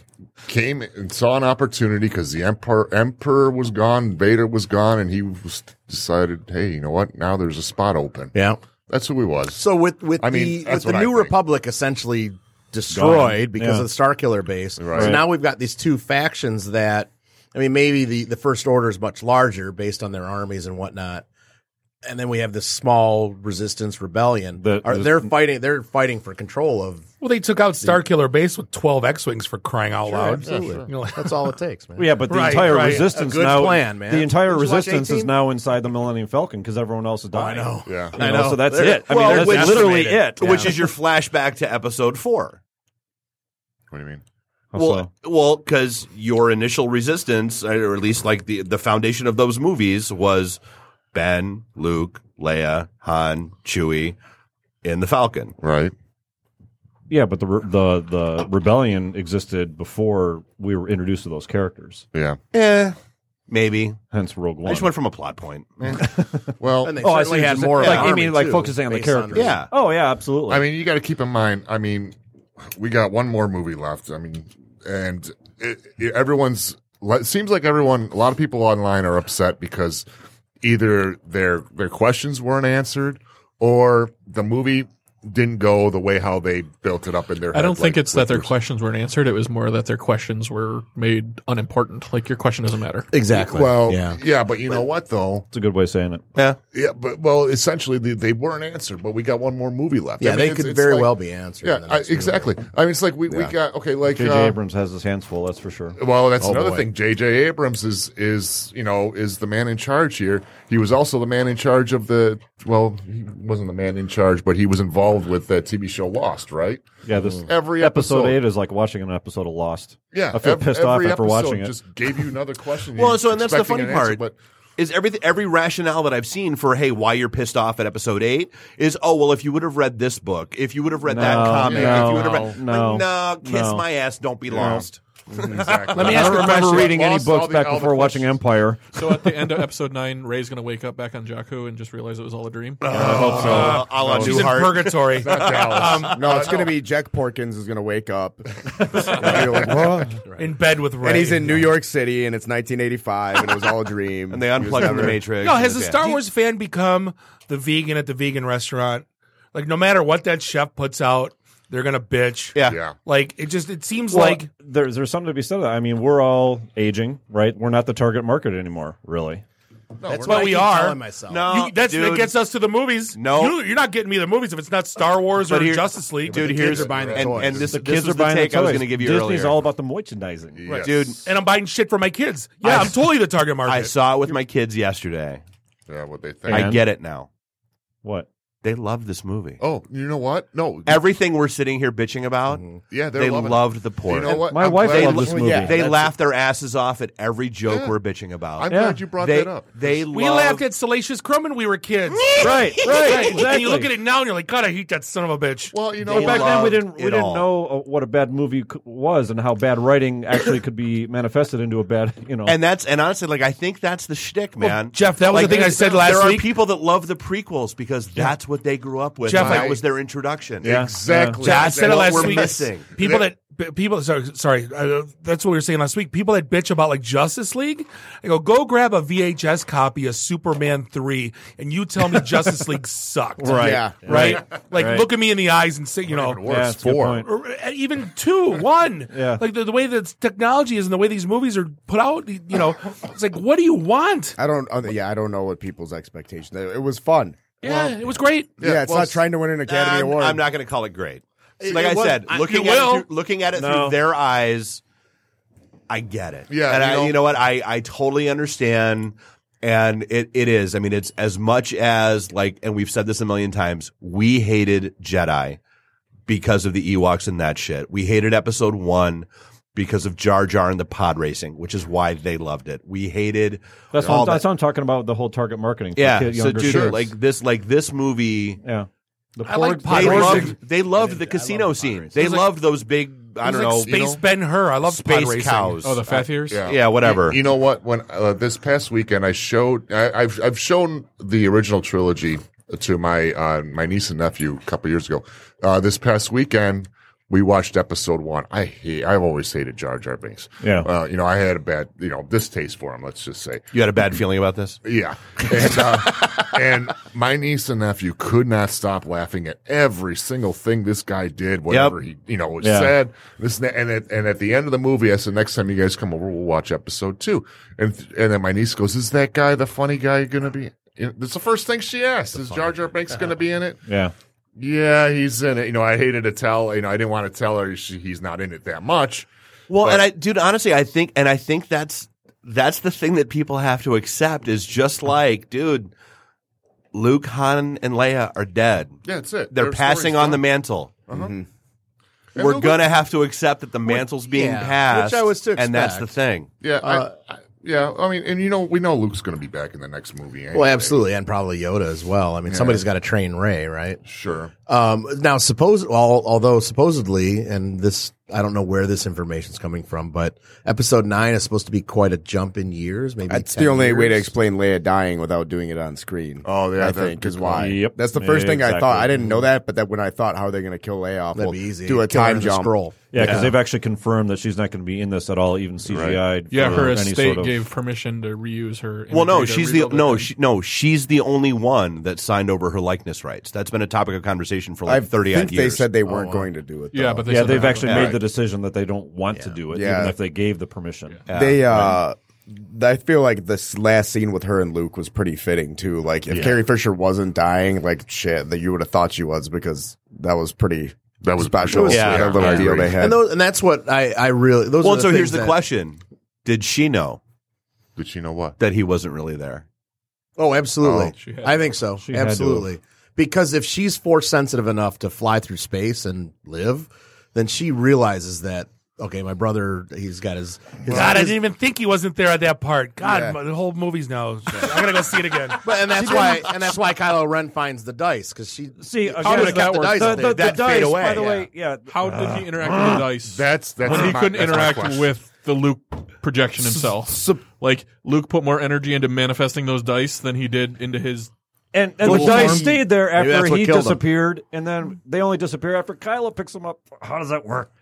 Speaker 19: came and saw an opportunity because the emperor emperor was gone, Vader was gone, and he was decided, hey, you know what? Now there's a spot open.
Speaker 16: Yeah,
Speaker 19: that's who he was.
Speaker 16: So with with
Speaker 19: I mean,
Speaker 16: the
Speaker 19: that's
Speaker 16: with the
Speaker 19: what I
Speaker 16: New
Speaker 19: think.
Speaker 16: Republic essentially destroyed
Speaker 19: Gone.
Speaker 16: because
Speaker 19: Yeah.
Speaker 16: of the Starkiller base.
Speaker 19: Right.
Speaker 16: So now we've got these two factions that I mean, maybe the the First Order is much larger based on their armies and whatnot. And then we have this small resistance rebellion. Are,
Speaker 2: the-
Speaker 16: they're fighting. They're fighting for control of.
Speaker 2: Well, they took out Starkiller Base with 12 X-wings for crying out
Speaker 16: Sure,
Speaker 2: loud.
Speaker 16: Oh, absolutely.
Speaker 2: You know, like-
Speaker 16: That's all it takes, man.
Speaker 15: Well, yeah, but the
Speaker 2: Right,
Speaker 15: entire
Speaker 2: right.
Speaker 15: resistance
Speaker 16: A good
Speaker 15: now.
Speaker 16: plan, man.
Speaker 15: The entire
Speaker 16: Did you watch
Speaker 15: resistance is
Speaker 16: 18?
Speaker 15: now inside the Millennium Falcon because everyone else is dying.
Speaker 16: know.
Speaker 19: Yeah,
Speaker 15: You know, So that's it. I mean, that's
Speaker 12: which-
Speaker 15: literally it.
Speaker 12: Which is your flashback to Episode Four.
Speaker 19: What do you mean?
Speaker 12: Well, well, because your initial resistance, or at least like the the foundation of those movies, was Ben, Luke, Leia, Han, Chewie, in the Falcon.
Speaker 19: Right.
Speaker 15: Yeah, but the re- the the rebellion existed before we were introduced to those characters.
Speaker 19: Yeah.
Speaker 16: Eh,
Speaker 12: Yeah. Maybe.
Speaker 15: Hence Rogue One.
Speaker 12: I just went from a plot point.
Speaker 19: Well,
Speaker 12: And they
Speaker 15: oh, I
Speaker 12: certainly
Speaker 15: see.
Speaker 12: had
Speaker 15: Had
Speaker 12: more
Speaker 15: more
Speaker 12: of
Speaker 15: like
Speaker 12: an
Speaker 15: I mean,
Speaker 12: army,
Speaker 15: like
Speaker 12: too,
Speaker 15: focusing on the
Speaker 12: based on
Speaker 15: characters.
Speaker 12: reason. Yeah.
Speaker 15: Oh yeah, absolutely.
Speaker 19: I mean, you got to keep in mind. I mean, we got one more movie left. I mean, and it, it- everyone's it seems like everyone. A lot of people online are upset because either their their questions weren't answered or the movie didn't go the way how they built it up in their.
Speaker 14: I don't
Speaker 19: head,
Speaker 14: think
Speaker 19: like
Speaker 14: it's that
Speaker 19: with
Speaker 14: their
Speaker 19: their-
Speaker 14: questions weren't answered. It was more that their questions were made unimportant. Like your question doesn't matter.
Speaker 19: Well, yeah, but you know what though?
Speaker 15: It's a good way of saying it.
Speaker 12: Yeah,
Speaker 19: yeah, but well, essentially they, they weren't answered, but we got one more movie left. I
Speaker 16: Yeah,
Speaker 19: mean,
Speaker 16: they
Speaker 19: it's-
Speaker 16: could
Speaker 19: it's
Speaker 16: very
Speaker 19: like-
Speaker 16: well be answered. in
Speaker 19: Yeah,
Speaker 16: the
Speaker 19: I,
Speaker 16: next movie.
Speaker 19: exactly. I mean, it's like we, we
Speaker 16: Yeah.
Speaker 19: got okay, like
Speaker 15: J.J.
Speaker 19: uh,
Speaker 15: Abrams has his hands full. That's for sure.
Speaker 19: Well, that's
Speaker 15: Oh,
Speaker 19: another
Speaker 15: boy.
Speaker 19: thing. J.J. Abrams is is you know is the man in charge here. He was also the man in charge of the. Well, he wasn't the man in charge, but he was involved with the TV show Lost, right?
Speaker 15: Yeah, this
Speaker 19: Mm. every episode.
Speaker 15: eight is like watching an episode of Lost.
Speaker 19: Yeah,
Speaker 15: I feel
Speaker 19: ev-
Speaker 15: pissed off
Speaker 19: every
Speaker 15: after
Speaker 19: episode
Speaker 15: watching it.
Speaker 19: Just gave you another question.
Speaker 12: Well,
Speaker 19: You're
Speaker 12: so and that's the funny
Speaker 19: expecting an
Speaker 12: part.
Speaker 19: answer, but
Speaker 12: is every every rationale that I've seen for hey why you're pissed off at episode eight is oh well if you would have read this book if you would have read that
Speaker 15: No,
Speaker 12: comic
Speaker 15: no,
Speaker 12: if you would have read
Speaker 15: no,
Speaker 12: like, no kiss
Speaker 15: no.
Speaker 12: my ass don't be
Speaker 15: No.
Speaker 12: lost
Speaker 14: Exactly.
Speaker 15: I don't remember reading any books back before watching Empire.
Speaker 14: So at the end of episode nine, Ray's going to wake up back on Jakku and just realize it was all a dream.
Speaker 15: I hope so.
Speaker 17: Uh, a la
Speaker 14: She's in
Speaker 17: Newhart.
Speaker 14: purgatory.
Speaker 2: Um,
Speaker 17: no, it's
Speaker 2: uh,
Speaker 17: going
Speaker 2: no.
Speaker 17: to be Jack Porkins is going to wake up
Speaker 2: In bed with Ray.
Speaker 17: and he's in New York City, and it's 1985, and it was all a dream.
Speaker 12: And they
Speaker 17: He was
Speaker 12: unplugged
Speaker 17: having
Speaker 12: the
Speaker 17: a-
Speaker 12: Matrix.
Speaker 2: No, has a Star Wars fan become the vegan at the vegan restaurant? Like, no matter what that chef puts out, they're gonna bitch.
Speaker 12: Yeah.
Speaker 19: yeah.
Speaker 2: Like, it just it seems
Speaker 15: Well,
Speaker 2: like
Speaker 15: there's there's something to be said. of that. I mean, we're all aging, right? We're not the target market anymore, really.
Speaker 16: No, That's we're what not. we I keep are. telling myself.
Speaker 2: No,
Speaker 16: No,
Speaker 2: you, that's
Speaker 16: dude.
Speaker 2: that gets us to the movies.
Speaker 12: No.
Speaker 2: you, are not getting me the movies if it's not Star Wars
Speaker 12: But
Speaker 2: or
Speaker 12: here-
Speaker 2: Justice League.
Speaker 12: Dude, But the here's- kids are buying the and- toys. and this-
Speaker 15: the
Speaker 12: this
Speaker 15: kids
Speaker 12: was
Speaker 15: are
Speaker 12: the
Speaker 15: buying
Speaker 12: take I was
Speaker 15: toys.
Speaker 12: gonna give you
Speaker 15: Disney's
Speaker 12: earlier.
Speaker 15: all about the merchandising,
Speaker 12: Right. Dude.
Speaker 2: and I'm buying shit for my kids. Yeah, I, am totally the target market.
Speaker 12: I saw it with my kids yesterday.
Speaker 19: Yeah, what they think.
Speaker 12: I
Speaker 19: And?
Speaker 12: get it now.
Speaker 15: What?
Speaker 12: They love this movie.
Speaker 19: Oh, you know what? No,
Speaker 12: Everything we're sitting here bitching about,
Speaker 19: Mm-hmm. Yeah, they're
Speaker 12: they
Speaker 19: loving it.
Speaker 12: loved the port.
Speaker 19: You know what?
Speaker 12: My
Speaker 19: I'm
Speaker 12: wife
Speaker 19: glad-
Speaker 12: they,
Speaker 19: Well, yeah, that's
Speaker 12: they
Speaker 19: it.
Speaker 12: laughed their asses off at every joke
Speaker 19: Yeah.
Speaker 12: we're bitching about.
Speaker 19: I'm glad you brought
Speaker 12: They-
Speaker 19: that up.
Speaker 12: They
Speaker 2: we
Speaker 12: love-
Speaker 2: laughed at Salacious Crumb when we were kids.
Speaker 15: Right, right,
Speaker 2: And
Speaker 15: exactly.
Speaker 2: you look at it now and you're like, God, I hate that son of a bitch.
Speaker 19: Well, you
Speaker 15: But back then we didn't we didn't know uh, what a bad movie c- was and how bad writing actually could be manifested into a bad you know.
Speaker 12: And that's and honestly, like I think that's the shtick,
Speaker 15: Well,
Speaker 12: man.
Speaker 15: Jeff, that was
Speaker 12: Like,
Speaker 15: the thing I said last
Speaker 12: there
Speaker 15: week.
Speaker 12: are people that love the prequels because that's what they grew up with.
Speaker 2: Jeff,
Speaker 12: and that
Speaker 2: I-
Speaker 12: was their introduction.
Speaker 2: Yeah.
Speaker 12: That's
Speaker 2: Yeah, I said it
Speaker 12: what
Speaker 2: last
Speaker 12: we're
Speaker 2: week.
Speaker 12: missing.
Speaker 2: People that p- people sorry, sorry uh, that's what we were saying last week. People that bitch about like Justice League, I go go grab a VHS copy of Superman three, and you tell me Justice League sucked.
Speaker 12: Right. Yeah.
Speaker 2: right.
Speaker 12: Right.
Speaker 2: Like
Speaker 12: Right.
Speaker 2: look at me in the eyes and say, you know,
Speaker 12: worse, Yeah, that's a good four. point.
Speaker 2: or uh, even two, one.
Speaker 12: Yeah.
Speaker 2: Like the, the way that technology is and the way these movies are put out, you know, it's like what do you want?
Speaker 17: I don't. uh, Yeah, I don't know what people's expectations. It it was fun.
Speaker 2: Yeah, it was great.
Speaker 17: Yeah, it's not trying to win an Academy
Speaker 12: I'm,
Speaker 17: Award.
Speaker 12: I'm not going to call it great.
Speaker 17: It-
Speaker 12: Like I
Speaker 17: it was-
Speaker 12: said,
Speaker 17: I-
Speaker 12: looking
Speaker 17: you
Speaker 12: at
Speaker 17: will.
Speaker 12: it through, looking at it
Speaker 17: No.
Speaker 12: through their eyes, I get it.
Speaker 19: Yeah,
Speaker 12: and
Speaker 19: you
Speaker 12: I,
Speaker 19: know-
Speaker 12: you know what? I I totally understand. And it, it is. I mean, it's as much as like, and we've said this a million times. We hated Jedi because of the Ewoks and that shit. We hated Episode One because of Jar Jar and the pod racing, which is why they loved it. We hated
Speaker 15: that's what,
Speaker 12: all
Speaker 15: I'm,
Speaker 12: that.
Speaker 15: that's what I'm talking about the whole target marketing. for
Speaker 12: Yeah,
Speaker 15: kid-
Speaker 12: so
Speaker 15: younger
Speaker 12: dude,
Speaker 15: kids.
Speaker 12: like this, like this movie.
Speaker 15: Yeah, the
Speaker 12: I like
Speaker 15: porg- pod
Speaker 12: they
Speaker 15: racing.
Speaker 12: loved, they loved the casino scene. They
Speaker 2: It was like-
Speaker 12: loved those big. I
Speaker 2: it was
Speaker 12: don't
Speaker 2: like
Speaker 12: know
Speaker 2: Space Ben Hur. I love
Speaker 12: space
Speaker 2: pod racing.
Speaker 12: cows. Uh,
Speaker 14: Oh, the fat ears?
Speaker 12: Yeah, whatever.
Speaker 19: You, you know what? When uh, this past weekend, I showed I, I've I've shown the original trilogy to my uh, my niece and nephew a couple years ago. Uh, this past weekend, we watched episode one. I hate. I've always hated Jar Jar Binks.
Speaker 15: Yeah.
Speaker 19: Uh, you know, I had a bad you know distaste for him. Let's just say
Speaker 12: you had a bad feeling about this.
Speaker 19: Yeah. And, uh, and my niece and nephew could not stop laughing at every single thing this guy did, whatever
Speaker 12: Yep.
Speaker 19: he, you know, was
Speaker 12: Yeah.
Speaker 19: said. This and that. And at, and at the end of the movie, I said, next time you guys come over, we'll watch episode two. And and then my niece goes, "Is that guy the funny guy going to be?" in-" That's the first thing she asked. Is Jar Jar Binks going to be in it?
Speaker 15: yeah.
Speaker 19: Yeah, he's in it. You know, I hated to tell. You know, I didn't want to tell her she, he's not in it that much.
Speaker 12: Well,
Speaker 19: But-
Speaker 12: and I, dude, honestly, I think, and I think that's that's the thing that people have to accept is just like, dude, Luke, Han, and Leia are dead.
Speaker 19: Yeah, that's it.
Speaker 12: They're
Speaker 19: Their
Speaker 12: passing
Speaker 19: story's
Speaker 12: on
Speaker 19: done.
Speaker 12: the mantle.
Speaker 19: Uh-huh. And
Speaker 12: We're
Speaker 19: Luke-
Speaker 12: gonna have to accept that the mantle's being
Speaker 19: yeah,
Speaker 12: passed,
Speaker 19: which I was to
Speaker 12: and that's the
Speaker 19: expect. Uh,
Speaker 12: thing.
Speaker 19: Yeah, I- I, yeah. I mean, and you know, we know Luke's going to be back in the next movie.
Speaker 16: Well,
Speaker 12: Oh,
Speaker 19: anyway.
Speaker 16: absolutely, and probably Yoda as well. I mean,
Speaker 19: Yeah.
Speaker 16: somebody's got to train Ray, right?
Speaker 19: Sure.
Speaker 16: Um, now, suppose al- although supposedly, and this I don't know where this information's coming from, but Episode Nine is supposed to be quite a jump in years. Maybe
Speaker 17: That's
Speaker 16: 10
Speaker 17: the only way to
Speaker 16: years.
Speaker 17: explain Leia dying without doing it on screen.
Speaker 19: Oh, yeah,
Speaker 17: I
Speaker 19: that'd
Speaker 17: think
Speaker 19: be
Speaker 17: is
Speaker 19: cool.
Speaker 17: why.
Speaker 19: Yep.
Speaker 17: That's the first
Speaker 19: Yeah,
Speaker 17: thing I thought.
Speaker 19: exactly.
Speaker 17: I didn't know that, but that when I thought how they're going to kill Leia off,
Speaker 16: That'd
Speaker 17: well,
Speaker 16: be easy.
Speaker 17: do a
Speaker 16: Kill her
Speaker 17: time
Speaker 16: in the
Speaker 17: jump.
Speaker 16: scroll.
Speaker 15: Yeah, because
Speaker 17: Yeah.
Speaker 15: they've actually confirmed that she's not going to be in this at all, even CGI.
Speaker 14: Yeah, her
Speaker 15: any
Speaker 14: estate
Speaker 15: sort of,
Speaker 14: gave permission to reuse her.
Speaker 12: Well, no,
Speaker 14: imagery to
Speaker 12: she's the
Speaker 14: rebuild it.
Speaker 12: no, she, no, she's the only one that signed over her likeness rights. That's been a topic of conversation for like
Speaker 17: I
Speaker 12: thirty
Speaker 17: think
Speaker 12: odd years.
Speaker 17: they said they weren't going to do it.
Speaker 15: Yeah,
Speaker 17: though.
Speaker 15: but they Oh, Yeah, said they've they actually were. made the decision that they don't want to do it,
Speaker 17: Yeah.
Speaker 15: even if they gave the permission.
Speaker 17: They uh I feel like this last scene with her and Luke was pretty fitting too. Like if
Speaker 15: Yeah.
Speaker 17: Carrie Fisher wasn't dying, like shit, that you would have thought she was because that was pretty that was special. that little deal they had.
Speaker 16: and, those, and that's what I, I really. Those
Speaker 12: well,
Speaker 16: are the
Speaker 12: so here's
Speaker 16: things
Speaker 12: the
Speaker 16: that-
Speaker 12: question: Did she know?
Speaker 19: Did she know what
Speaker 12: that he wasn't really there?
Speaker 16: Oh, absolutely.
Speaker 12: Oh. She had-
Speaker 16: I think so.
Speaker 12: she had to
Speaker 16: Absolutely. Because if she's force sensitive enough to fly through space and live, then she realizes that okay, my brother, he's got his. his
Speaker 2: God, I
Speaker 16: his-
Speaker 2: didn't even think he wasn't there at that part. God,
Speaker 16: Yeah.
Speaker 2: my- the whole movie's now. I'm gonna go see it again.
Speaker 16: But and that's why and that's why Kylo Ren finds the dice because she
Speaker 15: see
Speaker 16: she would've kept the dice up there. That'd fade away.
Speaker 15: yeah.
Speaker 14: How did he interact with the dice?
Speaker 19: That's that's
Speaker 14: when he
Speaker 19: my-
Speaker 14: couldn't
Speaker 19: that's my
Speaker 14: interact
Speaker 19: question.
Speaker 14: with the Luke projection himself. like Luke put more energy into manifesting those dice than he did into his.
Speaker 15: And, and the
Speaker 14: Well,
Speaker 15: dice
Speaker 14: form-
Speaker 15: stayed there
Speaker 14: Maybe that's
Speaker 15: after
Speaker 14: what
Speaker 15: he
Speaker 14: killed him.
Speaker 15: disappeared, and then they only disappear after Kylo picks them up. How does that work?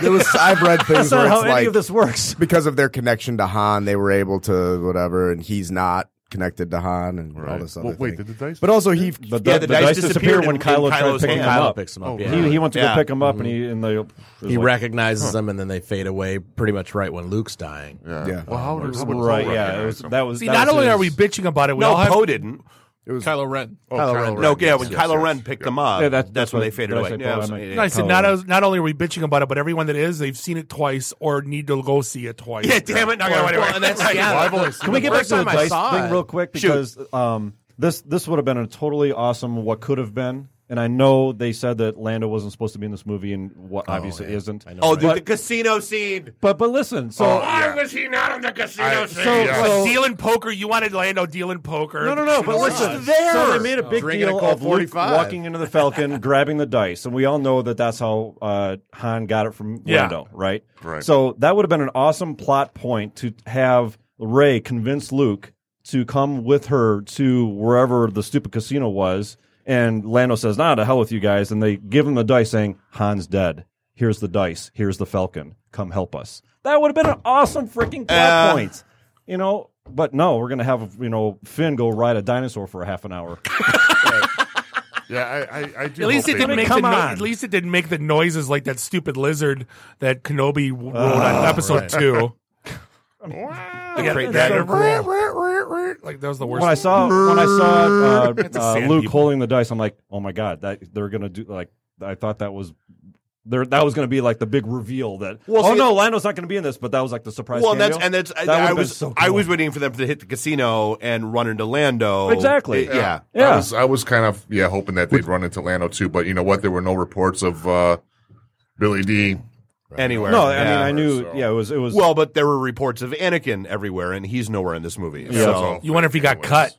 Speaker 17: There was I've read things
Speaker 15: That's not
Speaker 17: where it's
Speaker 15: how any
Speaker 17: like
Speaker 15: of this works.
Speaker 17: because of their connection to Han, they were able to whatever, and he's not. connected to Han and all
Speaker 19: Right.
Speaker 17: this other
Speaker 19: Well, wait,
Speaker 17: thing.
Speaker 19: did the dice-
Speaker 17: But also he,
Speaker 15: But the, the dice, disappear when Kylo tried to pick him
Speaker 16: Kylo
Speaker 15: up.
Speaker 16: picks him up,
Speaker 15: Oh,
Speaker 16: yeah.
Speaker 15: he, he went to
Speaker 16: Yeah.
Speaker 15: go pick him up, and
Speaker 16: Mhm.
Speaker 15: he and they
Speaker 16: He recognizes them, and then they fade away pretty much right when Luke's dying.
Speaker 19: Yeah.
Speaker 15: Well, how
Speaker 16: Um,
Speaker 15: does-
Speaker 16: or-
Speaker 15: right, yeah, it was- that was-
Speaker 2: See, not only are we bitching about it, we
Speaker 12: no,
Speaker 2: all have
Speaker 12: Poe didn't.
Speaker 17: It was
Speaker 14: Kylo Ren.
Speaker 12: Oh, Kylo, Ren. No, yeah, when Kylo Ren picked them up,
Speaker 15: Yeah,
Speaker 12: that's,
Speaker 15: that's-
Speaker 12: when they
Speaker 15: that's
Speaker 12: faded
Speaker 15: what-
Speaker 12: away.
Speaker 15: that's
Speaker 12: Yeah,
Speaker 15: what I
Speaker 12: so-
Speaker 15: meant.
Speaker 12: yeah,
Speaker 2: No, I said
Speaker 12: Kylo
Speaker 2: not
Speaker 12: Ren.
Speaker 2: as, not only are we bitching about it, but everyone that is, they've seen it twice or need to go see it twice.
Speaker 12: Yeah, damn it, not gonna
Speaker 2: Or-
Speaker 12: wait anyway.
Speaker 2: and that's-
Speaker 12: Right.
Speaker 2: yeah.
Speaker 12: Well, I've only seen
Speaker 15: Can we
Speaker 12: the
Speaker 15: get back
Speaker 12: first
Speaker 15: to the
Speaker 12: time I
Speaker 15: dice
Speaker 12: saw
Speaker 15: thing
Speaker 12: it.
Speaker 15: real quick because um, this this would have been a totally awesome what could have been. And I know they said that Lando wasn't supposed to be in this movie, and what obviously isn't. I know,
Speaker 12: Oh, the,
Speaker 15: but,
Speaker 12: the casino scene.
Speaker 15: but but listen, so
Speaker 17: Oh,
Speaker 2: was he not in the casino?
Speaker 12: I-
Speaker 2: scene?
Speaker 15: so-
Speaker 19: uh,
Speaker 15: so-
Speaker 2: dealing poker. You wanted Lando dealing poker.
Speaker 15: No, no, no. But listen, so they made a big
Speaker 16: Drinking a
Speaker 15: deal
Speaker 16: Colt
Speaker 15: of Luke
Speaker 16: 45.
Speaker 15: walking into the Falcon, grabbing the dice, and we all know that that's how uh, Han got it from
Speaker 2: Yeah.
Speaker 15: Lando, right?
Speaker 19: Right.
Speaker 15: So that would have been an awesome plot point to have Ray convince Luke to come with her to wherever the stupid casino was, and Lando says, "Nah, to hell with you guys," and they give him the dice, saying, "Han's dead. Here's the dice. Here's the Falcon. Come help us." That would have been an awesome freaking plot
Speaker 12: Uh,
Speaker 15: point. You know, but no, we're gonna have you know Finn go ride a dinosaur for a half an hour.
Speaker 19: Yeah, I, I, I do.
Speaker 2: At least
Speaker 19: hope they
Speaker 2: it didn't
Speaker 19: do.
Speaker 2: make the no- at least it didn't make the noises like that stupid lizard that Kenobi w- rode on episode
Speaker 19: right.
Speaker 2: two.
Speaker 19: I
Speaker 2: Yeah,
Speaker 19: mean,
Speaker 2: that-
Speaker 19: so
Speaker 2: Like that was the worst.
Speaker 15: when I saw when I saw uh,
Speaker 2: It's a
Speaker 15: uh,
Speaker 2: sand
Speaker 15: Luke
Speaker 2: people.
Speaker 15: holding the dice, I'm like, oh my god, that they're gonna do like I thought that was. There, that was going to be like the big reveal that
Speaker 12: Well,
Speaker 15: oh
Speaker 12: see,
Speaker 15: no, Lando's not going to be in this, but that was like the surprise.
Speaker 12: Well, and that's
Speaker 15: cameo.
Speaker 12: and that's
Speaker 15: That
Speaker 12: I, I
Speaker 15: would've been
Speaker 12: was
Speaker 15: so
Speaker 12: I
Speaker 15: cool.
Speaker 12: was waiting for them to hit the casino and run into Lando.
Speaker 15: Exactly.
Speaker 12: It- yeah.
Speaker 15: Yeah.
Speaker 19: I was, I was kind of yeah hoping that they'd run into Lando too, but you know what? There were no reports of uh, Billy D.
Speaker 12: Anywhere.
Speaker 15: no.
Speaker 12: yeah.
Speaker 15: I mean, I knew. Yeah, it was it was
Speaker 12: Well, but there were reports of Anakin everywhere, and he's nowhere in this movie.
Speaker 15: Yeah.
Speaker 12: So
Speaker 2: you wonder if he got cut.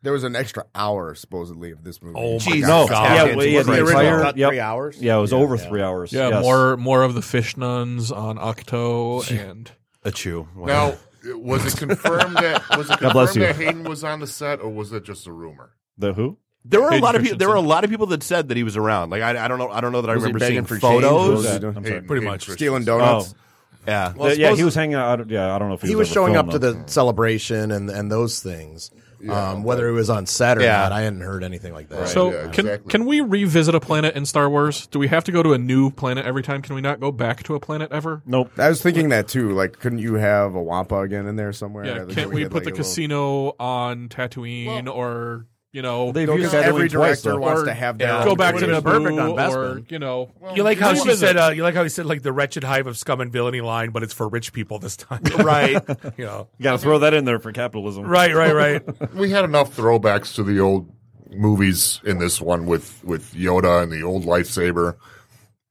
Speaker 17: There was an extra hour supposedly of this movie.
Speaker 2: Oh my
Speaker 12: Jeez,
Speaker 2: god!
Speaker 12: no.
Speaker 15: yeah,
Speaker 12: Anakin's
Speaker 15: well, yeah,
Speaker 12: wasn't
Speaker 15: the
Speaker 12: original
Speaker 15: entire-
Speaker 17: cut
Speaker 15: yep.
Speaker 17: three hours?
Speaker 15: Yeah, it was
Speaker 17: Yeah.
Speaker 15: over three hours.
Speaker 14: Yeah,
Speaker 15: yes.
Speaker 14: more more of the fish nuns on Octo and
Speaker 12: a chew.
Speaker 19: Now, was it confirmed that was it
Speaker 15: God bless
Speaker 19: confirmed that
Speaker 15: you.
Speaker 19: Hayden was on the set, or was that just a rumor?
Speaker 15: The who?
Speaker 12: There were a
Speaker 14: Hayden
Speaker 12: lot of people. There were a
Speaker 14: Christensen.
Speaker 12: lot of people that said that he was around. Like I, I don't know. I don't know that I
Speaker 17: Was he
Speaker 12: remember seeing
Speaker 17: begging for
Speaker 12: photos.
Speaker 17: change? What was he doing?
Speaker 15: I'm sorry.
Speaker 19: Pretty
Speaker 2: much.
Speaker 17: Stealing donuts.
Speaker 15: Oh.
Speaker 12: Yeah.
Speaker 15: Th- yeah, he was hanging out. I don't- Yeah, I don't know if he,
Speaker 16: he was
Speaker 15: ever
Speaker 16: showing up
Speaker 15: filmed,
Speaker 16: to
Speaker 15: though.
Speaker 16: the celebration and and those things. um, whether it was on set or
Speaker 12: Yeah.
Speaker 16: not, I hadn't heard anything like that.
Speaker 14: so
Speaker 19: yeah,
Speaker 14: can
Speaker 19: exactly.
Speaker 14: can we revisit a planet in Star Wars? Do we have to go to a new planet every time? Can we not go back to a planet ever?
Speaker 15: Nope.
Speaker 17: I was thinking that too. Like, couldn't you have a Wampa again in there somewhere?
Speaker 14: Yeah,
Speaker 17: Like,
Speaker 14: can't
Speaker 17: we
Speaker 14: we
Speaker 17: had,
Speaker 14: put
Speaker 17: like,
Speaker 14: the
Speaker 17: a little-
Speaker 14: casino on Tatooine or you know
Speaker 15: They've
Speaker 17: No,
Speaker 15: used
Speaker 17: 'cause
Speaker 15: that
Speaker 17: every
Speaker 15: only twice,
Speaker 17: director
Speaker 15: though.
Speaker 17: wants to have their
Speaker 12: Yeah.
Speaker 17: own
Speaker 14: go back to
Speaker 17: casino.
Speaker 14: the
Speaker 16: perfect on
Speaker 14: or
Speaker 16: Bespin.
Speaker 14: you know
Speaker 2: You like how she
Speaker 14: revisit.
Speaker 2: said? Uh, you like how he said like the wretched hive of scum and villainy line, but it's for rich people this time.
Speaker 12: right.
Speaker 2: you know.
Speaker 15: You got to throw that in there for capitalism.
Speaker 2: Right, right, right.
Speaker 19: We had enough throwbacks to the old movies in this one with with Yoda and the old lightsaber.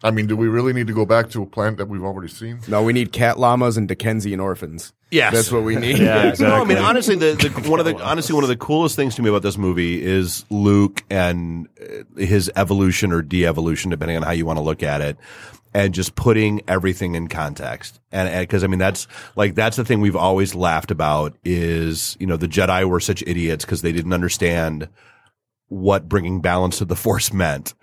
Speaker 19: I mean, do we really need to go back to a planet that we've already seen?
Speaker 17: No, we need cat llamas and Dickensian orphans.
Speaker 12: Yes.
Speaker 17: that's what we need.
Speaker 15: Yeah,
Speaker 12: No, I
Speaker 15: exactly.
Speaker 12: mean honestly, the, the one of the honestly one of the coolest things to me about this movie is Luke and uh, his evolution or de-evolution, depending on how you want to look at it, and just putting everything in context. And because I mean that's like that's the thing we've always laughed about is you know the Jedi were such idiots because they didn't understand what bringing balance to the force meant.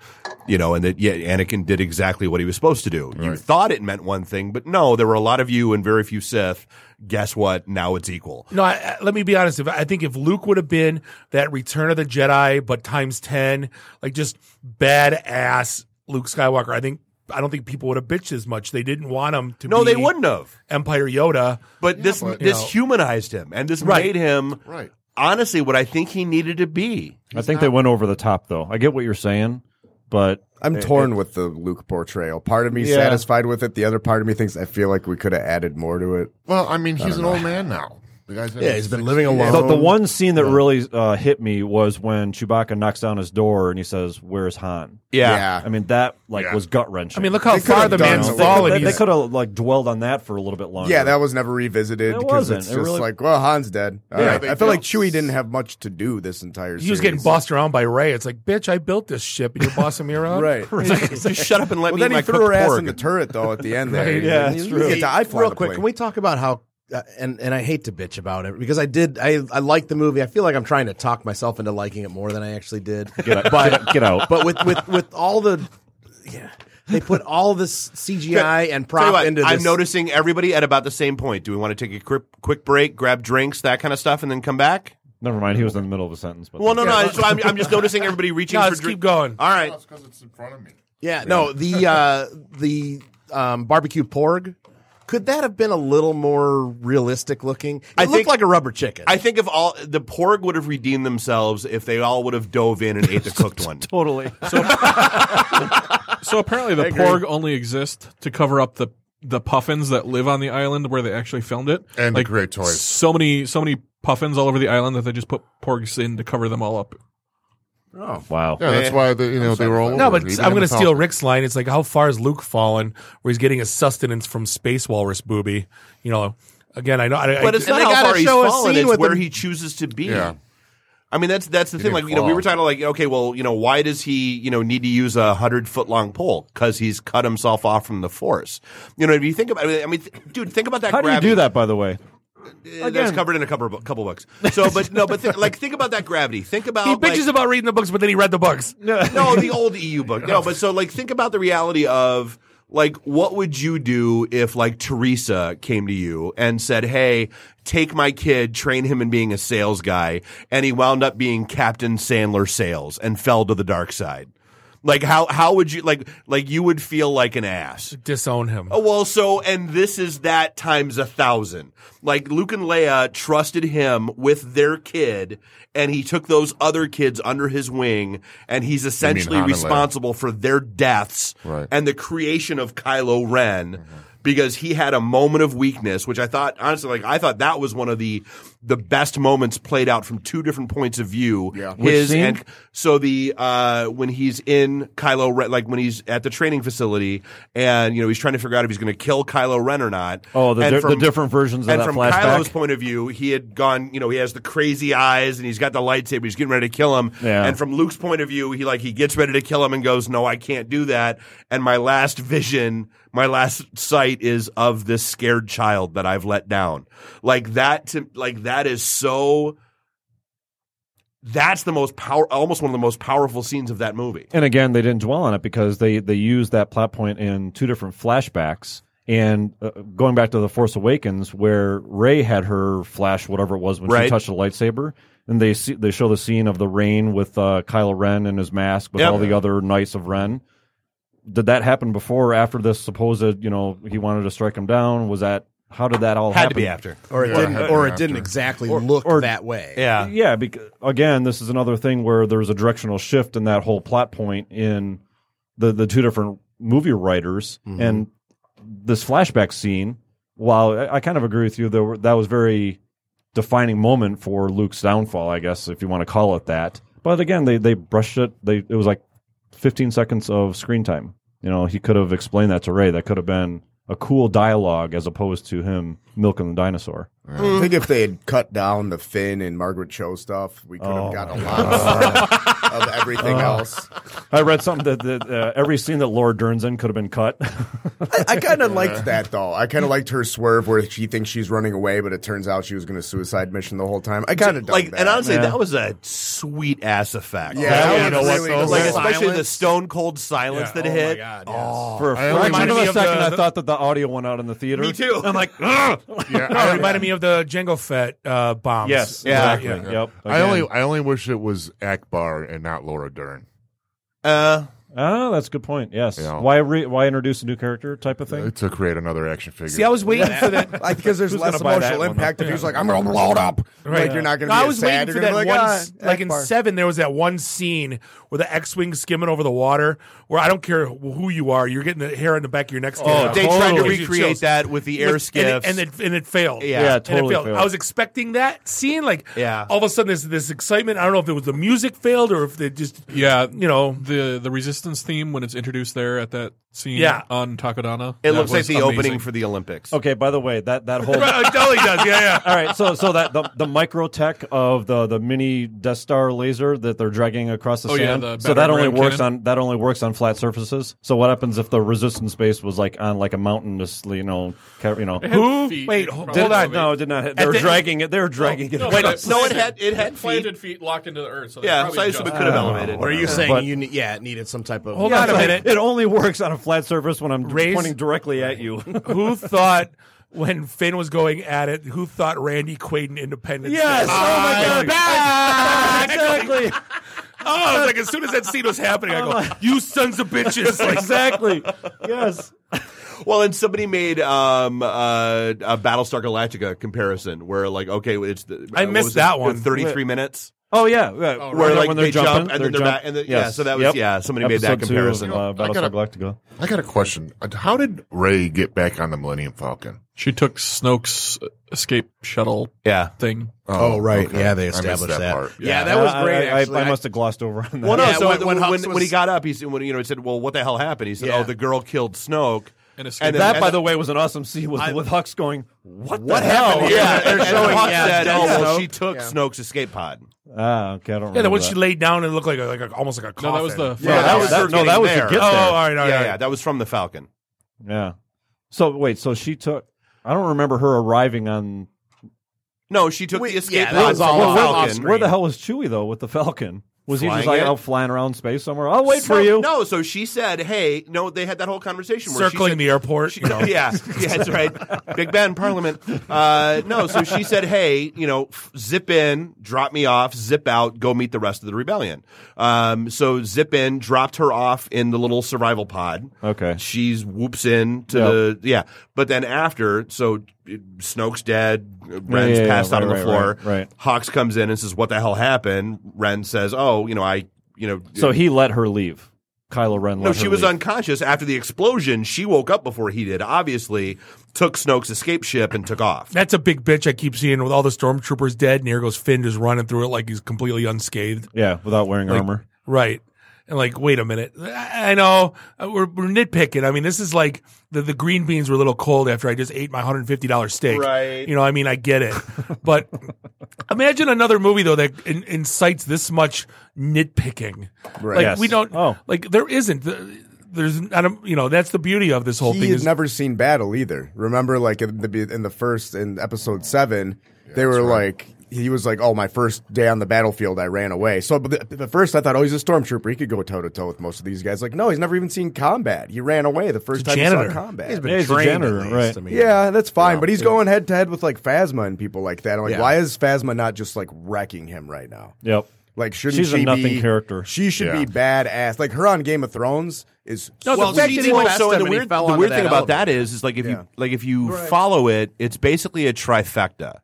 Speaker 12: You know, and that yeah, Anakin did exactly what he was supposed to do. You thought it meant one thing, but no, there were a lot of you and very few Sith. Guess what? Now it's equal.
Speaker 2: No, I, I- let me be honest. If I think if Luke would have been that Return of the Jedi, but times ten, like just badass Luke Skywalker, I think I don't think people would have bitched as much. They didn't want him to.
Speaker 12: No,
Speaker 2: be
Speaker 12: they wouldn't have.
Speaker 2: Empire Yoda.
Speaker 12: But this
Speaker 19: but-
Speaker 12: this
Speaker 2: You know.
Speaker 12: humanized him, and this
Speaker 2: Right.
Speaker 12: made him
Speaker 19: Right.
Speaker 12: honestly what I think he needed to be.
Speaker 15: I think they went over the top, though. I get what you're saying, but
Speaker 17: I'm torn with the Luke portrayal. Part of me satisfied with it. The other part of me thinks I feel like we could have added more to it.
Speaker 19: Well, I mean, he's an old man now. The guy's in
Speaker 16: Yeah,
Speaker 19: his
Speaker 16: he's been
Speaker 19: 60s.
Speaker 16: living alone.
Speaker 15: the, the one scene that really uh, hit me was when Chewbacca knocks down his door and he says, "Where's Han?"
Speaker 12: Yeah.
Speaker 15: I mean that like
Speaker 19: Yeah.
Speaker 15: was gut wrenching.
Speaker 2: I mean, look how
Speaker 17: They could
Speaker 2: far
Speaker 17: have
Speaker 2: the
Speaker 17: done
Speaker 2: man's
Speaker 17: a lot.
Speaker 2: fallen.
Speaker 15: They,
Speaker 2: He's-
Speaker 15: could have like dwelled on that for a little bit longer.
Speaker 17: Yeah, that was never revisited
Speaker 15: It
Speaker 17: because
Speaker 15: wasn't.
Speaker 17: it's
Speaker 15: It
Speaker 17: just
Speaker 15: really-
Speaker 17: like, well, Han's dead. All
Speaker 15: Yeah,
Speaker 17: right.
Speaker 19: they
Speaker 17: I feel like
Speaker 19: don't-
Speaker 17: Chewie didn't have much to do this entire.
Speaker 2: He was getting
Speaker 17: series.
Speaker 2: bossed around by Ray. It's like, bitch, I built this ship, and you're bossing me around.
Speaker 17: right?
Speaker 12: Just shut up and let
Speaker 17: well,
Speaker 12: me.
Speaker 17: then
Speaker 12: eat
Speaker 17: he
Speaker 12: my
Speaker 17: threw her
Speaker 12: cooked
Speaker 17: ass
Speaker 12: pork.
Speaker 17: in the turret though at the end there.
Speaker 2: Right,
Speaker 15: yeah,
Speaker 17: You
Speaker 15: that's
Speaker 17: get
Speaker 15: true.
Speaker 17: to eye fly
Speaker 16: real
Speaker 17: the
Speaker 16: quick,
Speaker 17: plane.
Speaker 16: can we talk about how? Uh, and and I hate to bitch about it because I did. I I like the movie. I feel like I'm trying to talk myself into liking it more than I actually did.
Speaker 15: Get out-
Speaker 16: but
Speaker 15: get out.
Speaker 16: But with with with all the yeah. They put all this CGI
Speaker 12: Tell
Speaker 16: and
Speaker 12: you
Speaker 16: prop
Speaker 12: what,
Speaker 16: into this.
Speaker 12: I'm noticing everybody at about the same point. Do we want to take a quick, quick break, grab drinks, that kind of stuff, and then come back?
Speaker 15: Never mind. He was in the middle of a sentence. But
Speaker 12: Well, no, no. So I'm, I'm just noticing everybody reaching
Speaker 15: No,
Speaker 12: for
Speaker 15: let's
Speaker 12: drink-
Speaker 15: keep going.
Speaker 12: All right.
Speaker 19: because it's in front of me.
Speaker 16: Yeah, no, the uh, the um, barbecue porg. Could that have been a little more realistic looking? It
Speaker 12: I
Speaker 16: looked
Speaker 12: think-
Speaker 16: like a rubber chicken.
Speaker 12: I think if all the Porg would have redeemed themselves if they all would have dove in and ate the cooked one.
Speaker 15: totally.
Speaker 14: So apparently, the
Speaker 12: I agree.
Speaker 14: Porg only exist to cover up the the puffins that live on the island where they actually filmed it,
Speaker 19: And the great toys.
Speaker 14: So many, so many puffins all over the island that they just put Porgs in to cover them all up.
Speaker 19: Oh
Speaker 2: Wow.
Speaker 19: Yeah, that's why they, you know they were all
Speaker 2: No,
Speaker 19: over
Speaker 2: but
Speaker 19: it, even
Speaker 2: I'm
Speaker 19: in
Speaker 2: going to
Speaker 19: the
Speaker 2: steal
Speaker 19: Falcon.
Speaker 2: Rick's line. It's like, how far is Luke fallen? Where he's getting his sustenance from space walrus booby. You know, again, I know. I,
Speaker 12: But
Speaker 2: I,
Speaker 12: it's not how far he's fallen; it's where he chooses to be.
Speaker 2: Yeah.
Speaker 12: I mean, that's that's the thing. Like you know, we were talking like, okay, well, you know, why does he you know need to use a hundred foot long pole? Because he's cut himself off from the force. You know, if you think about, I mean, I mean th- dude, think about that.
Speaker 15: How do you
Speaker 12: gravity.
Speaker 15: do that, by the way?
Speaker 12: Uh, That's covered in a couple of, couple books. So, but no, but th- like think about that gravity. Think about
Speaker 2: He bitches
Speaker 12: like-
Speaker 2: about reading the books, but then he read the books.
Speaker 12: no, the old
Speaker 15: E
Speaker 12: EU book. No, but so like think about the reality of like what would you do if like Teresa came to you and said, "Hey, take my kid, train him in being a sales guy," and he wound up being Captain Sandler Sales and fell to the dark side. Like how how would you like like you would feel like an ass.
Speaker 2: disown him.
Speaker 12: Oh, well, so, and this is that times a thousand. Like, Luke and Leia trusted him with their kid, and he took those other kids under his wing, and he's essentially
Speaker 19: Han and Leia.
Speaker 12: responsible for their deaths
Speaker 19: Right.
Speaker 12: and the creation of Kylo Ren. Because he had a moment of weakness, which I thought, honestly, like I thought that was one of the the best moments played out from two different points of view. Yeah.
Speaker 15: Which
Speaker 12: His
Speaker 15: scene?
Speaker 12: and so the uh, when he's in Kylo Ren, like when he's at the training facility, and you know he's trying to figure out if he's going to kill Kylo Ren or not.
Speaker 15: Oh, the
Speaker 12: And
Speaker 15: di- the different versions of
Speaker 12: and
Speaker 15: that
Speaker 12: from
Speaker 15: flashback?
Speaker 12: Kylo's point of view, he had gone. You know, he has the crazy eyes, and he's got the lightsaber. He's getting ready to kill him.
Speaker 15: Yeah.
Speaker 12: And from Luke's point of view, he like he gets ready to kill him and goes, "No, I can't do that." And my last vision, my last sight is of this scared child that I've let down. Like that. To, like that is so that's the most power, almost one of the most powerful scenes of that movie.
Speaker 15: And again, they didn't dwell on it because they they used that plot point in two different flashbacks. And uh, going back to the Force Awakens, where Ray had her flash whatever it was when
Speaker 12: Right.
Speaker 15: she touched the lightsaber, and they see, they show the scene of the rain with uh, Kylo Ren and his mask with
Speaker 12: Yep.
Speaker 15: all the other knights of Ren. Did that happen before or after this supposed you know he wanted to strike him down? Was that how did that all
Speaker 16: Had to
Speaker 15: happen?
Speaker 16: be after. Or it Yeah, didn't- had to or be it didn't after. exactly look that way.
Speaker 12: Yeah,
Speaker 15: yeah. Because again, this is another thing where there was a directional shift in that whole plot point in the the two different movie writers and this flashback scene. While I, I kind of agree with you, there were, that was very defining moment for Luke's downfall, I guess if you want to call it that. But again, they they brushed it. They it was like 15 seconds of screen time. You know, he could have explained that to Ray. That could have been a cool dialogue as opposed to him milking the dinosaur.
Speaker 17: I think if they had cut down the Finn and Margaret Cho stuff, we could have gotten a lot of, of everything
Speaker 15: Oh.
Speaker 17: else.
Speaker 15: I read something that, that uh, every scene that Laura Dern's in could have been cut.
Speaker 17: I, I kind of liked that though. I kind of liked her swerve where she thinks she's running away, but it turns out she was going to suicide mission the whole time. I kind of
Speaker 12: like,
Speaker 17: that.
Speaker 12: and honestly, that was a sweet ass effect.
Speaker 17: Yeah, That that was was really really
Speaker 12: like
Speaker 17: cool.
Speaker 12: especially the
Speaker 17: Silence.
Speaker 12: stone cold silence that
Speaker 17: oh my
Speaker 12: hit.
Speaker 17: God,
Speaker 12: Oh,
Speaker 15: For a fraction of a second, I thought that the audio went out in the theater.
Speaker 2: Me
Speaker 12: too.
Speaker 2: I'm like, "Ugh." no, it reminded me of the Django Fett uh, bombs.
Speaker 15: exactly. Yep.
Speaker 19: I only
Speaker 15: Again.
Speaker 19: I only wish it was Akbar and not Laura Dern.
Speaker 12: Uh,
Speaker 15: oh, that's a good point. Yes.
Speaker 19: Yeah.
Speaker 15: Why re- why introduce a new character type of thing?
Speaker 19: To create another action figure.
Speaker 15: See, I was waiting for that.
Speaker 17: Like, because there's
Speaker 15: Who's
Speaker 17: less
Speaker 15: gonna buy that
Speaker 17: emotional
Speaker 15: one?
Speaker 17: impact if
Speaker 15: Yeah.
Speaker 17: he was like, I'm going to blow it up. Like,
Speaker 2: Yeah.
Speaker 17: you're not going
Speaker 2: No,
Speaker 17: to be
Speaker 2: I
Speaker 17: as
Speaker 2: was
Speaker 17: sad.
Speaker 2: waiting
Speaker 17: You're
Speaker 2: for
Speaker 17: gonna
Speaker 2: that
Speaker 17: be like,
Speaker 2: one.
Speaker 17: "Ah,
Speaker 2: s- like in
Speaker 17: Akbar."
Speaker 2: Seven, there was that one scene where the X-wing skimming over the water. Where I don't care who you are, you're getting the hair in the back of your neck.
Speaker 12: Oh, they tried to
Speaker 2: Gives you
Speaker 12: recreate
Speaker 2: chills.
Speaker 12: that with the air
Speaker 2: and it-
Speaker 12: skiffs.
Speaker 2: and it and it failed.
Speaker 12: Yeah. Yeah,
Speaker 2: And
Speaker 12: totally failed.
Speaker 2: I was expecting that scene. Like,
Speaker 12: Yeah.
Speaker 2: all of a sudden there's this excitement. I don't know if it was the music failed or if they just
Speaker 14: Yeah,
Speaker 2: you know
Speaker 14: the the resistance theme when it's introduced there at that scene.
Speaker 2: Yeah.
Speaker 14: on Takodana,
Speaker 12: It
Speaker 14: that
Speaker 12: looks like
Speaker 14: was
Speaker 12: the
Speaker 14: amazing.
Speaker 12: opening for the Olympics.
Speaker 15: Okay, by the way, that that whole
Speaker 2: Right, Dolly does, yeah, yeah.
Speaker 15: All right, so so that the, the micro tech of the the mini Death Star laser that they're dragging across the
Speaker 14: Oh, yeah,
Speaker 15: sand.
Speaker 14: the
Speaker 15: so that
Speaker 14: battering
Speaker 15: only
Speaker 14: ram
Speaker 15: works
Speaker 14: cannon.
Speaker 15: on that only works on flat surfaces. So what happens if the resistance base was like on like a mountainous, you know, ca- you know,
Speaker 2: who? Wait, ho-
Speaker 15: Did-
Speaker 2: hold on.
Speaker 15: No, it did not. hit-
Speaker 2: At
Speaker 15: They were
Speaker 2: the-
Speaker 15: dragging it. They were dragging it. Oh.
Speaker 14: but
Speaker 15: across.
Speaker 12: Oh, no, it had- it had
Speaker 14: planted feet. locked into the earth. So they
Speaker 12: Yeah,
Speaker 14: probably
Speaker 12: so I
Speaker 14: adjust-
Speaker 12: assume it could have elevated.
Speaker 16: Or are you saying
Speaker 15: But-
Speaker 16: you ne- yeah it needed some type of.
Speaker 15: Hold on a minute. It only works on a flat surface when I'm pointing directly at you.
Speaker 2: who thought when Finn was going at it? Who thought Randy Quaid Independence?
Speaker 15: Yes.
Speaker 2: Day?
Speaker 15: Oh, my God.
Speaker 2: Ah,
Speaker 15: exactly.
Speaker 2: Oh, it's like as soon as that scene was happening, I go, "You sons of bitches!" Like,
Speaker 15: exactly. Yes.
Speaker 12: Well, and somebody made um, uh, a Battlestar Galactica comparison where, like, okay, it's the, uh,
Speaker 2: I
Speaker 12: what
Speaker 2: missed
Speaker 12: was
Speaker 2: that one.
Speaker 12: Thirty-three minutes.
Speaker 15: Oh yeah, yeah.
Speaker 12: Where, like, they jump and then they're back and then- yeah, so that was- yeah, somebody made that comparison.
Speaker 15: Two, of, uh,
Speaker 12: I
Speaker 15: Battlestar
Speaker 12: gotta-
Speaker 15: Galactica.
Speaker 19: I got a question. How did Ray get back on the Millennium Falcon?
Speaker 14: She took Snoke's escape shuttle
Speaker 12: yeah.
Speaker 14: thing.
Speaker 19: Oh,
Speaker 16: right.
Speaker 19: okay.
Speaker 16: Yeah, they
Speaker 19: I missed
Speaker 16: established
Speaker 19: that
Speaker 16: that.
Speaker 19: part.
Speaker 16: Yeah, that was
Speaker 15: I-
Speaker 16: great.
Speaker 15: I- I-
Speaker 16: actually.
Speaker 15: I must have glossed over on that.
Speaker 12: Well, no.
Speaker 16: Yeah,
Speaker 12: so
Speaker 16: when-
Speaker 12: when,
Speaker 16: when
Speaker 12: when,
Speaker 16: Hux
Speaker 12: when
Speaker 16: was-
Speaker 12: he got up, he said, "When you know," he said, "Well, what the hell happened?" He said,
Speaker 16: Yeah.
Speaker 12: "Oh, the girl killed Snoke."
Speaker 14: And,
Speaker 12: then-
Speaker 15: that,
Speaker 12: and
Speaker 15: by
Speaker 12: then-
Speaker 15: the way, was an awesome scene with, with Hux going, "What,
Speaker 12: What
Speaker 15: the hell?"
Speaker 12: happened? Yeah, and, and
Speaker 15: showing,
Speaker 12: Hux
Speaker 15: yeah,
Speaker 12: said,
Speaker 15: dead
Speaker 12: "Oh, well,
Speaker 15: Snoke.
Speaker 12: she took Snoke's escape pod."
Speaker 15: Ah, okay, I don't.
Speaker 2: Yeah,
Speaker 15: remember
Speaker 2: then when
Speaker 15: that.
Speaker 2: she laid down and looked like a, like a, almost like a coffin.
Speaker 14: No, that was the-
Speaker 15: Yeah, that was
Speaker 12: her
Speaker 15: that- no, that
Speaker 12: getting
Speaker 15: was the
Speaker 12: there.
Speaker 15: get
Speaker 2: Oh,
Speaker 15: there.
Speaker 2: all right, all
Speaker 12: yeah,
Speaker 2: right.
Speaker 12: yeah, that was from the Falcon.
Speaker 15: Yeah. So wait, so she took. I don't remember her arriving on.
Speaker 12: No, she took the escape pod. from
Speaker 15: Where-
Speaker 12: the
Speaker 15: where-
Speaker 12: Falcon.
Speaker 15: Where the hell was Chewie though with the Falcon? Was he just
Speaker 12: Flying
Speaker 15: like
Speaker 12: it?
Speaker 15: out flying around space somewhere? I'll Oh, wait for
Speaker 12: No,
Speaker 15: you.
Speaker 12: No, so she said, "Hey, no." They had that whole conversation where she
Speaker 2: circling
Speaker 12: said,
Speaker 2: the airport. You know,
Speaker 12: yeah, yeah, that's right. Big Ben Parliament. Uh, no, so she said, "Hey, you know, f- zip in, drop me off, zip out, go meet the rest of the rebellion." Um, so zip in, dropped her off in the little survival pod.
Speaker 15: Okay.
Speaker 12: she's whoops in to
Speaker 15: Yep.
Speaker 12: the yeah, but then after, so uh, Snoke's dead, uh, Ren's
Speaker 15: yeah, yeah,
Speaker 12: passed out
Speaker 15: right,
Speaker 12: on the
Speaker 15: right,
Speaker 12: floor.
Speaker 15: right, right.
Speaker 12: Hawks comes in and says, "What the hell happened?" Ren says, "Oh, you know, I." You know,
Speaker 15: So he let her leave. Kylo Ren.
Speaker 12: no,
Speaker 15: let
Speaker 12: she
Speaker 15: her
Speaker 12: was
Speaker 15: leave.
Speaker 12: unconscious after the explosion. She woke up before he did. Obviously, took Snoke's escape ship and took off.
Speaker 2: That's a big bitch I keep seeing with all the stormtroopers dead, and here goes Finn just running through it like he's completely unscathed.
Speaker 15: Yeah, without wearing
Speaker 2: Like,
Speaker 15: armor.
Speaker 2: Right. And like, wait a minute. I I know uh, we're, we're nitpicking. I mean, this is like the, the green beans were a little cold after I just ate my $150 steak.
Speaker 12: Right.
Speaker 2: You know, I mean, I get it. But imagine another movie, though, that in, incites this much nitpicking.
Speaker 17: Right.
Speaker 2: Like,
Speaker 17: Yes. Oh.
Speaker 2: we don't, like, there isn't. The- There's, I don't, you know, that's the beauty of this whole
Speaker 17: he
Speaker 2: thing.
Speaker 17: had
Speaker 2: is-
Speaker 17: never seen battle either. Remember, like in the be- in the first in episode seven, they were like. He was like, "Oh, my first day on the battlefield, I ran away." So, but the, the first I thought, "Oh, he's a stormtrooper. He could go toe to toe with most of these guys." Like, no, he's never even seen combat. He ran away the first time he
Speaker 2: janitor.
Speaker 17: saw combat.
Speaker 16: He's been
Speaker 15: Yeah, he's a
Speaker 16: trained,
Speaker 15: janitor,
Speaker 16: at least.
Speaker 15: right.
Speaker 16: I mean,
Speaker 17: yeah, that's fine.
Speaker 16: know,
Speaker 17: but he's
Speaker 16: yeah.
Speaker 17: going head to head with like Phasma and people like that. I'm like,
Speaker 16: Yeah.
Speaker 17: why is Phasma not just like wrecking him right now?
Speaker 15: Yep.
Speaker 17: Like, shouldn't
Speaker 15: She's a
Speaker 17: she
Speaker 15: nothing
Speaker 17: be-
Speaker 15: character.
Speaker 17: She should
Speaker 15: Yeah.
Speaker 17: be badass. Like her on Game of Thrones is
Speaker 12: No,
Speaker 17: so
Speaker 12: the fact that he went- so
Speaker 17: and
Speaker 12: the weird, the weird thing about that is, is like if
Speaker 17: Yeah.
Speaker 12: you like if you follow it, it's basically a trifecta.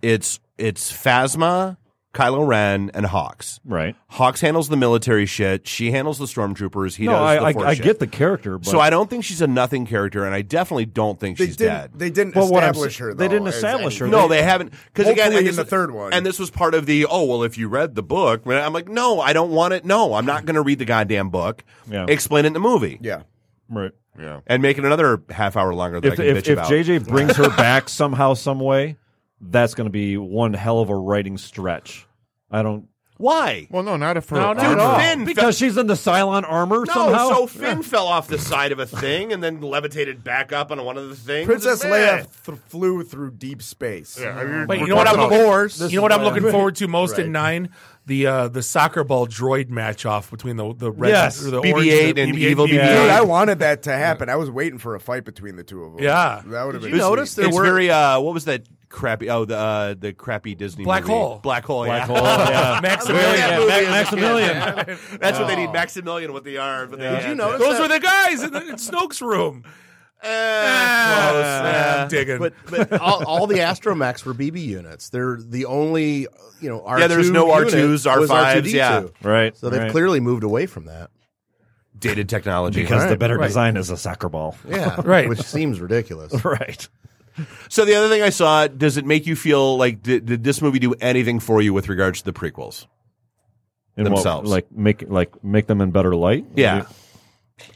Speaker 12: It's it's Phasma, Kylo Ren, and Hawks.
Speaker 15: Right.
Speaker 12: Hawks handles the military shit. She handles the stormtroopers. He
Speaker 15: no,
Speaker 12: does
Speaker 15: I,
Speaker 12: the force
Speaker 15: I, I
Speaker 12: shit.
Speaker 15: get the character, but
Speaker 12: So I don't think she's a nothing character, and I definitely don't think
Speaker 17: They
Speaker 12: she's
Speaker 17: didn't,
Speaker 12: dead.
Speaker 17: They didn't
Speaker 15: But what I'm
Speaker 17: establish
Speaker 15: sa-
Speaker 17: her. Though,
Speaker 15: they didn't
Speaker 17: as
Speaker 15: establish her.
Speaker 17: anything.
Speaker 12: No, they haven't. Because again, and
Speaker 17: Hopefully in
Speaker 12: this
Speaker 17: the
Speaker 12: is-
Speaker 17: third one,
Speaker 12: and this was part of the oh well, if you read the book, well, I'm like, no, I don't want it. No, I'm not going to read the goddamn book.
Speaker 15: Yeah.
Speaker 12: Explain it in the movie.
Speaker 17: Yeah,
Speaker 15: right.
Speaker 19: Yeah,
Speaker 12: and make it another half hour longer that I
Speaker 15: if
Speaker 12: can
Speaker 15: if,
Speaker 12: bitch
Speaker 15: if
Speaker 12: about.
Speaker 15: JJ brings her back somehow, some way, that's going to be one hell of a writing stretch. I don't.
Speaker 12: Why?
Speaker 19: Well, no, not if her.
Speaker 15: No,
Speaker 19: armor-
Speaker 15: not at all. because she's in the Cylon armor
Speaker 12: No,
Speaker 15: somehow.
Speaker 12: so Finn fell off the side of a thing and then levitated back up on one of the things.
Speaker 17: Princess
Speaker 12: Man.
Speaker 17: Leia th- flew through deep space.
Speaker 19: Yeah, I mean,
Speaker 2: But you
Speaker 19: we're
Speaker 2: know what I'm
Speaker 19: talking
Speaker 2: looking
Speaker 19: about-
Speaker 2: forward.
Speaker 17: This
Speaker 2: You know
Speaker 17: is
Speaker 2: what I'm
Speaker 17: why I'm-
Speaker 2: looking forward to most
Speaker 17: Right.
Speaker 2: in nine. The uh, the soccer ball droid match off between the the red
Speaker 15: Yes.
Speaker 2: or the
Speaker 12: BB-8
Speaker 2: orange the
Speaker 12: and
Speaker 2: BB-8,
Speaker 12: evil
Speaker 2: BB-8.
Speaker 17: Dude,
Speaker 12: Yeah.
Speaker 17: I wanted that to happen. I was waiting for a fight between the two of them.
Speaker 2: Yeah.
Speaker 17: that would have
Speaker 12: Did you
Speaker 17: been.
Speaker 12: notice
Speaker 17: sweet.
Speaker 12: there it's very uh, what was that crappy? Oh, the uh, the crappy Disney
Speaker 2: Black
Speaker 12: movie.
Speaker 2: Hole.
Speaker 12: black hole,
Speaker 15: Black
Speaker 12: yeah.
Speaker 15: Hole, yeah.
Speaker 12: Maximilian.
Speaker 15: Very- yeah,
Speaker 12: That movie
Speaker 15: Ma-
Speaker 12: is a kid.
Speaker 15: Maximilian.
Speaker 12: That's what they
Speaker 17: Oh.
Speaker 12: need. Maximilian with the arm. But
Speaker 15: Yeah.
Speaker 12: they
Speaker 15: Did you
Speaker 2: Those were the guys in, the, in Snoke's room.
Speaker 15: Oh,
Speaker 2: Ah,
Speaker 12: Uh,
Speaker 2: I'm digging.
Speaker 16: But but all, all the astromechs were BB units. They're the only uh, you know R2
Speaker 12: Yeah, there's no
Speaker 16: unit
Speaker 12: R2s,
Speaker 16: was
Speaker 12: R5s, yeah.
Speaker 16: R2D2.
Speaker 15: Right,
Speaker 16: So they've
Speaker 15: right.
Speaker 16: clearly moved away from that.
Speaker 12: Dated technology.
Speaker 15: because the
Speaker 16: Right,
Speaker 15: better
Speaker 16: right.
Speaker 15: design is a soccer ball.
Speaker 16: Yeah,
Speaker 2: Right.
Speaker 16: Which seems ridiculous.
Speaker 15: right.
Speaker 12: So the other thing I saw, does it make you feel like did, did this movie do anything for you with regards to the prequels?
Speaker 15: In what-
Speaker 12: Themselves.
Speaker 15: like make like make them in better light.
Speaker 12: Yeah.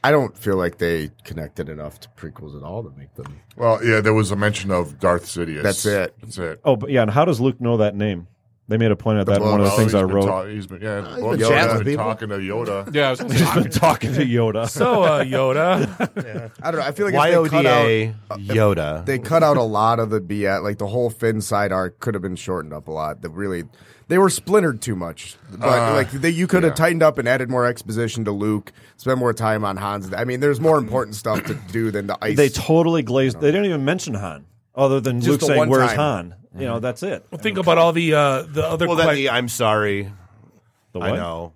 Speaker 17: I don't feel like they connected enough to prequels at all to make them.
Speaker 19: Oh, Well, yeah, there was a mention of Darth Sidious.
Speaker 17: That's it.
Speaker 19: That's it.
Speaker 15: Oh, but yeah. And how does Luke know that name? They made a point of
Speaker 19: The
Speaker 15: that in one of the
Speaker 19: Boba-
Speaker 15: things
Speaker 19: he's
Speaker 15: I
Speaker 19: been
Speaker 15: wrote.
Speaker 19: ta- he's been- yeah,
Speaker 15: Uh,
Speaker 19: the
Speaker 15: he's
Speaker 19: Boba
Speaker 15: been
Speaker 19: Yoda's
Speaker 15: chatting with
Speaker 19: been
Speaker 15: people.
Speaker 19: talking to Yoda.
Speaker 15: Yeah, I was gonna say-
Speaker 19: he's been talking to Yoda.
Speaker 2: So, uh, Yoda.
Speaker 17: Yeah. I don't know. I feel like Uh, if they cut out,
Speaker 12: Yoda.
Speaker 17: They cut out a lot of the BS. Like the whole Finn side arc could have been shortened up a lot. The really, they were splintered too much. But
Speaker 19: Uh,
Speaker 17: like they, you could have
Speaker 19: yeah.
Speaker 17: tightened up and added more exposition to Luke. Spend more time on Hans. I mean, there's more important stuff to do than the ice.
Speaker 15: They totally glazed. They didn't even mention Han, other than
Speaker 17: Just
Speaker 15: Luke
Speaker 17: the
Speaker 15: saying,
Speaker 17: one
Speaker 15: "Where's
Speaker 17: time.
Speaker 15: Han?" You know, that's it.
Speaker 2: Well, think about all the uh, the other.
Speaker 12: well, then
Speaker 2: que-
Speaker 12: the I'm sorry.
Speaker 15: The
Speaker 12: I
Speaker 15: what? Uh,
Speaker 12: know.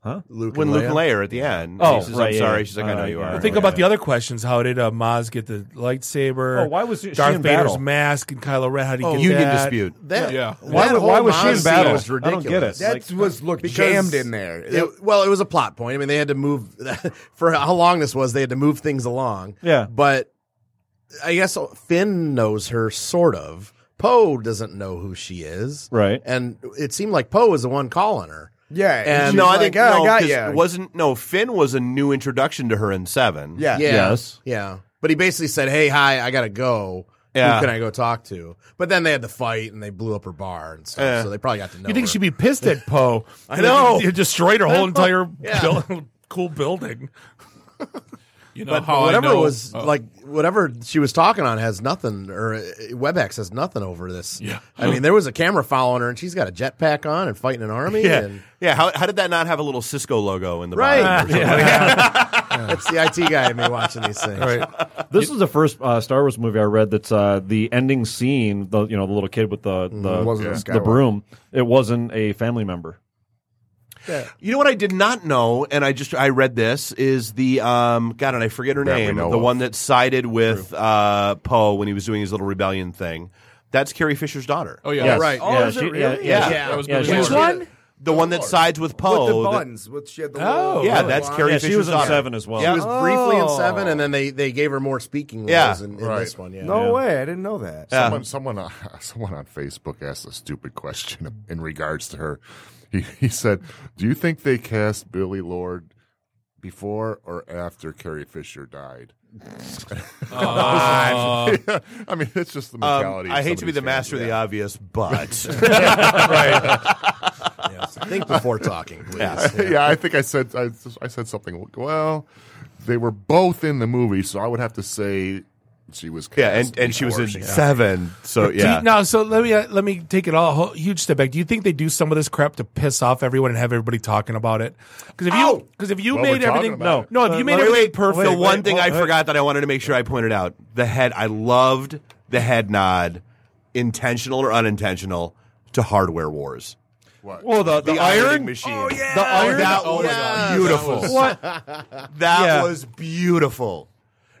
Speaker 15: Huh?
Speaker 12: Luke when Luke and Leia are at the end.
Speaker 2: Oh,
Speaker 12: he says,
Speaker 2: right,
Speaker 12: I'm
Speaker 2: yeah,
Speaker 12: sorry.
Speaker 2: yeah.
Speaker 12: She's like, I know
Speaker 2: Alright,
Speaker 12: you
Speaker 2: yeah.
Speaker 12: are.
Speaker 2: Think about the other questions. How did uh, Maz get the lightsaber?
Speaker 15: Oh, why was she- she
Speaker 2: Darth
Speaker 15: in
Speaker 2: Vader's
Speaker 15: battle?
Speaker 2: mask and Kylo Ren? How did he
Speaker 15: Oh,
Speaker 2: get
Speaker 15: Union
Speaker 2: that?
Speaker 15: dispute.
Speaker 12: That-
Speaker 2: yeah.
Speaker 15: Why-
Speaker 16: That
Speaker 15: why
Speaker 16: whole
Speaker 15: was she in
Speaker 16: Maz
Speaker 15: battle?
Speaker 16: scene
Speaker 15: I don't get it.
Speaker 16: That
Speaker 15: Like,
Speaker 16: was look
Speaker 15: because-
Speaker 16: jammed in there. It- well, it was a plot point. I mean, they had to move for how long this was. They had to move things along.
Speaker 15: Yeah.
Speaker 16: but I guess Finn knows her sort of. Poe doesn't know who she is.
Speaker 15: Right.
Speaker 16: and it seemed like Poe was the one calling her.
Speaker 17: Yeah,
Speaker 16: and
Speaker 12: no, "Ah, I
Speaker 16: she's
Speaker 12: think
Speaker 16: like, "Oh,
Speaker 12: no,
Speaker 16: I got
Speaker 12: 'cause
Speaker 16: ya."
Speaker 12: it wasn't no. Finn was a new introduction to her in seven.
Speaker 16: Yeah. Yeah. But he basically said, "Hey, hi, I gotta go.
Speaker 12: Yeah.
Speaker 16: Who can I go talk to?" But then they had the fight and they blew up her bar and stuff.
Speaker 12: Yeah.
Speaker 16: So they probably got to know.
Speaker 2: You think
Speaker 16: her.
Speaker 2: she'd be pissed at Poe?
Speaker 16: I know.
Speaker 2: You destroyed her whole entire
Speaker 16: Yeah.
Speaker 2: buil- cool building.
Speaker 14: You know
Speaker 16: but
Speaker 14: how I
Speaker 16: whatever
Speaker 14: know-
Speaker 16: was
Speaker 14: oh.
Speaker 16: like whatever she was talking on has nothing or uh, WebEx has nothing over this.
Speaker 14: Yeah.
Speaker 16: I mean, there was a camera following her and she's got a jetpack on and fighting an army.
Speaker 12: Yeah.
Speaker 16: And
Speaker 12: yeah. How, how did that not have a little Cisco logo in the
Speaker 16: Right.
Speaker 12: bottom? or
Speaker 16: Yeah.
Speaker 12: something?
Speaker 16: that's the IT guy in me watching these things.
Speaker 15: This is the first uh, Star Wars movie I read that's uh, the ending scene. The you know the little kid with the the,
Speaker 17: Mm, It wasn't a
Speaker 15: the
Speaker 17: Skywalker.
Speaker 15: broom. It wasn't a family member.
Speaker 12: You know what I did not know, and I just I read this is the um God and I forget her
Speaker 19: That we
Speaker 12: name, the
Speaker 19: know of.
Speaker 12: one that sided with uh, Poe when he was doing his little rebellion thing. That's Carrie Fisher's daughter.
Speaker 14: Oh, yeah. Yes. Right. Oh, is it
Speaker 15: really? yeah,
Speaker 12: Yeah,
Speaker 15: yeah. Yeah. That was
Speaker 12: yeah.
Speaker 15: Billy Which Lord.
Speaker 12: one? The one that sides with Poe.
Speaker 17: with the
Speaker 12: that-
Speaker 17: buns, with she had the
Speaker 12: Oh,
Speaker 17: little-
Speaker 12: yeah, that's Carrie
Speaker 15: Yeah, she
Speaker 12: Fisher's
Speaker 15: was in
Speaker 12: daughter.
Speaker 15: Seven as well.
Speaker 12: Yeah.
Speaker 16: She was briefly in seven, and then they, they gave her more speaking roles
Speaker 12: Yeah.
Speaker 16: in, in
Speaker 19: Right.
Speaker 16: this one. Yeah.
Speaker 17: No way, I didn't know that.
Speaker 19: Someone, someone, uh, someone on Facebook asked a stupid question in regards to her. He, he said, "Do you think they cast Billy Lord before or after Carrie Fisher died?" Yeah, I mean, it's just the
Speaker 12: Um,
Speaker 19: mentality. of
Speaker 12: I hate to be
Speaker 19: somebody's
Speaker 12: the
Speaker 19: family.
Speaker 12: master of the obvious, but
Speaker 16: Think before talking, please.
Speaker 19: Yeah. I think I said I, I said something. Well, they were both in the movie, so I would have to say she was. Cast
Speaker 12: yeah, and, and she was
Speaker 19: before
Speaker 12: in
Speaker 19: died.
Speaker 12: seven, so
Speaker 2: Do you-
Speaker 12: yeah.
Speaker 2: now, so let me uh, let me take it all a whole- huge step back. Do you think they do some of this crap to piss off everyone and have everybody talking about it? Because if
Speaker 12: Oh.
Speaker 2: you because if you
Speaker 19: Well, we're
Speaker 2: made
Speaker 19: talking
Speaker 2: everything
Speaker 19: about it.
Speaker 2: no no if you made
Speaker 12: Wait,
Speaker 2: everything
Speaker 12: wait,
Speaker 2: perfect
Speaker 12: The one thing I forgot that I wanted to make sure I pointed out the head. I loved the head nod, intentional or unintentional, to Hardware Wars.
Speaker 19: What?
Speaker 15: Well, the the,
Speaker 12: The ironing
Speaker 15: iron
Speaker 12: machine.
Speaker 15: Oh, yeah.
Speaker 12: The
Speaker 15: The
Speaker 12: iron-
Speaker 15: iron.
Speaker 12: that was beautiful.
Speaker 15: What?
Speaker 12: That
Speaker 15: Yeah.
Speaker 12: was beautiful.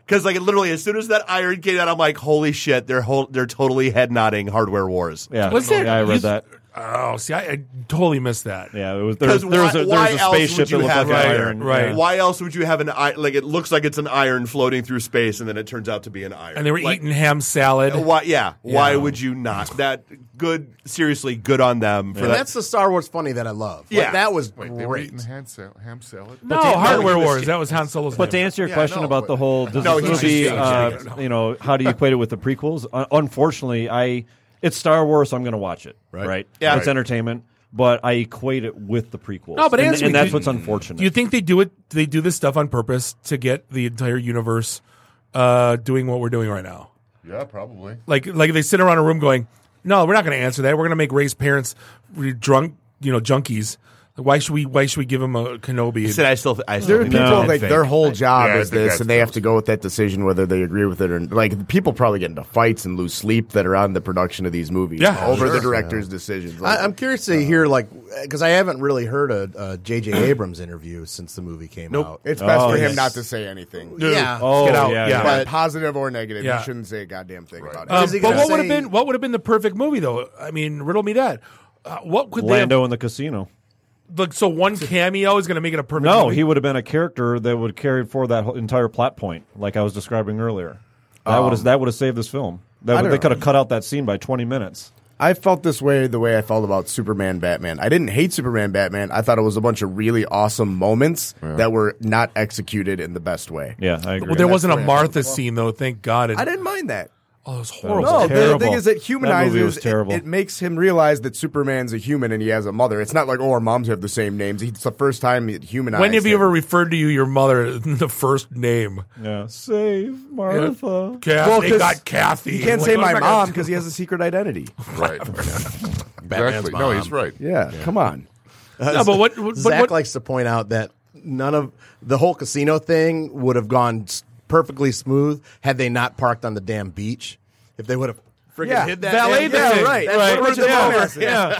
Speaker 12: Because like literally, as soon as that iron came out, I'm like, "Holy shit! They're whole, they're totally head nodding Hardware Wars." Uh,
Speaker 15: Yeah.
Speaker 2: Was there-
Speaker 15: yeah, I read
Speaker 2: you-
Speaker 15: that.
Speaker 2: oh see I, I totally missed that
Speaker 15: Yeah, it was there, was-
Speaker 12: 'Cause
Speaker 15: there was
Speaker 12: why-
Speaker 15: a, there
Speaker 12: why
Speaker 15: was a
Speaker 12: else would
Speaker 15: spaceship that
Speaker 12: you
Speaker 15: looked like
Speaker 12: have
Speaker 15: an
Speaker 12: an
Speaker 15: iron.
Speaker 2: Right.
Speaker 15: Yeah.
Speaker 12: Why else would you have an iron? Like it looks like it's an iron floating through space, and then it turns out to be an iron.
Speaker 2: and they were
Speaker 12: Like,
Speaker 2: eating ham salad
Speaker 12: Why? Yeah. Why
Speaker 2: Yeah.
Speaker 12: would you not? That good. Seriously, good on them for
Speaker 16: And
Speaker 12: that.
Speaker 16: that's the Star Wars funny that I love. Like,
Speaker 12: Yeah.
Speaker 16: that was
Speaker 19: Wait, they were
Speaker 16: great.
Speaker 19: eating ham, sal- ham salad.
Speaker 2: no hardware wars that was Han Solo's
Speaker 15: But to
Speaker 2: name.
Speaker 15: answer your
Speaker 19: Yeah,
Speaker 15: question
Speaker 19: no,
Speaker 15: about
Speaker 19: but-
Speaker 15: the whole does
Speaker 2: No,
Speaker 15: this
Speaker 2: he's
Speaker 15: movie,
Speaker 2: just-
Speaker 15: uh,
Speaker 2: he's just-
Speaker 15: you know, how do you equate it with the prequels? Un- unfortunately, I it's Star Wars, so I'm going to watch it. Right?
Speaker 12: Yeah.
Speaker 15: it's
Speaker 12: Right.
Speaker 15: entertainment, but I equate it with the prequels.
Speaker 2: No, but
Speaker 15: and,
Speaker 2: answer
Speaker 15: and
Speaker 2: me,
Speaker 15: that's
Speaker 2: do-
Speaker 15: what's unfortunate.
Speaker 2: Do you think they do it? They do this stuff on purpose to get the entire universe uh, doing what we're doing right now.
Speaker 19: Yeah, probably.
Speaker 2: Like, like they sit around a room going, "No, we're not going to answer that. We're going to make Ray's parents re- drunk, you know, junkies. Why should we? Why should we give him a Kenobi?"
Speaker 12: He said, "I still, I still
Speaker 17: There are
Speaker 12: think
Speaker 17: people
Speaker 12: that's
Speaker 17: like
Speaker 12: fake.
Speaker 17: their whole job
Speaker 19: Yeah, I
Speaker 17: is
Speaker 19: think
Speaker 17: this,
Speaker 19: that's
Speaker 17: and they have to go with that decision whether they agree with it or like. People probably get into fights and lose sleep that are on the production of these movies
Speaker 2: Yeah.
Speaker 17: over
Speaker 2: Sure.
Speaker 17: the director's decisions.
Speaker 16: I,
Speaker 17: Like,
Speaker 16: I'm curious to hear, like, because I haven't really heard a a J.J. Abrams interview since the movie came
Speaker 2: Nope.
Speaker 16: out.
Speaker 17: it's best
Speaker 15: Oh,
Speaker 17: for
Speaker 15: yes.
Speaker 17: him not to say anything.
Speaker 16: Yeah.
Speaker 15: Oh,
Speaker 2: Get out.
Speaker 15: yeah,
Speaker 2: Yeah.
Speaker 15: yeah.
Speaker 17: But positive or negative,
Speaker 2: Yeah.
Speaker 17: you shouldn't say a goddamn thing about it.
Speaker 2: Um,
Speaker 16: Is he
Speaker 2: but
Speaker 16: gonna
Speaker 2: what would have
Speaker 16: say-
Speaker 2: been? What would have been the perfect movie, though? I mean, riddle me that. Uh, what could they?
Speaker 15: Lando
Speaker 2: Have,
Speaker 15: in the casino.
Speaker 2: like, so one cameo is going to make it a perfect.
Speaker 15: No,
Speaker 2: movie?
Speaker 15: he would have been a character that would carry for that whole entire plot point, like I was describing earlier. That would have that would have saved this film.
Speaker 17: I
Speaker 15: That would,
Speaker 17: don't
Speaker 15: they
Speaker 17: know.
Speaker 15: could have cut out that scene by 20 minutes.
Speaker 17: I felt this way the way I felt about Superman Batman. I didn't hate Superman Batman. I thought it was a bunch of really awesome moments that were not executed in the best way.
Speaker 15: Yeah, I agree.
Speaker 2: Well, there wasn't a
Speaker 17: where I
Speaker 2: Martha scene though. Thank God. It,
Speaker 17: I didn't mind that.
Speaker 14: Oh, it was
Speaker 17: No,
Speaker 14: horrible.
Speaker 17: the thing is, it humanizes. it- It,
Speaker 14: It,
Speaker 17: makes him realize that Superman's a human and he has a mother. It's not like oh, our moms have the same names. It's the first time it humanized.
Speaker 2: When have you
Speaker 17: him.
Speaker 2: ever referred to you your mother in the first name?
Speaker 17: Yeah.
Speaker 15: Save Martha.
Speaker 2: Kath-
Speaker 17: Well,
Speaker 2: they
Speaker 17: 'cause
Speaker 2: got Kathy.
Speaker 17: You
Speaker 2: Like,
Speaker 17: can't
Speaker 2: oh
Speaker 17: say
Speaker 2: what am
Speaker 17: oh my
Speaker 2: I gonna
Speaker 17: mom
Speaker 2: do?
Speaker 17: because he has a secret identity.
Speaker 19: Right.
Speaker 16: Batman's
Speaker 19: exactly. No, he's
Speaker 16: mom. Uh,
Speaker 19: right.
Speaker 17: Yeah, come on.
Speaker 2: No, but what- what- but
Speaker 16: Zach
Speaker 2: what-
Speaker 16: likes to point out that none of the whole casino thing would have gone s- perfectly smooth had they not parked on the damn beach. If they would have freaking
Speaker 17: Yeah,
Speaker 16: hid that,
Speaker 17: valet
Speaker 16: damn-
Speaker 17: thing.
Speaker 16: yeah, right,
Speaker 17: That's
Speaker 16: right.
Speaker 17: what
Speaker 16: Richard
Speaker 8: Oh,
Speaker 17: Yeah,
Speaker 16: Thomas.
Speaker 17: yeah.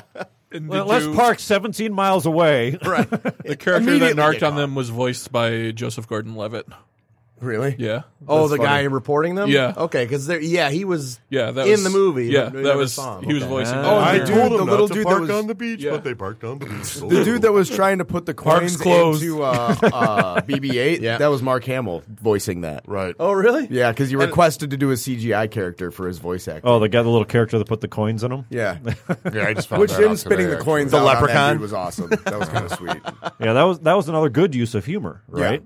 Speaker 15: Well, let's park 17 miles away.
Speaker 16: Right.
Speaker 14: the character that
Speaker 16: Immediately
Speaker 14: narked
Speaker 16: get
Speaker 14: on them was voiced by Joseph Gordon-Levitt.
Speaker 16: Really?
Speaker 14: Yeah.
Speaker 16: Oh,
Speaker 14: That's
Speaker 16: the guy
Speaker 14: funny.
Speaker 16: reporting them.
Speaker 14: Yeah.
Speaker 16: Okay, because they're yeah, he was
Speaker 14: Yeah, that
Speaker 16: in
Speaker 14: was-
Speaker 16: the movie.
Speaker 14: yeah,
Speaker 16: but we
Speaker 14: that
Speaker 16: never
Speaker 14: was-
Speaker 16: saw him.
Speaker 14: he was
Speaker 16: Okay.
Speaker 14: voicing
Speaker 16: Oh,
Speaker 19: I
Speaker 16: the dude,
Speaker 19: told
Speaker 16: the
Speaker 19: them not
Speaker 16: little
Speaker 19: to
Speaker 16: dude that
Speaker 19: park
Speaker 16: was
Speaker 19: on the beach, but they parked on the beach.
Speaker 17: The dude that was trying to put the
Speaker 16: Park's
Speaker 17: coins
Speaker 16: closed.
Speaker 17: into uh, uh, BB-8,
Speaker 16: Yeah.
Speaker 17: that was Mark Hamill voicing that.
Speaker 19: Right.
Speaker 16: Oh, really?
Speaker 17: Yeah, because you
Speaker 16: And-
Speaker 17: requested to do a CGI character for his voice acting.
Speaker 15: Oh, they got the little character that put the coins in them.
Speaker 17: Yeah.
Speaker 19: yeah, I just
Speaker 17: Which him spinning the coins
Speaker 15: The
Speaker 17: out on that
Speaker 15: leprechaun?
Speaker 17: dude was awesome. That was kind of sweet.
Speaker 15: Yeah, that was that was another good use of humor, right?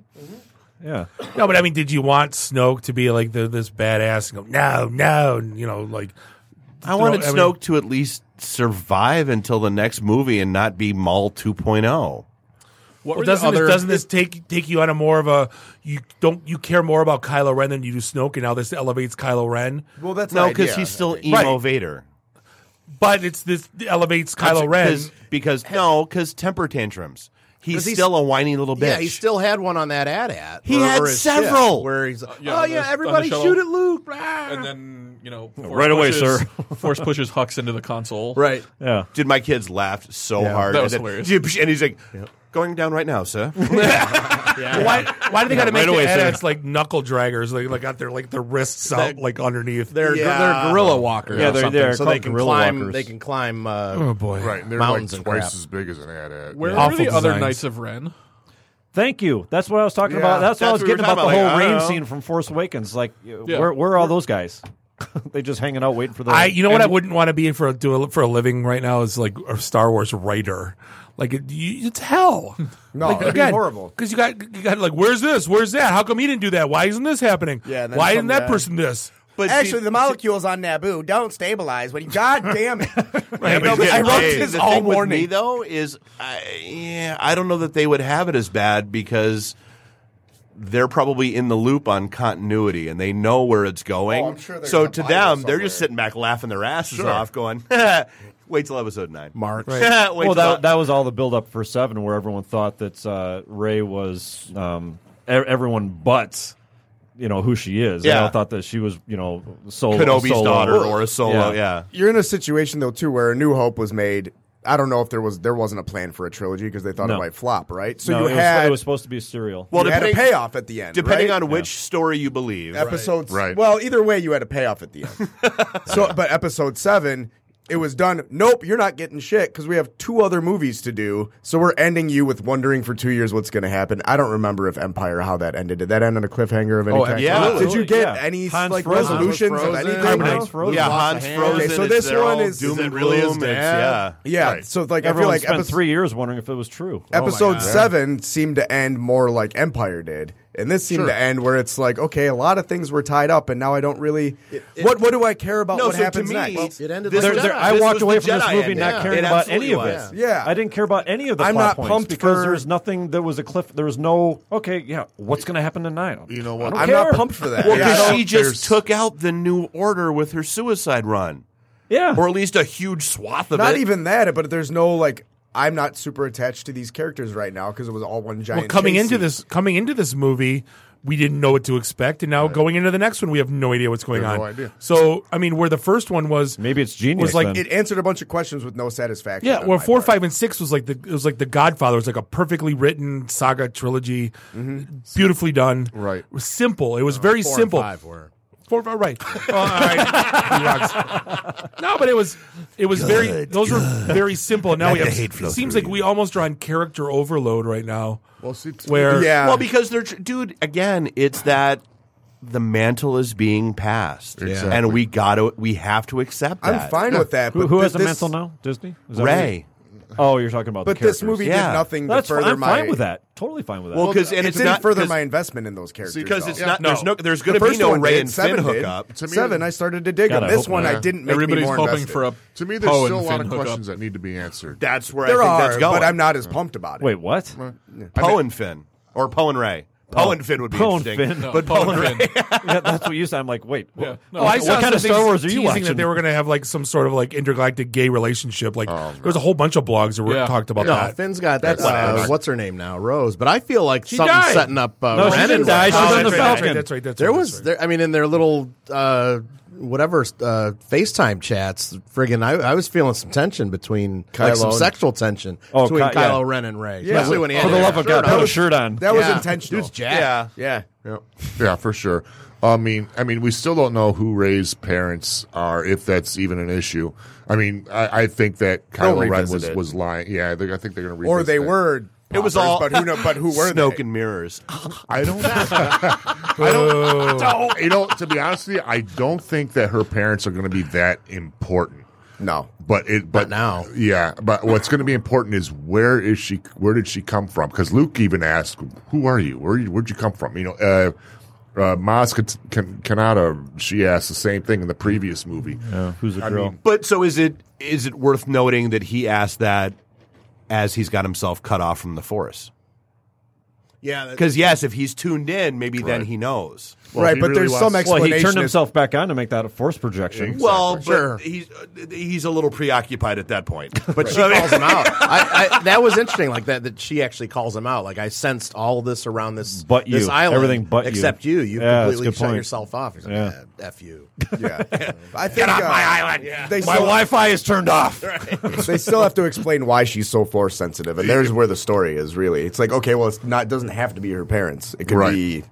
Speaker 15: Yeah.
Speaker 2: No, but I mean, did you want Snoke to be like the, this badass and go, no, no, and, you know, like
Speaker 12: I wanted
Speaker 2: throw-
Speaker 12: Snoke to at least survive until the next movie and not be Maul oh.
Speaker 14: What
Speaker 12: 2.0.
Speaker 2: Well,
Speaker 14: were the
Speaker 2: doesn't
Speaker 14: other-
Speaker 2: this, doesn't this take take you on a more of a you don't you care more about Kylo Ren than you do Snoke, and now this elevates Kylo Ren?
Speaker 17: Well, that's
Speaker 12: No, because he's still emo Vader.
Speaker 2: But it's this elevates Kylo Ren.
Speaker 12: Because, because no, because temper tantrums. He's
Speaker 16: 'Cause he's-
Speaker 12: still a whiny little bitch.
Speaker 16: Yeah, he still had one on that ad at.
Speaker 12: He
Speaker 16: or-
Speaker 12: had
Speaker 16: or his
Speaker 12: several.
Speaker 16: ship, where he's,
Speaker 14: Yeah,
Speaker 16: oh
Speaker 14: on the- on
Speaker 16: yeah,
Speaker 14: the
Speaker 16: everybody
Speaker 14: shuttle.
Speaker 16: shoot at Luke.
Speaker 14: and then you know, force
Speaker 12: Right away,
Speaker 14: pushes-
Speaker 12: sir.
Speaker 14: force pushes Hux into the console.
Speaker 16: Right.
Speaker 15: Yeah.
Speaker 12: Dude, my kids laughed so
Speaker 14: Yeah.
Speaker 12: hard.
Speaker 14: That was
Speaker 12: and then-
Speaker 14: hilarious.
Speaker 12: And he's like, going down right now, sir.
Speaker 2: Why, why do they
Speaker 12: Yeah,
Speaker 2: got to make
Speaker 12: right
Speaker 2: the
Speaker 12: away, sir.
Speaker 2: edits like knuckle draggers? Like, like got their like their wrists out like underneath.
Speaker 16: They're they're gorilla walkers. or something, so they can climb. They can climb. Uh,
Speaker 2: Oh, boy.
Speaker 19: Right, and they're
Speaker 16: mountains
Speaker 19: like
Speaker 16: and
Speaker 19: twice
Speaker 16: crap.
Speaker 19: as big as an ad. ad.
Speaker 14: Where
Speaker 19: Yeah.
Speaker 14: were the other Knights of Ren?
Speaker 15: Thank you. That's what I was talking
Speaker 14: Yeah.
Speaker 15: about. That's, what I
Speaker 14: That's
Speaker 15: was
Speaker 14: what we
Speaker 15: getting
Speaker 14: were
Speaker 15: about the
Speaker 14: talking
Speaker 15: whole
Speaker 14: about, like, I
Speaker 15: rain
Speaker 14: don't know.
Speaker 15: scene from Force Awakens. Like,
Speaker 14: Yeah.
Speaker 15: where, where are all those guys? they just hanging out waiting for the.
Speaker 2: I you know what I wouldn't want to be in for a, do a, for a living right now is like a Star Wars writer. Like it, you, it's hell.
Speaker 17: No,
Speaker 2: like,
Speaker 17: it'd be horrible.
Speaker 2: Because you got you got like, where's this? Where's that? How come he didn't do that? Why isn't this happening?
Speaker 17: Yeah, and then
Speaker 2: Why
Speaker 17: some
Speaker 2: isn't that
Speaker 17: guy-
Speaker 2: person this?
Speaker 12: But
Speaker 17: Actually,
Speaker 2: see-
Speaker 17: the molecules on Naboo don't stabilize. When God damn it!
Speaker 12: Yeah, but
Speaker 17: No,
Speaker 12: he's
Speaker 17: but I
Speaker 12: getting
Speaker 17: wrote
Speaker 12: paid.
Speaker 17: this
Speaker 12: the
Speaker 17: all
Speaker 12: thing with
Speaker 17: morning.
Speaker 12: me though is, I, yeah, I don't know that they would have it as bad because they're probably in the loop on continuity and they know where it's going.
Speaker 19: Oh, I'm sure there's
Speaker 12: so
Speaker 19: a
Speaker 12: to them,
Speaker 19: Bible
Speaker 12: they're just sitting back laughing their asses
Speaker 19: Sure.
Speaker 12: off, going, "Wait till episode nine, Mark." Wait
Speaker 15: well,
Speaker 12: till
Speaker 15: that, that was all the build up for seven, where everyone thought that uh, Ray was um, e- everyone but you know who she is. They
Speaker 12: Yeah.
Speaker 15: all thought that she was you know solo,
Speaker 12: Kenobi's
Speaker 15: solo.
Speaker 12: daughter or a solo, yeah.
Speaker 17: You're in a situation though too where A New Hope was made. I don't know if there was there wasn't a plan for a trilogy because they thought
Speaker 15: No.
Speaker 17: it might flop, right? So
Speaker 15: No,
Speaker 17: you
Speaker 15: it was-
Speaker 17: had
Speaker 15: it was supposed to be a serial.
Speaker 17: Well, you had a payoff at the end,
Speaker 12: depending
Speaker 17: right?
Speaker 12: on which story you believe.
Speaker 17: episodes. Well, either way, you had a payoff at the end. so, but episode seven, it was done. Nope, you're not getting shit because we have two other movies to do. So we're ending you with wondering for two years what's going to happen. I don't remember if Empire how that ended. Did that end on a cliffhanger of any
Speaker 12: Oh,
Speaker 17: kind?
Speaker 12: absolutely.
Speaker 17: Did you get
Speaker 12: Yeah.
Speaker 17: any
Speaker 12: Han's
Speaker 17: like
Speaker 12: frozen.
Speaker 17: resolutions
Speaker 12: Hans
Speaker 17: of
Speaker 12: was
Speaker 17: anything?
Speaker 12: frozen. Carbonite's
Speaker 17: No?
Speaker 12: frozen. Yeah, Hans frozen.
Speaker 17: Okay, so
Speaker 12: It's
Speaker 17: this
Speaker 12: their
Speaker 17: one
Speaker 12: all
Speaker 17: is
Speaker 12: doom and really is
Speaker 17: gloom.
Speaker 12: bad.
Speaker 17: Yeah. Yeah.
Speaker 12: Right.
Speaker 17: So like
Speaker 15: Everyone
Speaker 17: I feel
Speaker 15: spent
Speaker 17: like episode
Speaker 15: three years wondering if it was
Speaker 17: Oh
Speaker 15: true.
Speaker 17: episode seven seemed to end more like Empire did, and this seemed
Speaker 15: Sure.
Speaker 17: to end where it's like, okay, a lot of things were tied up, and now I don't really. what what do I care about?
Speaker 16: No,
Speaker 17: what
Speaker 16: so to
Speaker 17: happens
Speaker 16: me,
Speaker 17: next?
Speaker 16: Well, it ended
Speaker 15: There- there- I walked away from this movie not caring about any of this.
Speaker 17: Yeah.
Speaker 15: I didn't care about any of the
Speaker 17: I'm
Speaker 15: plot
Speaker 17: not
Speaker 15: points
Speaker 17: pumped
Speaker 15: because
Speaker 17: for-
Speaker 15: there was nothing. There was a cliff. There was no okay. Yeah, what's going to happen tonight? You know
Speaker 12: what?
Speaker 15: I
Speaker 12: I'm
Speaker 15: don't
Speaker 12: not
Speaker 15: care.
Speaker 12: pumped for that. Well, 'cause she just took out the New Order with her suicide run.
Speaker 15: Yeah,
Speaker 12: or at least a huge swath of
Speaker 17: not
Speaker 12: it.
Speaker 17: even that, but there's no like. I'm not super attached to these characters right now because it was all one giant.
Speaker 2: Well, coming
Speaker 17: chase
Speaker 2: into
Speaker 17: scene.
Speaker 2: this coming into this movie, we didn't know what to expect, and now going into the next one, we have no idea what's going
Speaker 17: We
Speaker 2: on.
Speaker 17: have no idea.
Speaker 2: So, I mean, where the first one was,
Speaker 15: maybe it's
Speaker 17: It
Speaker 2: Was
Speaker 15: genius.
Speaker 2: like
Speaker 17: it answered a bunch of questions with no satisfaction.
Speaker 2: Yeah,
Speaker 17: on
Speaker 2: well,
Speaker 17: my
Speaker 2: four,
Speaker 17: part.
Speaker 2: five, and six was like the it was like the Godfather. It was like a perfectly written saga trilogy,
Speaker 17: Mm-hmm.
Speaker 2: beautifully done. Right, it was simple.
Speaker 17: Uh,
Speaker 2: It was very
Speaker 16: four and
Speaker 2: simple.
Speaker 16: five were.
Speaker 2: Four, and five, right? Oh, all right. You rocks. No, but it was it was very. Those were very simple. Now
Speaker 12: Not
Speaker 2: we have.
Speaker 12: the hate flow
Speaker 2: It seems
Speaker 12: through
Speaker 2: like we almost are on character overload right now.
Speaker 19: Well,
Speaker 2: where
Speaker 12: Well, because they're tr- dude again. It's that the mantle is being passed,
Speaker 15: Exactly.
Speaker 12: and we got to we have to accept that.
Speaker 17: I'm fine with that.
Speaker 15: Who,
Speaker 17: but
Speaker 15: who
Speaker 17: thi-
Speaker 15: has the
Speaker 17: this-
Speaker 15: mantle now? Disney. Is that
Speaker 12: Ray.
Speaker 15: what Oh, you're talking about.
Speaker 17: But
Speaker 15: the
Speaker 17: this
Speaker 15: characters.
Speaker 17: movie did nothing
Speaker 15: That's
Speaker 17: to further
Speaker 15: fine. I'm
Speaker 17: my.
Speaker 15: fine with that. Totally fine with that.
Speaker 17: Well,
Speaker 12: Well, 'cause- and
Speaker 17: it
Speaker 12: it's
Speaker 17: didn't
Speaker 12: not-
Speaker 17: further
Speaker 12: 'cause-
Speaker 17: my investment in those characters.
Speaker 12: Because it's
Speaker 17: though.
Speaker 12: not- there's no- there's gonna
Speaker 17: The
Speaker 12: be
Speaker 17: first
Speaker 12: no
Speaker 17: one
Speaker 12: Ray
Speaker 17: did,
Speaker 12: and Finn
Speaker 17: seven did.
Speaker 12: hookup. To me-
Speaker 17: seven, I started to dig
Speaker 12: God,
Speaker 17: them.
Speaker 12: I
Speaker 17: This
Speaker 12: hope
Speaker 17: one,
Speaker 12: not.
Speaker 17: I didn't make
Speaker 12: Everybody's
Speaker 17: me more
Speaker 12: hoping
Speaker 17: invested.
Speaker 12: for a
Speaker 19: To me, there's still a lot of questions that need to be answered.
Speaker 12: That's where
Speaker 17: There
Speaker 12: I think
Speaker 17: are,
Speaker 12: that's going.
Speaker 17: but I'm not as pumped about it.
Speaker 15: Wait, what? Oh,
Speaker 12: Poe and Finn or Poe and Ray. Poe and Finn would be
Speaker 15: Poe and
Speaker 12: interesting,
Speaker 15: Finn.
Speaker 12: but Poe and Ray.
Speaker 15: yeah, that's what you said. I'm like, wait, what,
Speaker 2: oh, I
Speaker 15: what
Speaker 2: saw
Speaker 15: kind of
Speaker 2: some
Speaker 15: Star
Speaker 2: things
Speaker 15: Wars are you
Speaker 2: teasing
Speaker 15: watching?
Speaker 2: That they were going to have like some sort of like intergalactic gay relationship. Like there was a whole bunch of blogs that were talked about
Speaker 16: no,
Speaker 2: that.
Speaker 16: Finn's got that's
Speaker 2: Whatever.
Speaker 16: uh, what's her name now, Rose. But I feel like
Speaker 2: She
Speaker 16: something's
Speaker 2: died.
Speaker 16: setting up. Uh,
Speaker 2: No, she
Speaker 16: Ren
Speaker 2: didn't
Speaker 16: and
Speaker 2: die.
Speaker 16: Ren.
Speaker 2: She was on the
Speaker 16: that's right,
Speaker 2: Falcon.
Speaker 16: right,
Speaker 2: That's right, that's
Speaker 16: there
Speaker 2: right,
Speaker 16: was. There, I mean, in their little uh, whatever uh, FaceTime chats, friggin', I, I was feeling some tension between like
Speaker 17: Kylo
Speaker 16: some
Speaker 17: and-
Speaker 16: sexual tension
Speaker 17: Oh,
Speaker 16: between
Speaker 17: Ky- yeah.
Speaker 16: Kylo Ren and Ray.
Speaker 17: Yeah.
Speaker 16: especially when he
Speaker 17: For
Speaker 16: had
Speaker 17: the
Speaker 16: his
Speaker 17: love of
Speaker 16: shirt
Speaker 17: God, put
Speaker 16: on.
Speaker 17: a shirt on. That was intentional.
Speaker 16: Dude's jacked.
Speaker 17: Yeah.
Speaker 16: yeah.
Speaker 19: Yeah, for sure. I mean, I mean, we still don't know who Ray's parents are, if that's even an issue. I mean, I, I think that
Speaker 17: They'll
Speaker 19: Kylo Ren
Speaker 17: revisit
Speaker 19: was,
Speaker 17: it.
Speaker 19: was lying. Yeah, I think, I think they're going to
Speaker 17: Or they were.
Speaker 19: It was
Speaker 17: poppers,
Speaker 19: all-
Speaker 17: but who? Know, but who were
Speaker 12: Smoke
Speaker 17: they?
Speaker 12: and mirrors.
Speaker 19: I don't. I don't, don't- You know, to be honest with you, I don't think that her parents are going to be that important.
Speaker 16: No,
Speaker 19: but it. But
Speaker 16: now,
Speaker 19: yeah. But what's going to be important is where is she? Where did she come from? Because Luke even asked, "Who are you? Where you- where'd you come from?" You know. Uh, uh, Maz Kat- Kan- Kanata, she asked the same thing in the previous movie.
Speaker 15: who's
Speaker 19: a
Speaker 12: But so is it? Is it worth noting that he asked that as he's got himself cut off from the Force?
Speaker 16: Yeah, that-
Speaker 12: Uh, Because yes, if he's tuned in, maybe then
Speaker 15: Right.
Speaker 12: he knows.
Speaker 15: Well, he turned himself back on to make that a force projection.
Speaker 12: Well, but he's uh, he's a little preoccupied at that point.
Speaker 16: But she calls him out. I, I, that was interesting, like that. That she actually calls him out. Like I sensed all this around this,
Speaker 15: But
Speaker 16: this
Speaker 15: you.
Speaker 16: island,
Speaker 15: Everything but you.
Speaker 16: except you. You
Speaker 15: Yeah, that's a
Speaker 16: completely
Speaker 15: good
Speaker 16: shut
Speaker 15: point.
Speaker 16: yourself off. He's like,
Speaker 15: Yeah.
Speaker 16: "Ah, f you.
Speaker 17: Yeah.
Speaker 16: I
Speaker 17: think, uh, they My still-
Speaker 15: Wi-Fi is turned off.
Speaker 17: they still have to explain why she's so force sensitive, and there's where the story is really. It's like okay, well, it's not doesn't have to be her parents. It could
Speaker 19: Right.
Speaker 17: be.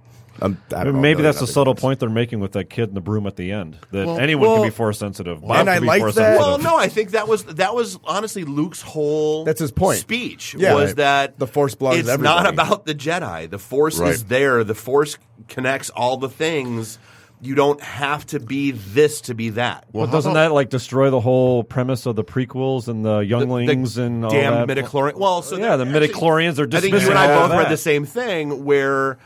Speaker 17: Um, I don't know,
Speaker 15: Maybe
Speaker 17: a million
Speaker 15: that's a
Speaker 17: other-
Speaker 15: subtle point they're making with that kid in the broom at the end. That
Speaker 12: Well-
Speaker 15: anyone
Speaker 12: well-
Speaker 15: can be force sensitive. Bob
Speaker 12: Well,
Speaker 15: can be force
Speaker 12: Well,
Speaker 15: sensitive.
Speaker 12: no, I think that was that was honestly Luke's whole
Speaker 15: That's his point.
Speaker 12: speech
Speaker 15: Yeah.
Speaker 12: was
Speaker 15: Right.
Speaker 12: that
Speaker 17: The Force belongs
Speaker 12: It's
Speaker 17: to
Speaker 12: not
Speaker 17: everybody.
Speaker 12: about the Jedi. The Force is
Speaker 17: Right.
Speaker 12: there. The Force connects all the things. You don't have to be this to be that.
Speaker 15: but doesn't that like destroy the whole premise of the prequels and the younglings and all
Speaker 12: damn
Speaker 15: that?
Speaker 12: midichlorian? Well, so
Speaker 15: yeah, the midichlorians are
Speaker 12: I think you
Speaker 15: dismissing
Speaker 12: and I
Speaker 15: all
Speaker 12: both read
Speaker 15: that.
Speaker 12: the same thing where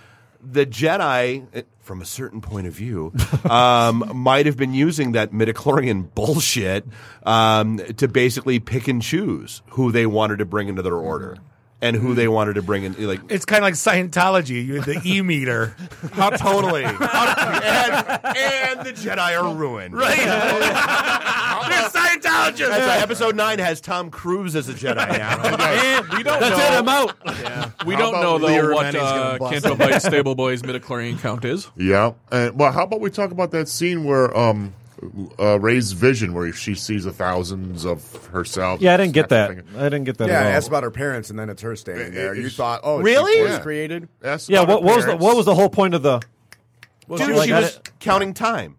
Speaker 12: the Jedi, eh, from a certain point of view, um, might have been using that midichlorian bullshit um, to basically pick and choose who they wanted to bring into their order and who they wanted to bring in. Like,
Speaker 2: It's kind of like Scientology. You're the E meter.
Speaker 12: How totally. and, and the Jedi are ruined. Right. They're Scientologists. That's right. Episode 9 has Tom Cruise as a Jedi now.
Speaker 14: we don't
Speaker 12: That's
Speaker 14: know.
Speaker 12: it, I'm out.
Speaker 14: We
Speaker 12: How
Speaker 14: don't
Speaker 12: about
Speaker 14: know
Speaker 12: Lear
Speaker 14: though what
Speaker 12: Manny's gonna
Speaker 14: uh,
Speaker 12: bust
Speaker 14: Canto
Speaker 12: it?
Speaker 14: Bite Stable Boy's midichlorian count is.
Speaker 19: Yeah. And, well, how about we talk about that scene where um, uh, Ray's vision, where she sees the thousands of herself?
Speaker 15: Yeah, I didn't get that.
Speaker 19: Thing.
Speaker 15: I didn't get that.
Speaker 19: Yeah,
Speaker 15: at all.
Speaker 19: that's
Speaker 17: It's about her parents, and then it's her standing there.
Speaker 19: it-
Speaker 17: you
Speaker 19: it's-
Speaker 17: thought, oh,
Speaker 19: Really?
Speaker 17: she was
Speaker 19: Yeah.
Speaker 17: created.
Speaker 19: That's
Speaker 15: yeah, what, what was the, what was the whole point of the?
Speaker 12: Dude,
Speaker 15: Like,
Speaker 12: she
Speaker 15: I
Speaker 12: was counting time.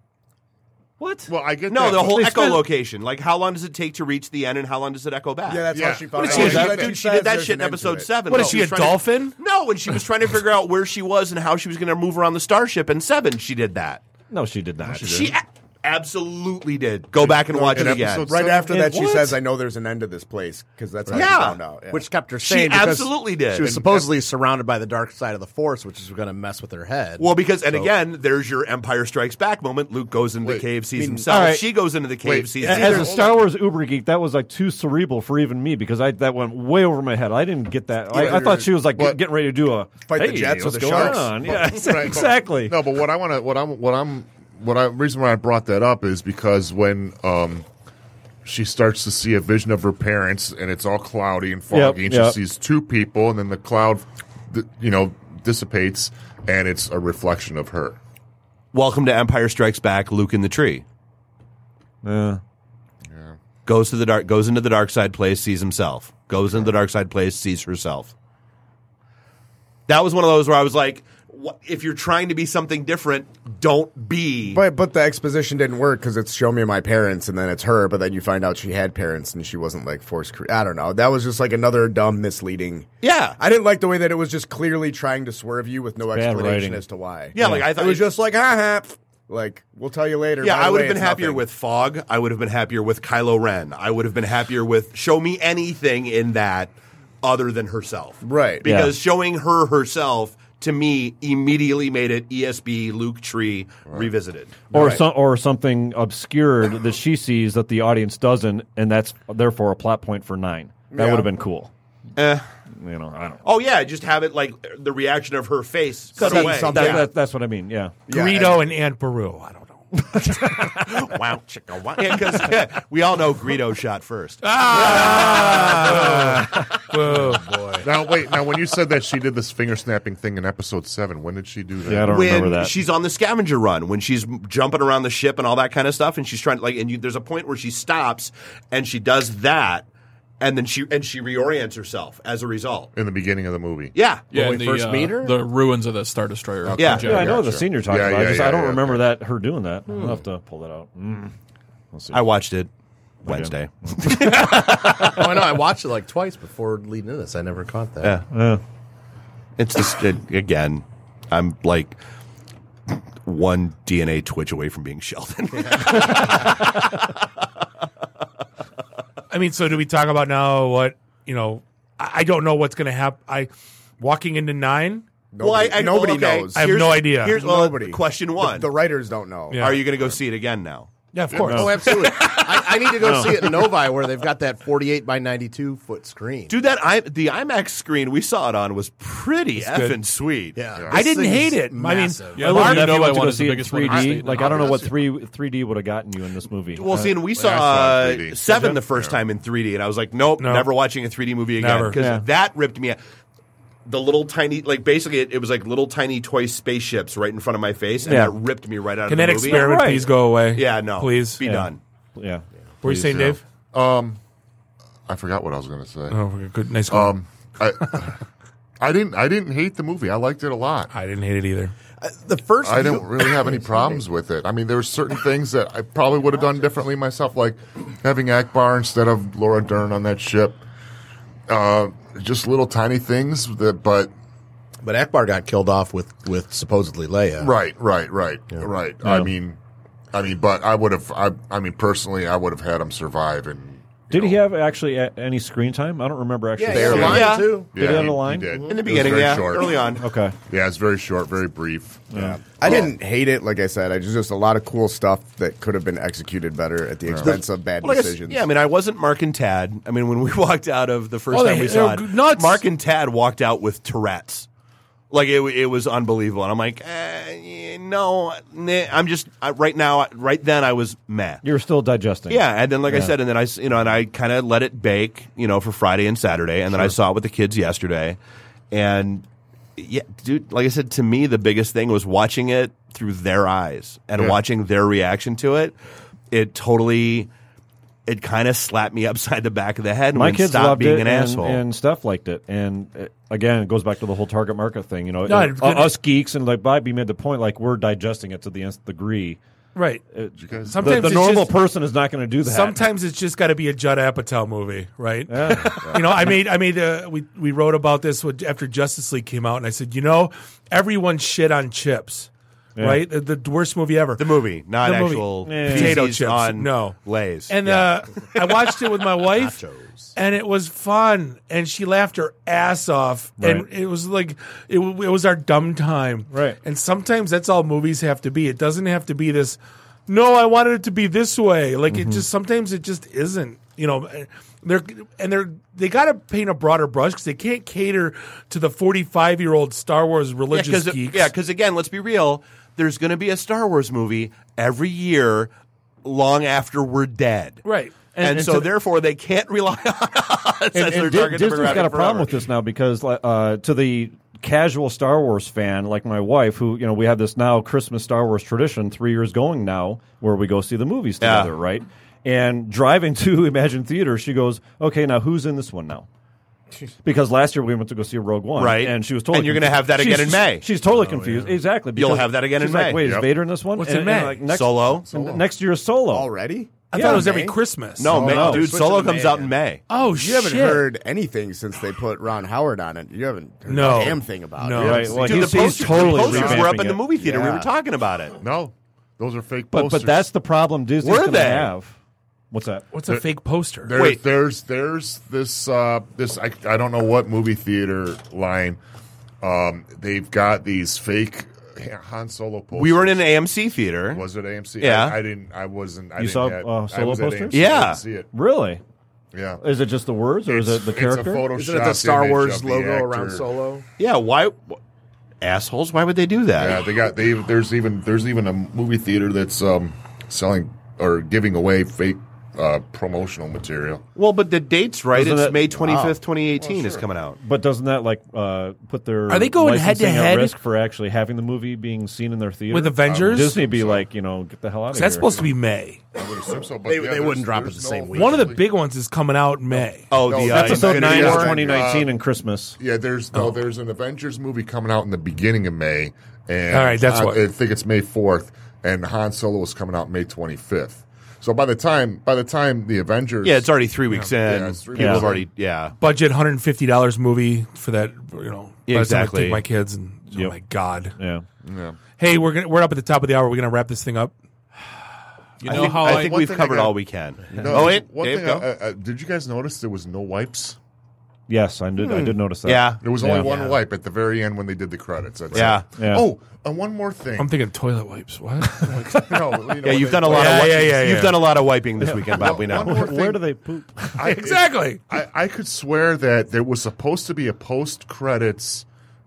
Speaker 15: What?
Speaker 19: Well, I get
Speaker 12: No,
Speaker 19: that,
Speaker 12: the
Speaker 19: but-
Speaker 12: whole
Speaker 19: They
Speaker 12: echo
Speaker 19: spent-
Speaker 12: location. Like, how long does it take to reach the end, and how long does it echo back?
Speaker 17: Yeah, that's how she found
Speaker 12: What
Speaker 17: out.
Speaker 12: is
Speaker 17: She
Speaker 12: she, dude,
Speaker 17: said- she
Speaker 12: she
Speaker 17: says
Speaker 12: did that
Speaker 17: there's
Speaker 12: shit
Speaker 17: an
Speaker 12: in
Speaker 17: end to
Speaker 12: episode
Speaker 17: it.
Speaker 12: seven.
Speaker 2: What
Speaker 12: No,
Speaker 2: is she,
Speaker 12: was
Speaker 2: a
Speaker 12: trying to-
Speaker 2: dolphin?
Speaker 12: no, when she was trying to figure out where she was and how she was going to move around the starship in seven, she did that.
Speaker 15: No, she did not.
Speaker 12: She, a- absolutely did. Go back and
Speaker 17: No,
Speaker 12: watch
Speaker 17: in
Speaker 12: it again.
Speaker 17: episode Right seven? after that, she says, "I know there's an end to this place because that's how she
Speaker 16: Yeah.
Speaker 17: found out." Yeah.
Speaker 16: Which kept her
Speaker 12: She
Speaker 16: sane. because
Speaker 12: absolutely did.
Speaker 16: She was
Speaker 12: And-
Speaker 16: supposedly surrounded by the dark side of the force, which is going to mess with her head.
Speaker 12: Well, because and
Speaker 16: So-
Speaker 12: again, there's your Empire Strikes Back moment. Luke goes into the cave, sees
Speaker 16: I mean-
Speaker 12: himself.
Speaker 15: All right.
Speaker 12: She goes into the cave, sees
Speaker 15: as a Star Wars uber geek, that was like too cerebral for even me because I that went way over my head. I didn't get that. I, I thought she was like getting ready to do a
Speaker 19: fight
Speaker 15: "Hey,
Speaker 19: the Jets with
Speaker 15: what's
Speaker 19: the
Speaker 15: going
Speaker 19: Sharks.
Speaker 15: on?"
Speaker 19: But-
Speaker 15: Yeah,
Speaker 19: right, but-
Speaker 15: exactly.
Speaker 19: no, but what I want to, what I'm, what I'm, what I reason why I brought that up is because when um, she starts to see a vision of her parents and it's all cloudy and foggy,
Speaker 15: Yep,
Speaker 19: and she
Speaker 15: yep.
Speaker 19: sees two people, and then the cloud, th- you know, dissipates, and it's a reflection of her.
Speaker 12: Welcome to Empire Strikes Back, Luke in the tree.
Speaker 15: Yeah.
Speaker 12: Goes to the dark goes into the dark side place, sees himself. Goes into the dark side place, sees herself. That was one of those where I was like, what, if you're trying to be something different, don't be
Speaker 17: But but the exposition didn't work because it's show me my parents and then it's her, but then you find out she had parents and she wasn't like forced. Cre- I don't know. That was just like another dumb misleading.
Speaker 12: Yeah,
Speaker 17: I didn't like the way that it was just clearly trying to swerve you with no
Speaker 15: Bad
Speaker 17: explanation
Speaker 15: writing.
Speaker 17: as to why.
Speaker 12: Yeah, like, I thought
Speaker 17: it was
Speaker 12: it-
Speaker 17: just like "Ah, ha ha. pff, Like we'll tell you later.
Speaker 12: Yeah,
Speaker 17: By the
Speaker 12: I would
Speaker 17: way,
Speaker 12: have been
Speaker 17: it's
Speaker 12: happier
Speaker 17: nothing.
Speaker 12: with Fog. I would have been happier with Kylo Ren. I would have been happier with show me anything in that other than herself.
Speaker 17: Right.
Speaker 12: Because showing her herself to me immediately made it ESB Luke Tree revisited.
Speaker 15: or some or something obscured that she sees that the audience doesn't, and that's therefore a plot point for nine. That
Speaker 12: Yeah.
Speaker 15: would have been cool.
Speaker 12: Eh.
Speaker 15: You know, I don't.
Speaker 12: Oh yeah, just have it like the reaction of her face cut
Speaker 15: That-
Speaker 12: away.
Speaker 15: that-
Speaker 12: Yeah.
Speaker 15: that- oh, that's what I mean. Yeah,
Speaker 2: Greedo and Aunt Beru. I don't
Speaker 12: know. wow, chicka, wow. Yeah, 'cause, yeah, we all know Greedo shot first.
Speaker 15: Ah!
Speaker 2: oh boy!
Speaker 19: Now wait. Now when you said that she did this finger snapping thing in episode seven, when did she do that?
Speaker 12: when she's on the scavenger run, when she's jumping around the ship and all that kind of stuff, and she's trying to like, and you, there's a point where she stops and she does that, and then she and she reorients herself as a result.
Speaker 19: in the beginning of the movie.
Speaker 12: Yeah,
Speaker 14: Yeah, the, uh, the ruins of the Star Destroyer.
Speaker 12: Okay. Yeah.
Speaker 14: project.
Speaker 15: Yeah, I know
Speaker 12: yeah,
Speaker 15: the
Speaker 12: sure.
Speaker 15: scene you're talking
Speaker 12: Yeah,
Speaker 15: about. I
Speaker 12: yeah,
Speaker 15: just
Speaker 12: yeah,
Speaker 15: I don't
Speaker 12: yeah,
Speaker 15: remember that her doing that.
Speaker 12: Hmm.
Speaker 15: I'll have to pull that out. Mm. We'll see.
Speaker 12: I watched it Wednesday.
Speaker 13: oh, I know. I watched it like twice before leading to this. I never caught that.
Speaker 12: Yeah. It's just, it- again, I'm like one DNA twitch away from being Sheldon.
Speaker 2: I mean, so do we talk about now what you know? I, I don't know what's going to happen. I walking into nine.
Speaker 12: well, okay,
Speaker 2: I have
Speaker 12: here's-
Speaker 2: no idea.
Speaker 12: Here's well, question one.
Speaker 2: The,
Speaker 12: writers don't know.
Speaker 2: Yeah.
Speaker 12: Are you going to go see it again now?
Speaker 2: Yeah,
Speaker 12: of course.
Speaker 13: Oh, absolutely. I, I need to go
Speaker 12: No.
Speaker 13: see it in Novi where they've got that 48 by 92 foot screen.
Speaker 12: Dude, that I, the IMAX screen we saw it on was pretty
Speaker 13: It's
Speaker 12: effing
Speaker 13: good.
Speaker 12: sweet.
Speaker 13: Yeah.
Speaker 12: Yeah.
Speaker 2: I didn't hate it. I mean,
Speaker 15: I
Speaker 2: Mark-
Speaker 15: wouldn't know if you went to go
Speaker 14: is the
Speaker 15: see it
Speaker 14: biggest one in the
Speaker 15: 3D.
Speaker 14: state.
Speaker 15: Like I don't know what three three D would have gotten you in this movie.
Speaker 12: Well, see, and we saw, uh, Seven the first time in 3D, and I was like, nope,
Speaker 15: No.
Speaker 12: never watching a 3D movie again.
Speaker 15: Never.
Speaker 12: Because
Speaker 15: Yeah.
Speaker 12: that ripped me out. The little tiny, like basically, it, it was like little tiny toy spaceships right in front of my face, and
Speaker 2: Yeah.
Speaker 12: that ripped me right out
Speaker 2: Can
Speaker 12: of the
Speaker 2: that
Speaker 12: movie.
Speaker 2: experiment Right. please go away?
Speaker 12: Yeah, no.
Speaker 2: Please.
Speaker 12: Be
Speaker 2: Yeah.
Speaker 12: done.
Speaker 15: Yeah.
Speaker 2: What were you saying,
Speaker 19: Yeah.
Speaker 2: Dave?
Speaker 19: Um, I forgot what I was going to say.
Speaker 2: Oh, okay, good. Nice call.
Speaker 19: Um, I, I didn't. I didn't hate the movie. I liked it a lot.
Speaker 2: I didn't hate it either.
Speaker 13: the first,
Speaker 19: I don't really have any problems with it. I mean, there were certain things that I probably would have done differently myself, like having Akbar instead of Laura Dern on that ship. Uh, just little tiny things that, but
Speaker 13: But Akbar got killed off with, with supposedly Leia.
Speaker 19: Right, right, right, right. I
Speaker 13: Yeah.
Speaker 19: mean, I mean, but I would have. I, I mean, personally, I would have had him survive. And
Speaker 15: Did he have actually a- any screen time? I don't remember actually.
Speaker 19: Yeah, he had a
Speaker 15: seeing
Speaker 19: line,
Speaker 15: it.
Speaker 19: too.
Speaker 15: Did he
Speaker 19: Yeah,
Speaker 15: have
Speaker 19: he-
Speaker 15: a line?
Speaker 19: he did. In
Speaker 12: the
Speaker 15: It was
Speaker 12: beginning,
Speaker 15: very
Speaker 12: yeah,
Speaker 15: short.
Speaker 12: early on.
Speaker 15: Okay.
Speaker 19: yeah, it's very short, very brief.
Speaker 17: Yeah.
Speaker 19: Oh.
Speaker 17: I didn't hate it. Like I said, I just, just a lot of cool stuff that could have been executed better at the expense of bad
Speaker 12: Well, like I s-
Speaker 17: decisions.
Speaker 12: yeah, I mean, I wasn't Mark and Tad. I mean, when we walked out of the first
Speaker 17: Oh,
Speaker 12: time
Speaker 17: they-
Speaker 12: we
Speaker 17: they were
Speaker 12: saw it,
Speaker 17: good
Speaker 12: Mark and Tad walked out with Tourette's. Like it, wa- it was unbelievable, and I'm like, eh, yeah, no, nah, I'm just I, right now, right then, I was meh.
Speaker 15: You were still digesting.
Speaker 12: Yeah, and then like I
Speaker 15: Yeah.
Speaker 12: said, and then I s- you know, and I kind of let it bake, you know, for Friday and Saturday, and then I
Speaker 15: Sure.
Speaker 12: saw it with the kids yesterday, and yeah, dude, like I said, to me the biggest thing was watching it through their eyes and
Speaker 15: Yeah.
Speaker 12: watching their reaction to it. It totally, it kind of slapped me upside the back of the head. and
Speaker 15: My
Speaker 12: went,
Speaker 15: kids
Speaker 12: stop
Speaker 15: loved
Speaker 12: being
Speaker 15: it,
Speaker 12: an
Speaker 15: and,
Speaker 12: asshole.
Speaker 15: and Steph liked it. And uh, again, it goes back to the whole target market thing. You know,
Speaker 2: No,
Speaker 15: it-
Speaker 2: it-
Speaker 15: uh, us geeks and like Bobby made the point, like we're digesting it to the nth degree.
Speaker 2: Right.
Speaker 15: It-
Speaker 2: Because-
Speaker 15: the,
Speaker 2: Sometimes
Speaker 15: the
Speaker 2: it's
Speaker 15: normal
Speaker 2: just-
Speaker 15: person is not going to do that.
Speaker 2: Sometimes it's just got to be a Judd Apatow movie, right? you know, I made I made uh we we wrote about this with- after Justice League came out, and I said, you know, everyone shit on chips,
Speaker 12: Yeah.
Speaker 2: right? The, the worst movie ever. The
Speaker 12: movie, not
Speaker 2: The movie.
Speaker 12: actual
Speaker 2: potato
Speaker 12: PCs
Speaker 2: chips.
Speaker 12: on
Speaker 2: no
Speaker 12: Lay's.
Speaker 2: And
Speaker 12: Yeah.
Speaker 2: uh, I watched it with my wife, and it was fun, and she laughed her ass off, and
Speaker 15: Right.
Speaker 2: it was like it, w- it was our dumb time, right? And sometimes that's all movies have to be. It doesn't have to be this. No, I wanted it to be this way. Like
Speaker 12: Mm-hmm.
Speaker 2: it just sometimes it just isn't. You know, eh, they're and they're they got to paint a broader brush because they can't cater to the forty-five year old Star Wars religious
Speaker 12: yeah,
Speaker 2: geeks.
Speaker 12: because again, let's be real. There's going to be a Star Wars movie every year, long after we're dead.
Speaker 2: Right.
Speaker 12: And,
Speaker 15: And- and
Speaker 12: so,
Speaker 15: to-
Speaker 12: therefore, they can't rely on us as
Speaker 15: and,
Speaker 12: their
Speaker 15: and Di-
Speaker 12: target
Speaker 15: Disney's
Speaker 12: demographic
Speaker 15: got a problem
Speaker 12: forever.
Speaker 15: with this now because like, uh, to the casual Star Wars fan like my wife, who you know we have this now Christmas Star Wars tradition three years going now where we go see the movies
Speaker 12: Yeah.
Speaker 15: together, right? And driving to Imagine Theater, she goes, "Okay, now who's in this one now?" Because last year we went to go see Rogue One,
Speaker 12: Right.
Speaker 15: And she was totally
Speaker 12: And you're gonna
Speaker 15: confused.
Speaker 12: have that again
Speaker 15: She's-
Speaker 12: in May.
Speaker 15: She's
Speaker 16: Oh,
Speaker 15: totally confused, exactly.
Speaker 12: You'll
Speaker 15: because
Speaker 12: have that again in
Speaker 15: she's like,
Speaker 12: May.
Speaker 15: Wait,
Speaker 12: Yep.
Speaker 15: is Vader in this one?
Speaker 12: What's
Speaker 15: And-
Speaker 12: in
Speaker 15: and
Speaker 12: May?
Speaker 15: like next,
Speaker 12: Solo?
Speaker 15: and Next year is Solo
Speaker 17: already.
Speaker 2: I thought it was every Christmas.
Speaker 12: No,
Speaker 15: Oh,
Speaker 17: Solo.
Speaker 12: man, dude, Solo comes out in May.
Speaker 2: Oh,
Speaker 17: you haven't
Speaker 2: shit.
Speaker 17: heard anything since they put Ron Howard on it. You haven't heard
Speaker 2: No.
Speaker 17: a damn thing about
Speaker 2: No.
Speaker 17: it.
Speaker 2: Right, well, Dude, he's- the he's posters-
Speaker 12: totally posters were up in the movie theater. We were
Speaker 17: Yeah.
Speaker 12: talking about it.
Speaker 19: No, Those are fake
Speaker 15: But
Speaker 19: posters.
Speaker 15: but that's the problem Disney's
Speaker 19: Were
Speaker 15: going to
Speaker 19: they?
Speaker 15: have. What's that?
Speaker 19: There- There,
Speaker 15: Wait,
Speaker 19: there's there's this uh, this I, I don't know what movie theater line. Um, they've got these fake Han Solo posters.
Speaker 12: We were in an AMC theater.
Speaker 19: Was it AMC?
Speaker 12: Yeah.
Speaker 19: I, I didn't. I wasn't. I
Speaker 12: You
Speaker 19: didn't
Speaker 12: saw,
Speaker 19: have-
Speaker 12: uh,
Speaker 19: I
Speaker 12: Solo
Speaker 19: was at
Speaker 12: posters?
Speaker 19: AMC,
Speaker 12: Yeah.
Speaker 19: I didn't see it.
Speaker 15: Really?
Speaker 19: Yeah.
Speaker 15: Is it just the words, or is
Speaker 19: It's-
Speaker 15: it the
Speaker 19: it's a
Speaker 15: character?
Speaker 19: photoshopped
Speaker 15: Is
Speaker 19: Isn't it the Star image Wars of the logo actor. around
Speaker 17: Solo?
Speaker 12: Yeah, why wh- assholes? Why would they do that?
Speaker 19: Yeah, they got they. There's even there's even a movie theater that's um, selling or giving away fake uh, promotional material.
Speaker 12: Well, but the date's right.
Speaker 15: Doesn't
Speaker 12: it's
Speaker 15: that-
Speaker 12: May 25th,
Speaker 15: Wow.
Speaker 12: 2018 is coming out.
Speaker 15: But doesn't that like uh, put their
Speaker 12: Are they going
Speaker 15: licensing
Speaker 12: head-to-head?
Speaker 15: at risk for actually having the movie being seen in their theater
Speaker 2: With Avengers?
Speaker 15: Disney be like, you know, get the hell out of here.
Speaker 2: That's supposed to be May.
Speaker 19: I would assume so, but
Speaker 16: They-
Speaker 19: yeah,
Speaker 16: they
Speaker 19: there's-
Speaker 16: wouldn't drop it
Speaker 19: there's
Speaker 16: the
Speaker 19: no
Speaker 16: same
Speaker 2: One of the big ones is coming out in May.
Speaker 19: Oh, the, uh,
Speaker 15: episode
Speaker 19: Infinity
Speaker 15: nine is
Speaker 19: War.
Speaker 15: 2019
Speaker 19: Uh,
Speaker 15: and Christmas.
Speaker 19: Yeah, there's
Speaker 12: Oh.
Speaker 19: no, there's an Avengers movie coming out in the beginning of May, and
Speaker 2: All right, that's
Speaker 19: Han-
Speaker 2: what-
Speaker 19: I think it's May fourth, and Han Solo is coming out May twenty fifth. So by the time by the time the Avengers,
Speaker 12: Yeah, it's already three weeks
Speaker 19: Yeah,
Speaker 12: in.
Speaker 19: yeah, it's three
Speaker 12: People
Speaker 19: weeks
Speaker 12: have
Speaker 19: in.
Speaker 12: already, yeah.
Speaker 2: Budget hundred and fifty dollars movie for that. You know, by the time I
Speaker 12: Exactly.
Speaker 2: take my kids and oh my god.
Speaker 15: Yeah.
Speaker 19: Yeah.
Speaker 2: Hey, we're gonna, we're up at the top of the hour. We're gonna wrap this thing up.
Speaker 19: You
Speaker 12: know how I- One thing I got- No,
Speaker 19: oh wait,
Speaker 12: wait,
Speaker 19: one
Speaker 12: Dave,
Speaker 19: thing.
Speaker 12: go.
Speaker 19: I- I- I- did you guys notice there was no wipes?
Speaker 15: Yes, I did. I
Speaker 19: Hmm.
Speaker 15: did notice that.
Speaker 19: there was only
Speaker 15: Yeah.
Speaker 19: one wipe at the very end when they did the credits. That's
Speaker 15: Yeah.
Speaker 19: it.
Speaker 15: Yeah.
Speaker 19: Oh, and one more thing.
Speaker 2: I'm thinking toilet wipes. What?
Speaker 19: No, you know,
Speaker 12: yeah,
Speaker 19: when they-
Speaker 12: you've done a lot
Speaker 2: Yeah,
Speaker 12: of
Speaker 2: yeah, yeah,
Speaker 12: you've
Speaker 2: yeah.
Speaker 12: done a lot of wiping this weekend, Bob. We know.
Speaker 19: One more thing.
Speaker 15: Where do they poop?
Speaker 19: I,
Speaker 2: exactly.
Speaker 19: I, I could swear that there was supposed to be a post credits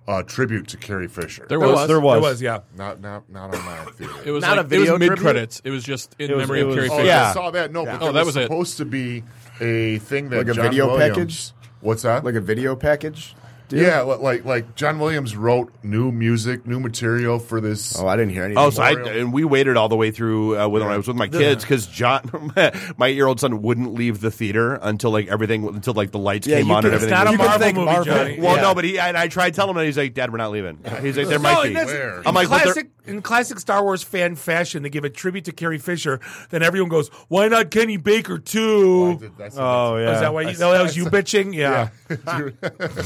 Speaker 19: uh, tribute to Carrie Fisher.
Speaker 14: There There was. was. There was. There was,
Speaker 2: yeah.
Speaker 19: Not not not on my theater.
Speaker 14: It was Not like- a it was video mid-credits. tribute? It was just in It was- memory it of was- Carrie
Speaker 19: oh,
Speaker 14: Fisher.
Speaker 19: I
Speaker 14: Yeah.
Speaker 19: saw that. No,
Speaker 14: Yeah.
Speaker 19: but
Speaker 14: Oh,
Speaker 19: there
Speaker 14: that
Speaker 19: was,
Speaker 14: was it.
Speaker 19: supposed to be a thing that
Speaker 17: Like a
Speaker 19: John
Speaker 17: video
Speaker 19: Williams-
Speaker 17: package?
Speaker 19: What's that?
Speaker 17: Like a video package? deal?
Speaker 19: Yeah, li- like like John Williams wrote new music, new material for this.
Speaker 17: Oh, I didn't hear
Speaker 12: Oh, so I, and we waited all the way through uh, when I was with my
Speaker 19: Yeah.
Speaker 12: kids because John, my eight-year-old son, wouldn't leave the theater until like everything until like the lights
Speaker 16: Yeah,
Speaker 12: came
Speaker 16: you
Speaker 12: on and
Speaker 16: can- it's
Speaker 12: everything.
Speaker 16: not a
Speaker 12: was-
Speaker 16: You can Marvel thank movie, Marvel. Johnny.
Speaker 12: Well,
Speaker 16: Yeah.
Speaker 12: no, but he and I tried telling him, and he's like, "Dad, we're not leaving." He's like, "There
Speaker 2: No,
Speaker 12: might
Speaker 2: and
Speaker 12: be."
Speaker 2: that's-
Speaker 12: I'm
Speaker 2: in
Speaker 12: like, "But there-
Speaker 2: classic in classic Star Wars fan fashion, they give a tribute to Carrie Fisher. Then everyone goes, "Why not Kenny Baker too?"
Speaker 15: Oh, yeah.
Speaker 2: Is that why? You,
Speaker 15: I-
Speaker 2: no, that was
Speaker 15: I-
Speaker 2: you bitching. Yeah.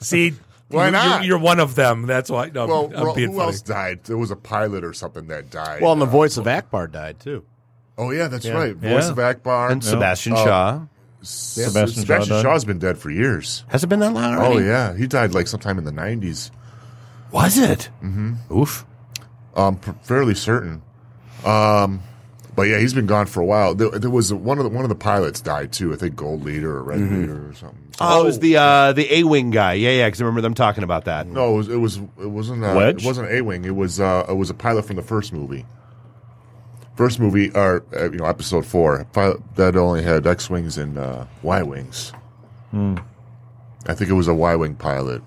Speaker 2: See,
Speaker 19: Why
Speaker 2: you-
Speaker 19: not?
Speaker 2: You, are one of them. That's why. No,
Speaker 19: well,
Speaker 2: I'm
Speaker 19: well,
Speaker 2: being
Speaker 19: who
Speaker 2: funny.
Speaker 19: else died? There was a pilot or something that died.
Speaker 16: Well, and the voice of Akbar died too.
Speaker 19: Oh yeah, that's
Speaker 16: Yeah.
Speaker 19: right. Voice
Speaker 16: Yeah.
Speaker 19: of Akbar
Speaker 16: And Sebastian Shaw.
Speaker 19: Sebastian,
Speaker 16: Sebastian
Speaker 19: Sebastian
Speaker 16: Shaw
Speaker 19: Shaw
Speaker 16: died.
Speaker 19: has been dead for years.
Speaker 12: Has it been that long?
Speaker 19: Oh
Speaker 12: already?
Speaker 19: yeah, he died like sometime in the nineties.
Speaker 12: Was it?
Speaker 19: Mm-hmm.
Speaker 12: Oof.
Speaker 19: Um, p- fairly certain. Um, but yeah, he's been gone for a while. There, there was one of the one of the pilots died too. I think Gold Leader or Red
Speaker 12: Mhm.
Speaker 19: Leader or something.
Speaker 12: Oh, it was the uh, the A-wing guy. Yeah, yeah. Because I remember them talking about that.
Speaker 19: No, it was it, was, it wasn't uh,
Speaker 12: Wedge?
Speaker 19: It wasn't A wing. It was uh, it was a pilot from the first movie. First movie, or uh, you know, episode four. Pilot that only had X wings and uh, Y wings.
Speaker 15: Hmm.
Speaker 19: I think it was a Y wing pilot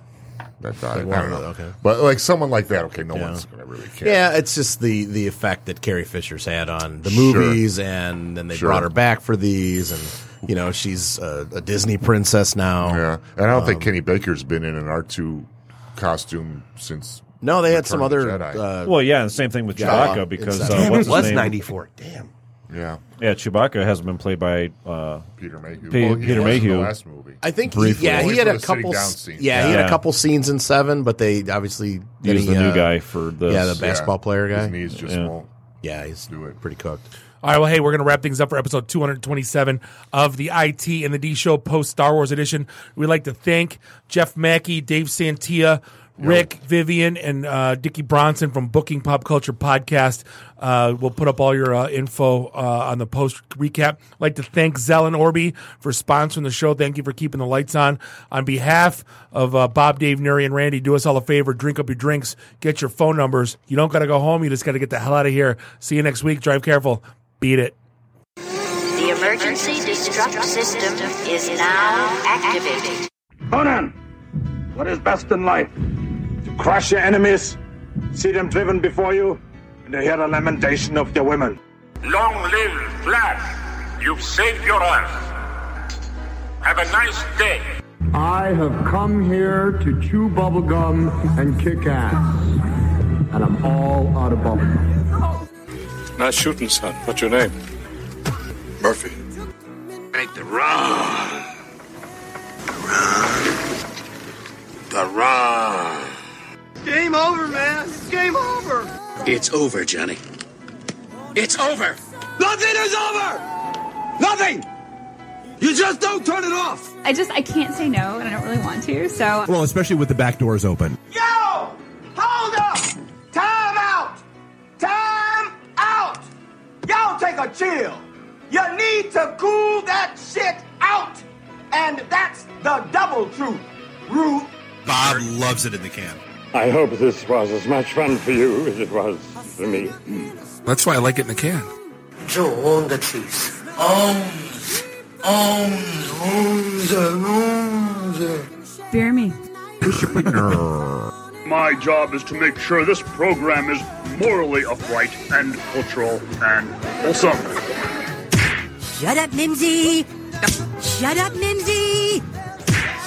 Speaker 19: that died.
Speaker 16: Like,
Speaker 19: I don't
Speaker 16: wow,
Speaker 19: know.
Speaker 16: okay.
Speaker 19: But like someone like that, okay, no
Speaker 16: Yeah.
Speaker 19: one's gonna really care.
Speaker 16: Yeah, it's just the the effect that Carrie Fisher's had on the
Speaker 19: Sure.
Speaker 16: movies, and then they
Speaker 19: Sure.
Speaker 16: brought her back for these, and you know she's a, a Disney princess now.
Speaker 19: Yeah, and I don't think
Speaker 16: Um,
Speaker 19: Kenny Baker's been in an R two costume since.
Speaker 16: No, they had some
Speaker 19: Return
Speaker 16: other.
Speaker 19: of the Jedi.
Speaker 16: Uh,
Speaker 15: Well, yeah, and same thing with
Speaker 16: Jawa.
Speaker 15: Chewbacca because
Speaker 16: Exactly.
Speaker 15: uh,
Speaker 16: Damn,
Speaker 15: what's
Speaker 16: it
Speaker 15: his
Speaker 16: was
Speaker 15: name?
Speaker 16: 94. Damn.
Speaker 19: Yeah.
Speaker 15: Yeah, Chewbacca hasn't been played by uh,
Speaker 19: Peter Mayhew.
Speaker 15: Pe-
Speaker 19: Well, he
Speaker 15: Peter
Speaker 19: was in the
Speaker 15: Mayhew.
Speaker 19: last movie.
Speaker 16: I think he,
Speaker 15: Briefly.
Speaker 16: yeah, he
Speaker 19: Always
Speaker 16: had
Speaker 19: for
Speaker 16: a
Speaker 19: the sitting
Speaker 16: couple
Speaker 19: down
Speaker 16: s-
Speaker 19: scene.
Speaker 16: Yeah, he had
Speaker 15: Yeah.
Speaker 16: a couple scenes in 7, but they obviously then
Speaker 15: Used
Speaker 16: he,
Speaker 15: the new
Speaker 16: uh,
Speaker 15: guy for this.
Speaker 16: Yeah, the basketball
Speaker 15: Yeah.
Speaker 16: player guy.
Speaker 15: His knees just Yeah. won't
Speaker 16: Yeah, he's
Speaker 19: do it.
Speaker 16: pretty cooked.
Speaker 2: All right, well, hey, we're going to wrap things up for episode 227 of the IT and the D Show post Star Wars edition. We'd like to thank Jeff Mackey, Dave Santia, Rick, Vivian, and uh, Dickie Bronson from Booking Pop Culture Podcast. Uh, we'll put up all your uh, info uh, on the post recap. I'd like to thank Zell and Orby for sponsoring the show. Thank you for keeping the lights on. On behalf of uh, Bob, Dave, Nuri, and Randy, do us all a favor. Drink up your drinks. Get your phone numbers. You don't got to go home. You just got to get the hell out of here. See you next week. Drive careful. Beat it.
Speaker 20: The emergency destruct system is now activated.
Speaker 21: Conan, what is best in life? To crush your enemies, see them driven before you, and to hear the lamentation of their women.
Speaker 22: Long live Flash! You've saved your Earth. Have a nice day.
Speaker 23: I have come here to chew bubblegum and kick ass. And I'm all out of bubblegum.
Speaker 21: Nice shooting, son. What's your name? Murphy.
Speaker 22: Make the run. The run.
Speaker 24: Game over, man. Game over.
Speaker 22: It's over, Johnny.
Speaker 8: It's over. Nothing is over. Nothing. You just don't turn it off.
Speaker 25: I just I can't say no, and I don't really want to. So
Speaker 12: Well, especially with the back doors open.
Speaker 8: Yo! Hold up! Time out! Time out! Y'all take a chill. You need to cool that shit out. And that's the double truth. Ruth.
Speaker 12: Bob loves it in the can.
Speaker 8: I hope this was as much fun for you as it was for me.
Speaker 2: That's why I like it in the can.
Speaker 8: Joe on the Um, trees. Ohms. Ohms. Ohms. Ohms.
Speaker 25: fear me.
Speaker 1: My job is to make sure this program is morally upright and cultural and wholesome.
Speaker 26: Shut up, Mimsy! Shut up, Mimsy!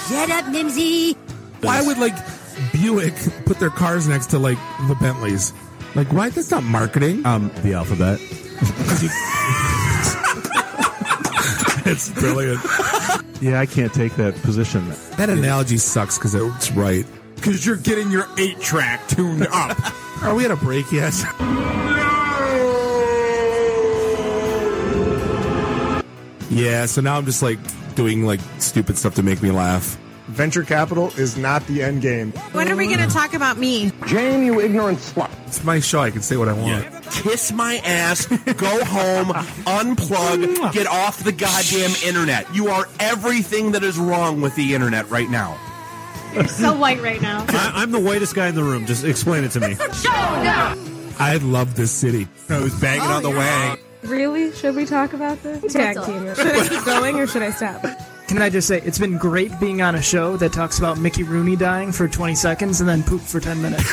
Speaker 26: Shut up, Mimsy!
Speaker 2: Why would like Buick put their cars next to like the Bentleys? Like, why? That's not marketing.
Speaker 12: Um, the alphabet.
Speaker 2: it's brilliant.
Speaker 12: Yeah, I can't take that position.
Speaker 2: That analogy sucks because it's right.
Speaker 12: Because you're getting your eight track tuned up.
Speaker 2: Are we at a break yet? yeah. So now I'm just like doing like stupid stuff to make me laugh.
Speaker 15: Venture capital is not the end game. When are we going to talk about me? Jane, you ignorant slut.
Speaker 2: It's my show. I can say what I want.
Speaker 12: Kiss my ass, go home, unplug, get off the goddamn internet. You are everything that is wrong with the internet right now.
Speaker 15: You're so white right now.
Speaker 12: I, am the whitest guy in the room. Just explain it to me.
Speaker 2: I love this city. Oh,
Speaker 12: I was banging on the wang.
Speaker 15: Really? Should we talk about this?
Speaker 27: Tag team.
Speaker 15: Should I keep going or should I stop?
Speaker 27: Can I just say, it's been great being on a show that talks about Mickey Rooney dying for 20 seconds and then poop for 10 minutes.